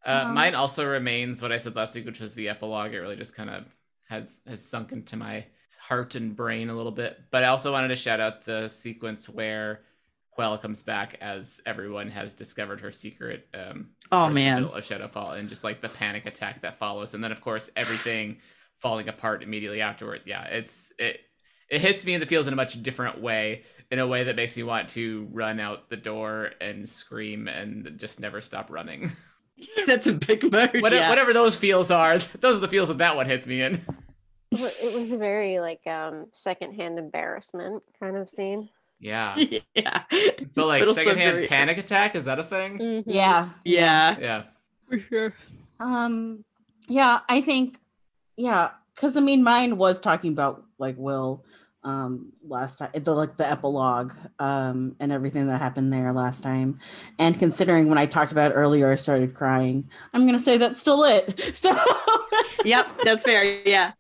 A: Uh,
E: Um,
A: mine also remains what I said last week, which was the epilogue. It really just kind of has has sunk into my heart and brain a little bit. But I also wanted to shout out the sequence where Quell comes back as everyone has discovered her secret. Um,
D: oh
A: towards the
D: man
A: middle of Shadowfall, and just like the panic attack that follows, and then of course everything falling apart immediately afterward. Yeah, it's it. It hits me in the feels in a much different way, in a way that makes me want to run out the door and scream and just never stop running.
D: that's a big mood
A: Whatever,
D: yeah.
A: whatever those feels are, those are the feels that that one hits me in.
B: Well, it was a very like um secondhand embarrassment kind of scene.
A: Yeah.
D: yeah.
A: But like
D: also
A: secondhand
D: very-
A: panic attack, is that a thing?
C: Yeah.
D: Yeah.
A: Yeah.
C: Um yeah, I think yeah, cuz I mean mine was talking about like Will um last time the like the epilogue um and everything that happened there last time and considering when I talked about it earlier I started crying I'm going to say that's still it so
D: Yep. That's fair. Yeah.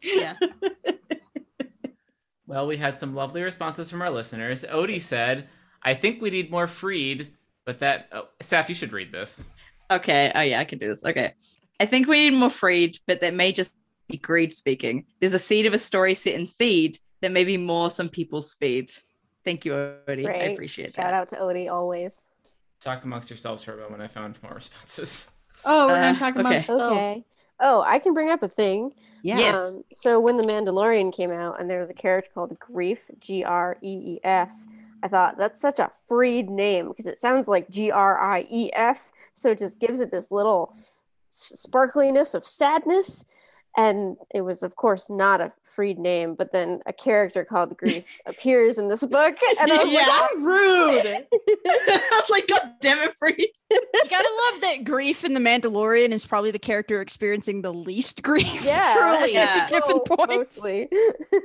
D: Yeah.
A: Well, we had some lovely responses from our listeners. Odie said, I think we need more Freed, but that. Oh, Saf, you should read this.
D: Okay. Oh yeah, I can do this. Okay. I think we need more Freed, but that may just be greed speaking. There's a seed of a story set in Theed that may be more some people's speed. Thank you, Odie. I
B: Great.
D: appreciate
B: Shout
D: that.
B: out to Odie always.
A: Talk amongst yourselves for a moment. I found more responses.
C: oh we're
D: Uh,
C: going to talk about
D: okay.
C: ourselves.
B: Okay. Oh, I can bring up a thing.
C: Yeah.
D: Yes.
B: Um, so when The Mandalorian came out and there was a character called Grief, G R E E F, I thought that's such a freed name because it sounds like G R I E F. So it just gives it this little s- sparkliness of sadness. And it was, of course, not a freed name, but then a character called Grief appears in this book. And I was
D: Yeah.
B: like,
C: How rude.
D: I was like, God damn it, Freed.
E: You gotta love that grief in The Mandalorian is probably the character experiencing the least grief.
B: "Oh, yeah.
C: Truly.
D: Yeah.
E: Different
B: Oh,
E: points.
B: Mostly.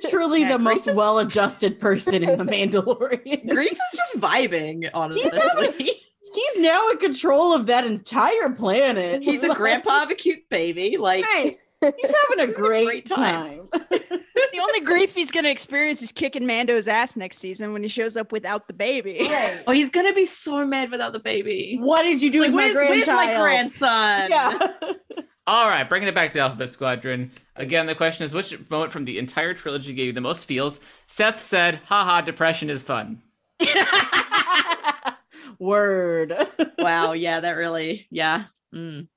C: Truly
D: Yeah,
C: the most
D: Grievous-
C: well-adjusted person in the Mandalorian.
D: Grief is just vibing, honestly.
C: He's He's now in control of that entire planet.
D: He's a
C: Like,
D: grandpa of a cute baby. Like,
C: Right. He's having a great, time.
E: The only grief he's gonna experience is kicking Mando's ass next season when he shows up without the baby.
C: Right.
D: oh, he's gonna be so mad without the baby.
C: What did you do
D: Like,
C: with my
D: where's, where's
C: grandchild?
D: my grandson?
C: Yeah.
A: All right, bringing it back to Alphabet Squadron. Again, the question is which moment from the entire trilogy gave you the most feels? Seth said, haha, depression is fun.
C: Word.
D: wow. Yeah, that really. Yeah. Mm.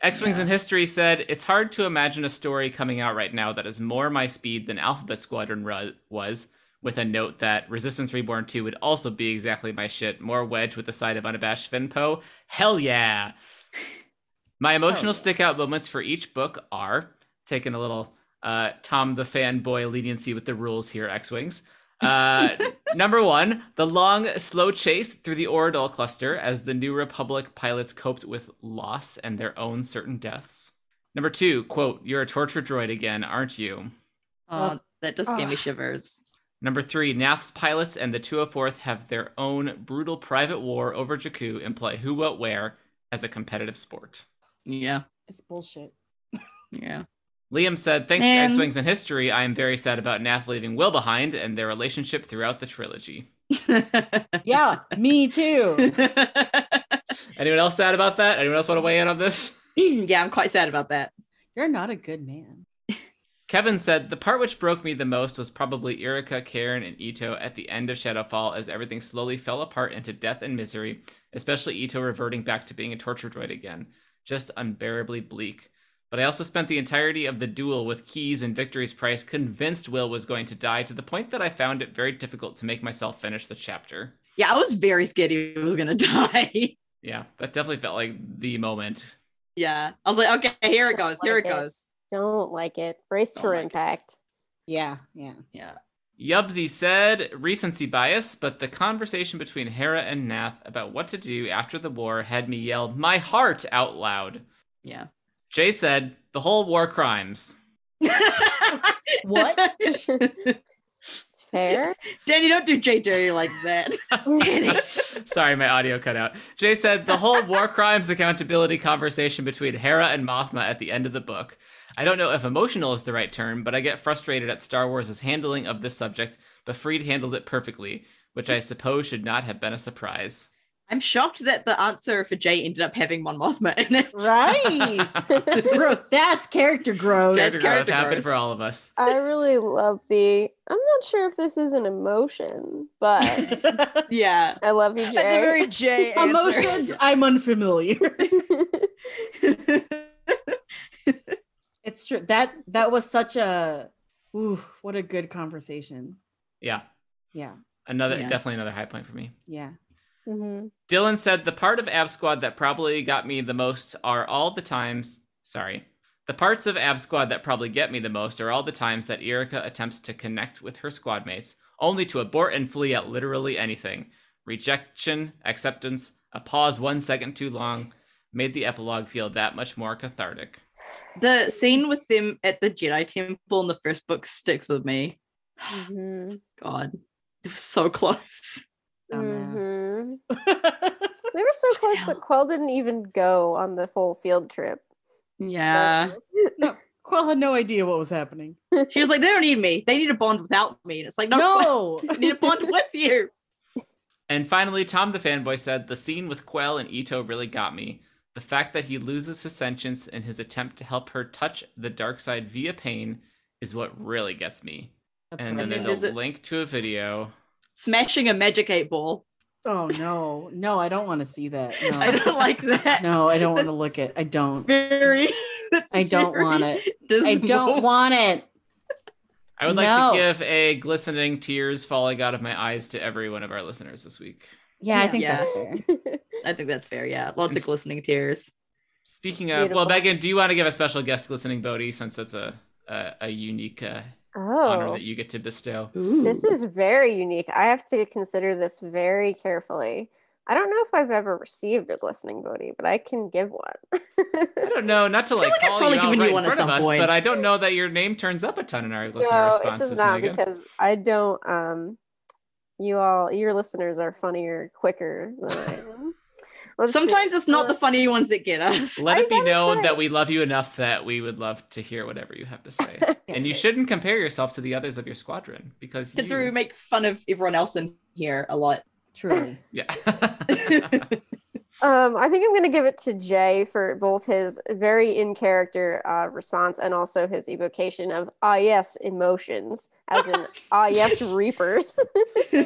A: X Wings in History said, It's hard to imagine a story coming out right now that is more my speed than Alphabet Squadron ru- was, with a note that Resistance Reborn 2 would also be exactly my shit. More wedge with the side of unabashed Finpo. Hell yeah! My emotional stick out moments for each book are taking a little uh, Tom the fanboy leniency with the rules here, X Wings. Uh, number one, the long, slow chase through the Oradol cluster as the New Republic pilots coped with loss and their own certain deaths. Number two, quote, you're a torture droid again, aren't you?
D: Oh, that just gave me
E: Ugh.
D: shivers.
A: Number three, NAF's pilots and the 204th have their own brutal private war over Jakku and play who, what, where as a competitive sport.
D: Yeah.
C: It's bullshit.
D: Yeah.
A: Liam said, thanks
D: Man.
A: to X Wings and History, I am very sad about Nath leaving Will behind and their relationship throughout the trilogy.
C: Yeah, me too.
A: Anyone else sad about that? Anyone else want to weigh in on this?
D: yeah, I'm quite sad about that.
C: You're not a good man.
A: Kevin said, The part which broke me the most was probably Erika, Karen, and Ito at the end of Shadowfall as everything slowly fell apart into death and misery, especially Ito reverting back to being a torture droid again. Just unbearably bleak. But I also spent the entirety of the duel with Keys and Victory's Price convinced Will was going to die to the point that I found it very difficult to make myself finish the chapter.
D: Yeah, I was very scared he was gonna die.
A: Yeah, that definitely felt like the moment.
D: yeah. I was like, okay, here it goes. Here it goes.
B: Don't like it. Brace
D: Don't
B: for
D: like it.
B: impact.
C: Yeah, yeah.
D: Yeah.
A: Yubsy said, recency bias, but the conversation between Hera and Nath about what to do after the war had me yell my heart out loud.
D: Yeah.
A: Jay said, the whole war crimes.
C: What?
B: Fair.
D: Danny, don't do Jay Dirty like that.
A: Sorry, my audio cut out. Jay said, the whole war crimes accountability conversation between Hera and Mothma at the end of the book. I don't know if emotional is the right term, but I get frustrated at Star Wars' handling of this subject, but Freed handled it perfectly, which I suppose should not have been a surprise.
D: I'm shocked that the answer for Jay ended up having Mon Mothma in it.
C: Right. That's growth. That's character growth.
A: character growth
D: character
A: happened
D: growth.
A: for all of us.
B: I really love the. I'm not sure if this is an emotion, but
D: Yeah.
B: I love you, Jay.
E: That's a very J answer.
C: Emotions I'm unfamiliar. It's true. That that was such a ooh, what a good conversation.
A: Yeah.
C: Yeah.
A: Another
D: Yeah.
A: definitely another high point for me.
C: Yeah. Mm-hmm,
B: Mhm.
A: Dylan said the part of Ab Squad that probably got me the most are all the times sorry. The parts of Ab Squad that probably get me the most are all the times that Erika attempts to connect with her squad mates, only to abort and flee at literally anything. Rejection, acceptance, a pause one second too long made the epilogue feel that much more cathartic.
D: The scene with them at the Jedi Temple in the first book sticks with me.
C: mm-hmm,
B: Mhm.
D: God, it was so close.
C: Dumbass.
B: Mhm. Mm-hmm. They were so close, but Quell didn't even go on the whole field trip.
D: Yeah.
C: Quell had no idea what was happening.
D: She was like, they don't need me. They need a bond without me. And it's like, no,
C: No.
D: I need a bond with you.
A: And finally, Tom the fanboy said the scene with Quell and Ito really got me. The fact that he loses his sentience in his attempt to help her touch the dark side via pain is what really gets me.
C: That's
A: and
C: right.
A: then there's,
D: there's
A: a
D: a-
A: link to a video.
D: Smashing a magic eight ball.
C: oh no, no, I don't want to see that. No,
D: I don't like that.
C: no, I don't want to look at. I don't.
D: Very. that's
C: I don't
D: very
C: want it.
D: dismal.
C: I don't want it.
A: I would like
C: No.
A: to give a glistening tears falling out of my eyes to every one of our listeners this week.
C: Yeah, I
D: think Yeah. that's
C: fair.
D: I think that's fair. Yeah. Lots of glistening tears.
A: Speaking of, well,
B: Beautiful.
A: Megan, do you want to give a special guest glistening Bodhi since that's a a, a unique uh, honor
B: oh,
A: that you get to bestow?
B: this is very unique. I have to consider this very carefully. I don't know if I've ever received a glistening booty, but I can give one.
A: I don't know, not to like,
D: like I've
A: call
D: probably
A: you out
D: given you
A: right
D: one
A: in
D: at
A: front of
D: some
A: us,
D: point.
A: but I don't know that your name turns up a ton in our listener
B: no, it
A: responses.
B: does not
A: Megan.
B: because I don't. Um, you all, your listeners are funnier, quicker than I am. Let's see.
D: Sometimes it's not the funny ones that get us.
A: Let
B: I
A: it be
B: gotta
A: known
B: say-
A: that we love you enough that we would love to hear whatever you have to say. and you shouldn't compare yourself to the others of your squadron because
D: Considering we
A: you...
D: make fun of everyone else in here a lot.
C: Truly.
A: yeah.
B: Um, I think I'm going to give it to Jay for both his very in character uh, response and also his evocation of ah yes emotions, as in ah yes reapers.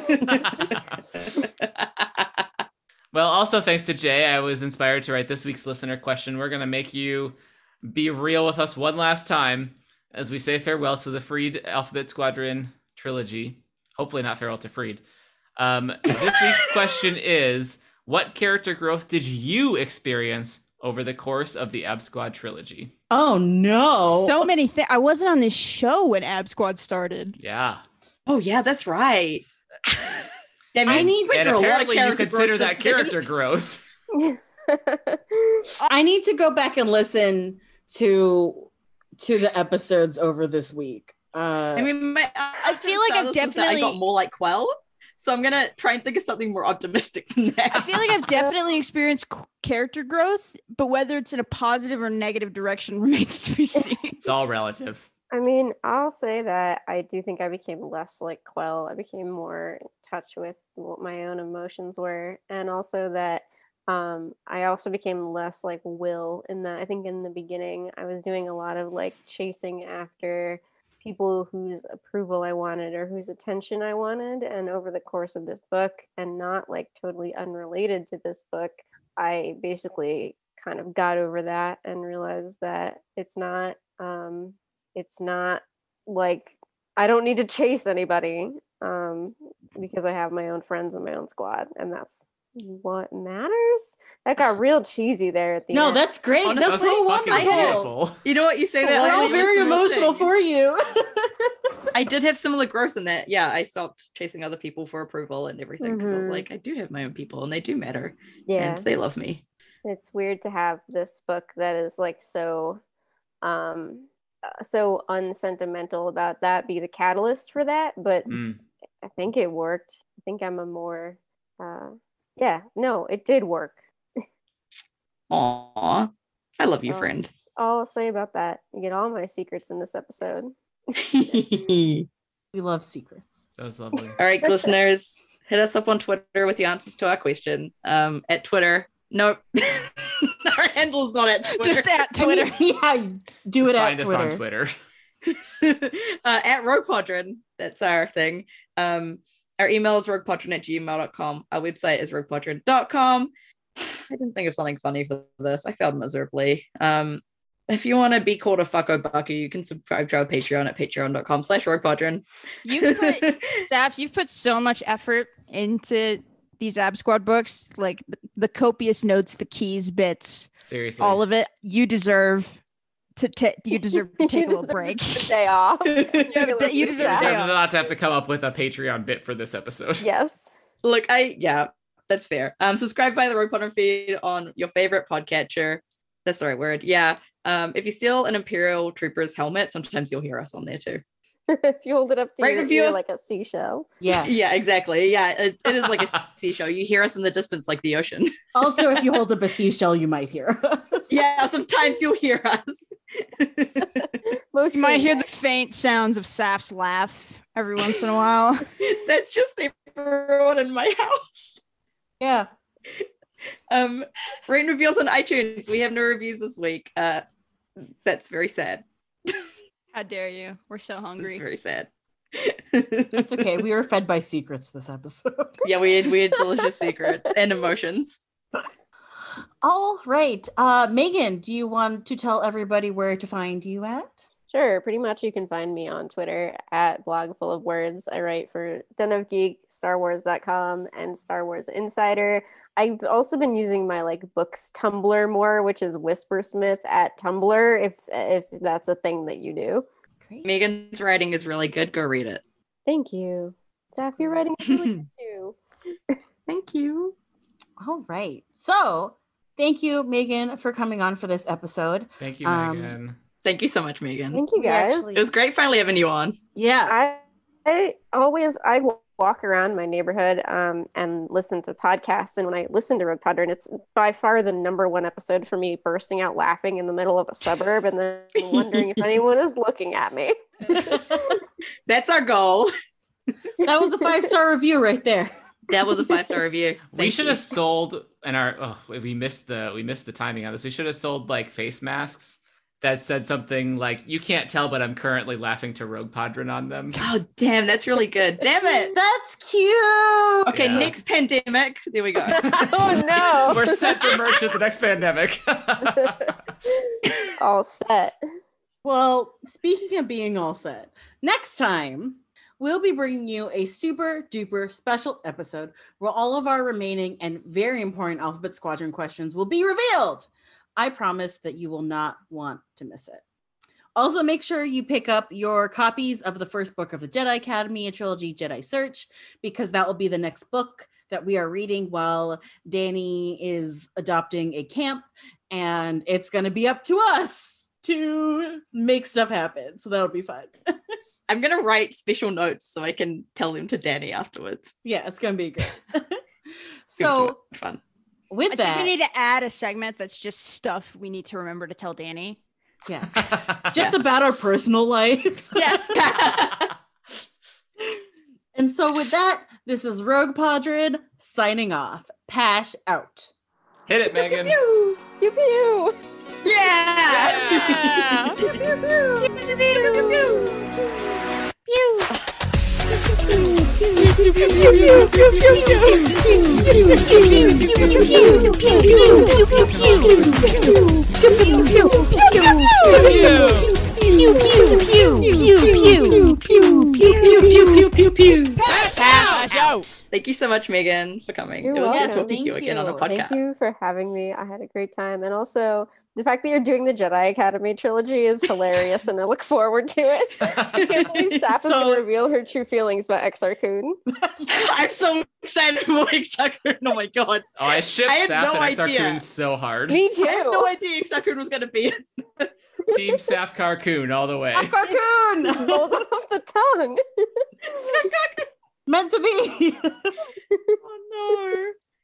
A: Well, also thanks to Jay, I was inspired to write this week's listener question. We're going to make you be real with us one last time as we say farewell to the Freed Alphabet Squadron trilogy. Hopefully, not farewell to Freed. Um, this week's question is What character growth did you experience over the course of the Ab Squad trilogy?
C: Oh no.
E: So many things. I wasn't on this show when Ab Squad started.
A: Yeah.
D: oh yeah, that's right. Damn, you
A: And-
D: went
A: and
D: through a lot of
A: apparently, you
D: character
A: consider
D: growth
A: that
D: since then.
A: character growth.
C: I need to go back and listen to to the episodes over this week. Uh,
D: I mean, my, I
E: feel like I've
D: I got
E: definitely-
D: more like Quell, so I'm gonna try and think of something more optimistic than that.
E: I feel like I've definitely experienced c- character growth, but whether it's in a positive or negative direction remains to be seen.
A: It's all relative.
B: I mean, I'll say that I do think I became less like Quell. I became more in touch with what my own emotions were, and also that um, I also became less like Will. In that, I think in the beginning, I was doing a lot of like chasing after people whose approval I wanted or whose attention I wanted. And over the course of this book, and not like totally unrelated to this book, I basically kind of got over that and realized that it's not. Um, it's not like I don't need to chase anybody um, because I have my own friends and my own squad, and that's what matters. That got real cheesy there at the
C: no,
B: end.
C: that's great. that's
D: Honestly,
C: so
A: fucking
C: wonderful.
A: beautiful.
D: you know what you say that
C: We're
D: I
C: all
D: did a
C: very
D: similar
C: emotional
D: thing.
C: for you.
D: I did have similar growth in that. Yeah, I stopped chasing other people for approval and everything because I was
E: Mm-hmm.
B: Mhm.
D: like, I do have my own people and they do matter
B: yeah.
D: and they love me.
B: it's weird to have this book that is like so um uh, so unsentimental about that be the catalyst for that but
A: Mm.
B: i think it worked i think i'm a more uh yeah no it did work
D: Aw, I love you,
B: Oh.
D: friend.
B: all i'll say about that you get all my secrets in this episode
D: All
C: we love secrets.
A: That was lovely.
D: right, listeners, hit us up on Twitter with the answers to our question. Um, at Twitter, no, our handle's not at Twitter.
E: Just at
C: I mean,
E: Twitter.
C: yeah, do it
A: Just
C: at
A: find us
C: Twitter.
A: on Twitter.
D: uh, at Rogue Podron. That's our thing. Um, our email is roguepodron at gmail.com. Our website is roguepodron.com. I didn't think of something funny for this. I failed miserably. Um, if you want to be called a fucko bucker, you can subscribe to our Patreon at patreon.com slash roguepodron.
E: You put Zaf, you've put so much effort into these Ab Squad books, like the, the copious notes, the keys, bits,
A: Seriously.
E: all of it. You deserve to ta- you deserve to take a little
B: deserve
E: break.
B: a day off.
E: You
B: Look at
E: deserve a
B: that.
E: day
A: Deserve
E: off.
A: not to have to come up with a Patreon bit for this episode.
B: Yes.
D: Look, I yeah, that's fair. Um, subscribe by the Rogue Potter feed on your favorite podcatcher. That's the right word. Yeah. Um, if you steal an Imperial trooper's helmet, sometimes you'll hear us on there too.
B: if you hold it up to
D: Right,
B: your
D: review
B: ear
D: us.
B: like a seashell.
C: Yeah.
D: Yeah, exactly. Yeah, it, it is like a seashell. You hear us in the distance, like the ocean.
C: also, if you hold up a seashell, you might hear. us.
D: yeah, sometimes you'll hear us.
B: Mostly
E: You might hear the faint sounds of Saf's laugh every once in a while.
D: That's just everyone in my house.
C: yeah.
D: Um, rate and reviews on iTunes. We have no reviews this week. Uh, that's very sad.
E: How dare you? We're so
D: That's
E: hungry.
D: very sad.
C: It's okay. We were fed by secrets this episode.
D: yeah, we had we had delicious secrets and emotions.
C: All right. Uh, Megan, do you want to tell everybody where to find you at?
B: Sure, pretty much you can find me on Twitter at blog full of words. I write for Den of Geek, Star Wars.com, and Star Wars Insider. I've also been using my like books Tumblr more, which is Whispersmith at Tumblr, if if that's a thing that you do.
C: Great.
D: Megan's writing is really good. Go read it.
B: Thank you. Zaf, you're writing is really good too.
D: Thank you.
C: All right. So thank you, Megan, for coming on for this episode.
A: Thank you,
C: Um,
A: Megan.
D: Thank you so much, Megan.
B: Thank you
C: We
B: guys.
C: actually-
D: It was great finally having you on.
C: Yeah.
B: I, I always I w- walk around my neighborhood um, and listen to podcasts. And when I listen to Road Podder, and it's by far the number one episode for me, bursting out laughing in the middle of a suburb and then wondering if anyone is looking at me.
D: That's our goal.
C: That was a five star review right there.
D: That was a five star review.
A: We
D: Thank
A: should
D: you.
A: have sold and our oh, we missed the we missed the timing on this. We should have sold like face masks that said something like "You can't tell, but I'm currently laughing to Rogue Padron on them."
D: Oh damn, that's really good. Damn it.
C: That's cute.
D: Okay,
A: Yeah.
D: next pandemic. There we go.
B: Oh no!
A: We're set for merch at the next pandemic.
B: All set.
C: Well, speaking of being all set, next time we'll be bringing you a super duper special episode where all of our remaining and very important Alphabet Squadron questions will be revealed. I promise that you will not want to miss it. Also, make sure you pick up your copies of the first book of the Jedi Academy a trilogy, Jedi Search, because that will be the next book that we are reading while Danny is adopting a camp, and it's going to be up to us to make stuff happen. So that'll be fun.
D: I'm gonna write special notes so I can tell them to Danny afterwards.
C: yeah, it's going to be great.
D: It's gonna be
C: so,
D: much fun.
C: with
E: I think
C: that,
E: we need to add a segment that's just stuff we need to remember to tell Danny.
C: yeah, just about our personal lives. and so, with that, this is Rogue Podred signing off. Pash out.
A: Hit it, Megan.
B: Pew pew. uh,
A: Yeah.
D: Thank you so much, Megan, for coming.
B: You're
D: it was
B: welcome.
D: good talking
C: Yes,
D: to you
C: thank
D: again on the
C: you.
D: podcast.
B: Thank you for having me. I had a great time, and also the fact that you're doing the Jedi Academy trilogy is hilarious, and I look forward to it. I can't believe Saf is
C: So-
B: going to reveal her true feelings about Exar Kun.
D: I'm so excited for Exacoon. Oh my god.
A: Oh, I ship
D: I had
A: Saf
D: no
A: and Exar
D: idea.
A: Kun so hard.
B: Me
D: I had
B: too.
D: no idea Exacoon was gonna be in
A: Team Saf Carcoon all the way.
C: Cocoon!
B: Rolls off the tongue.
C: Meant to be.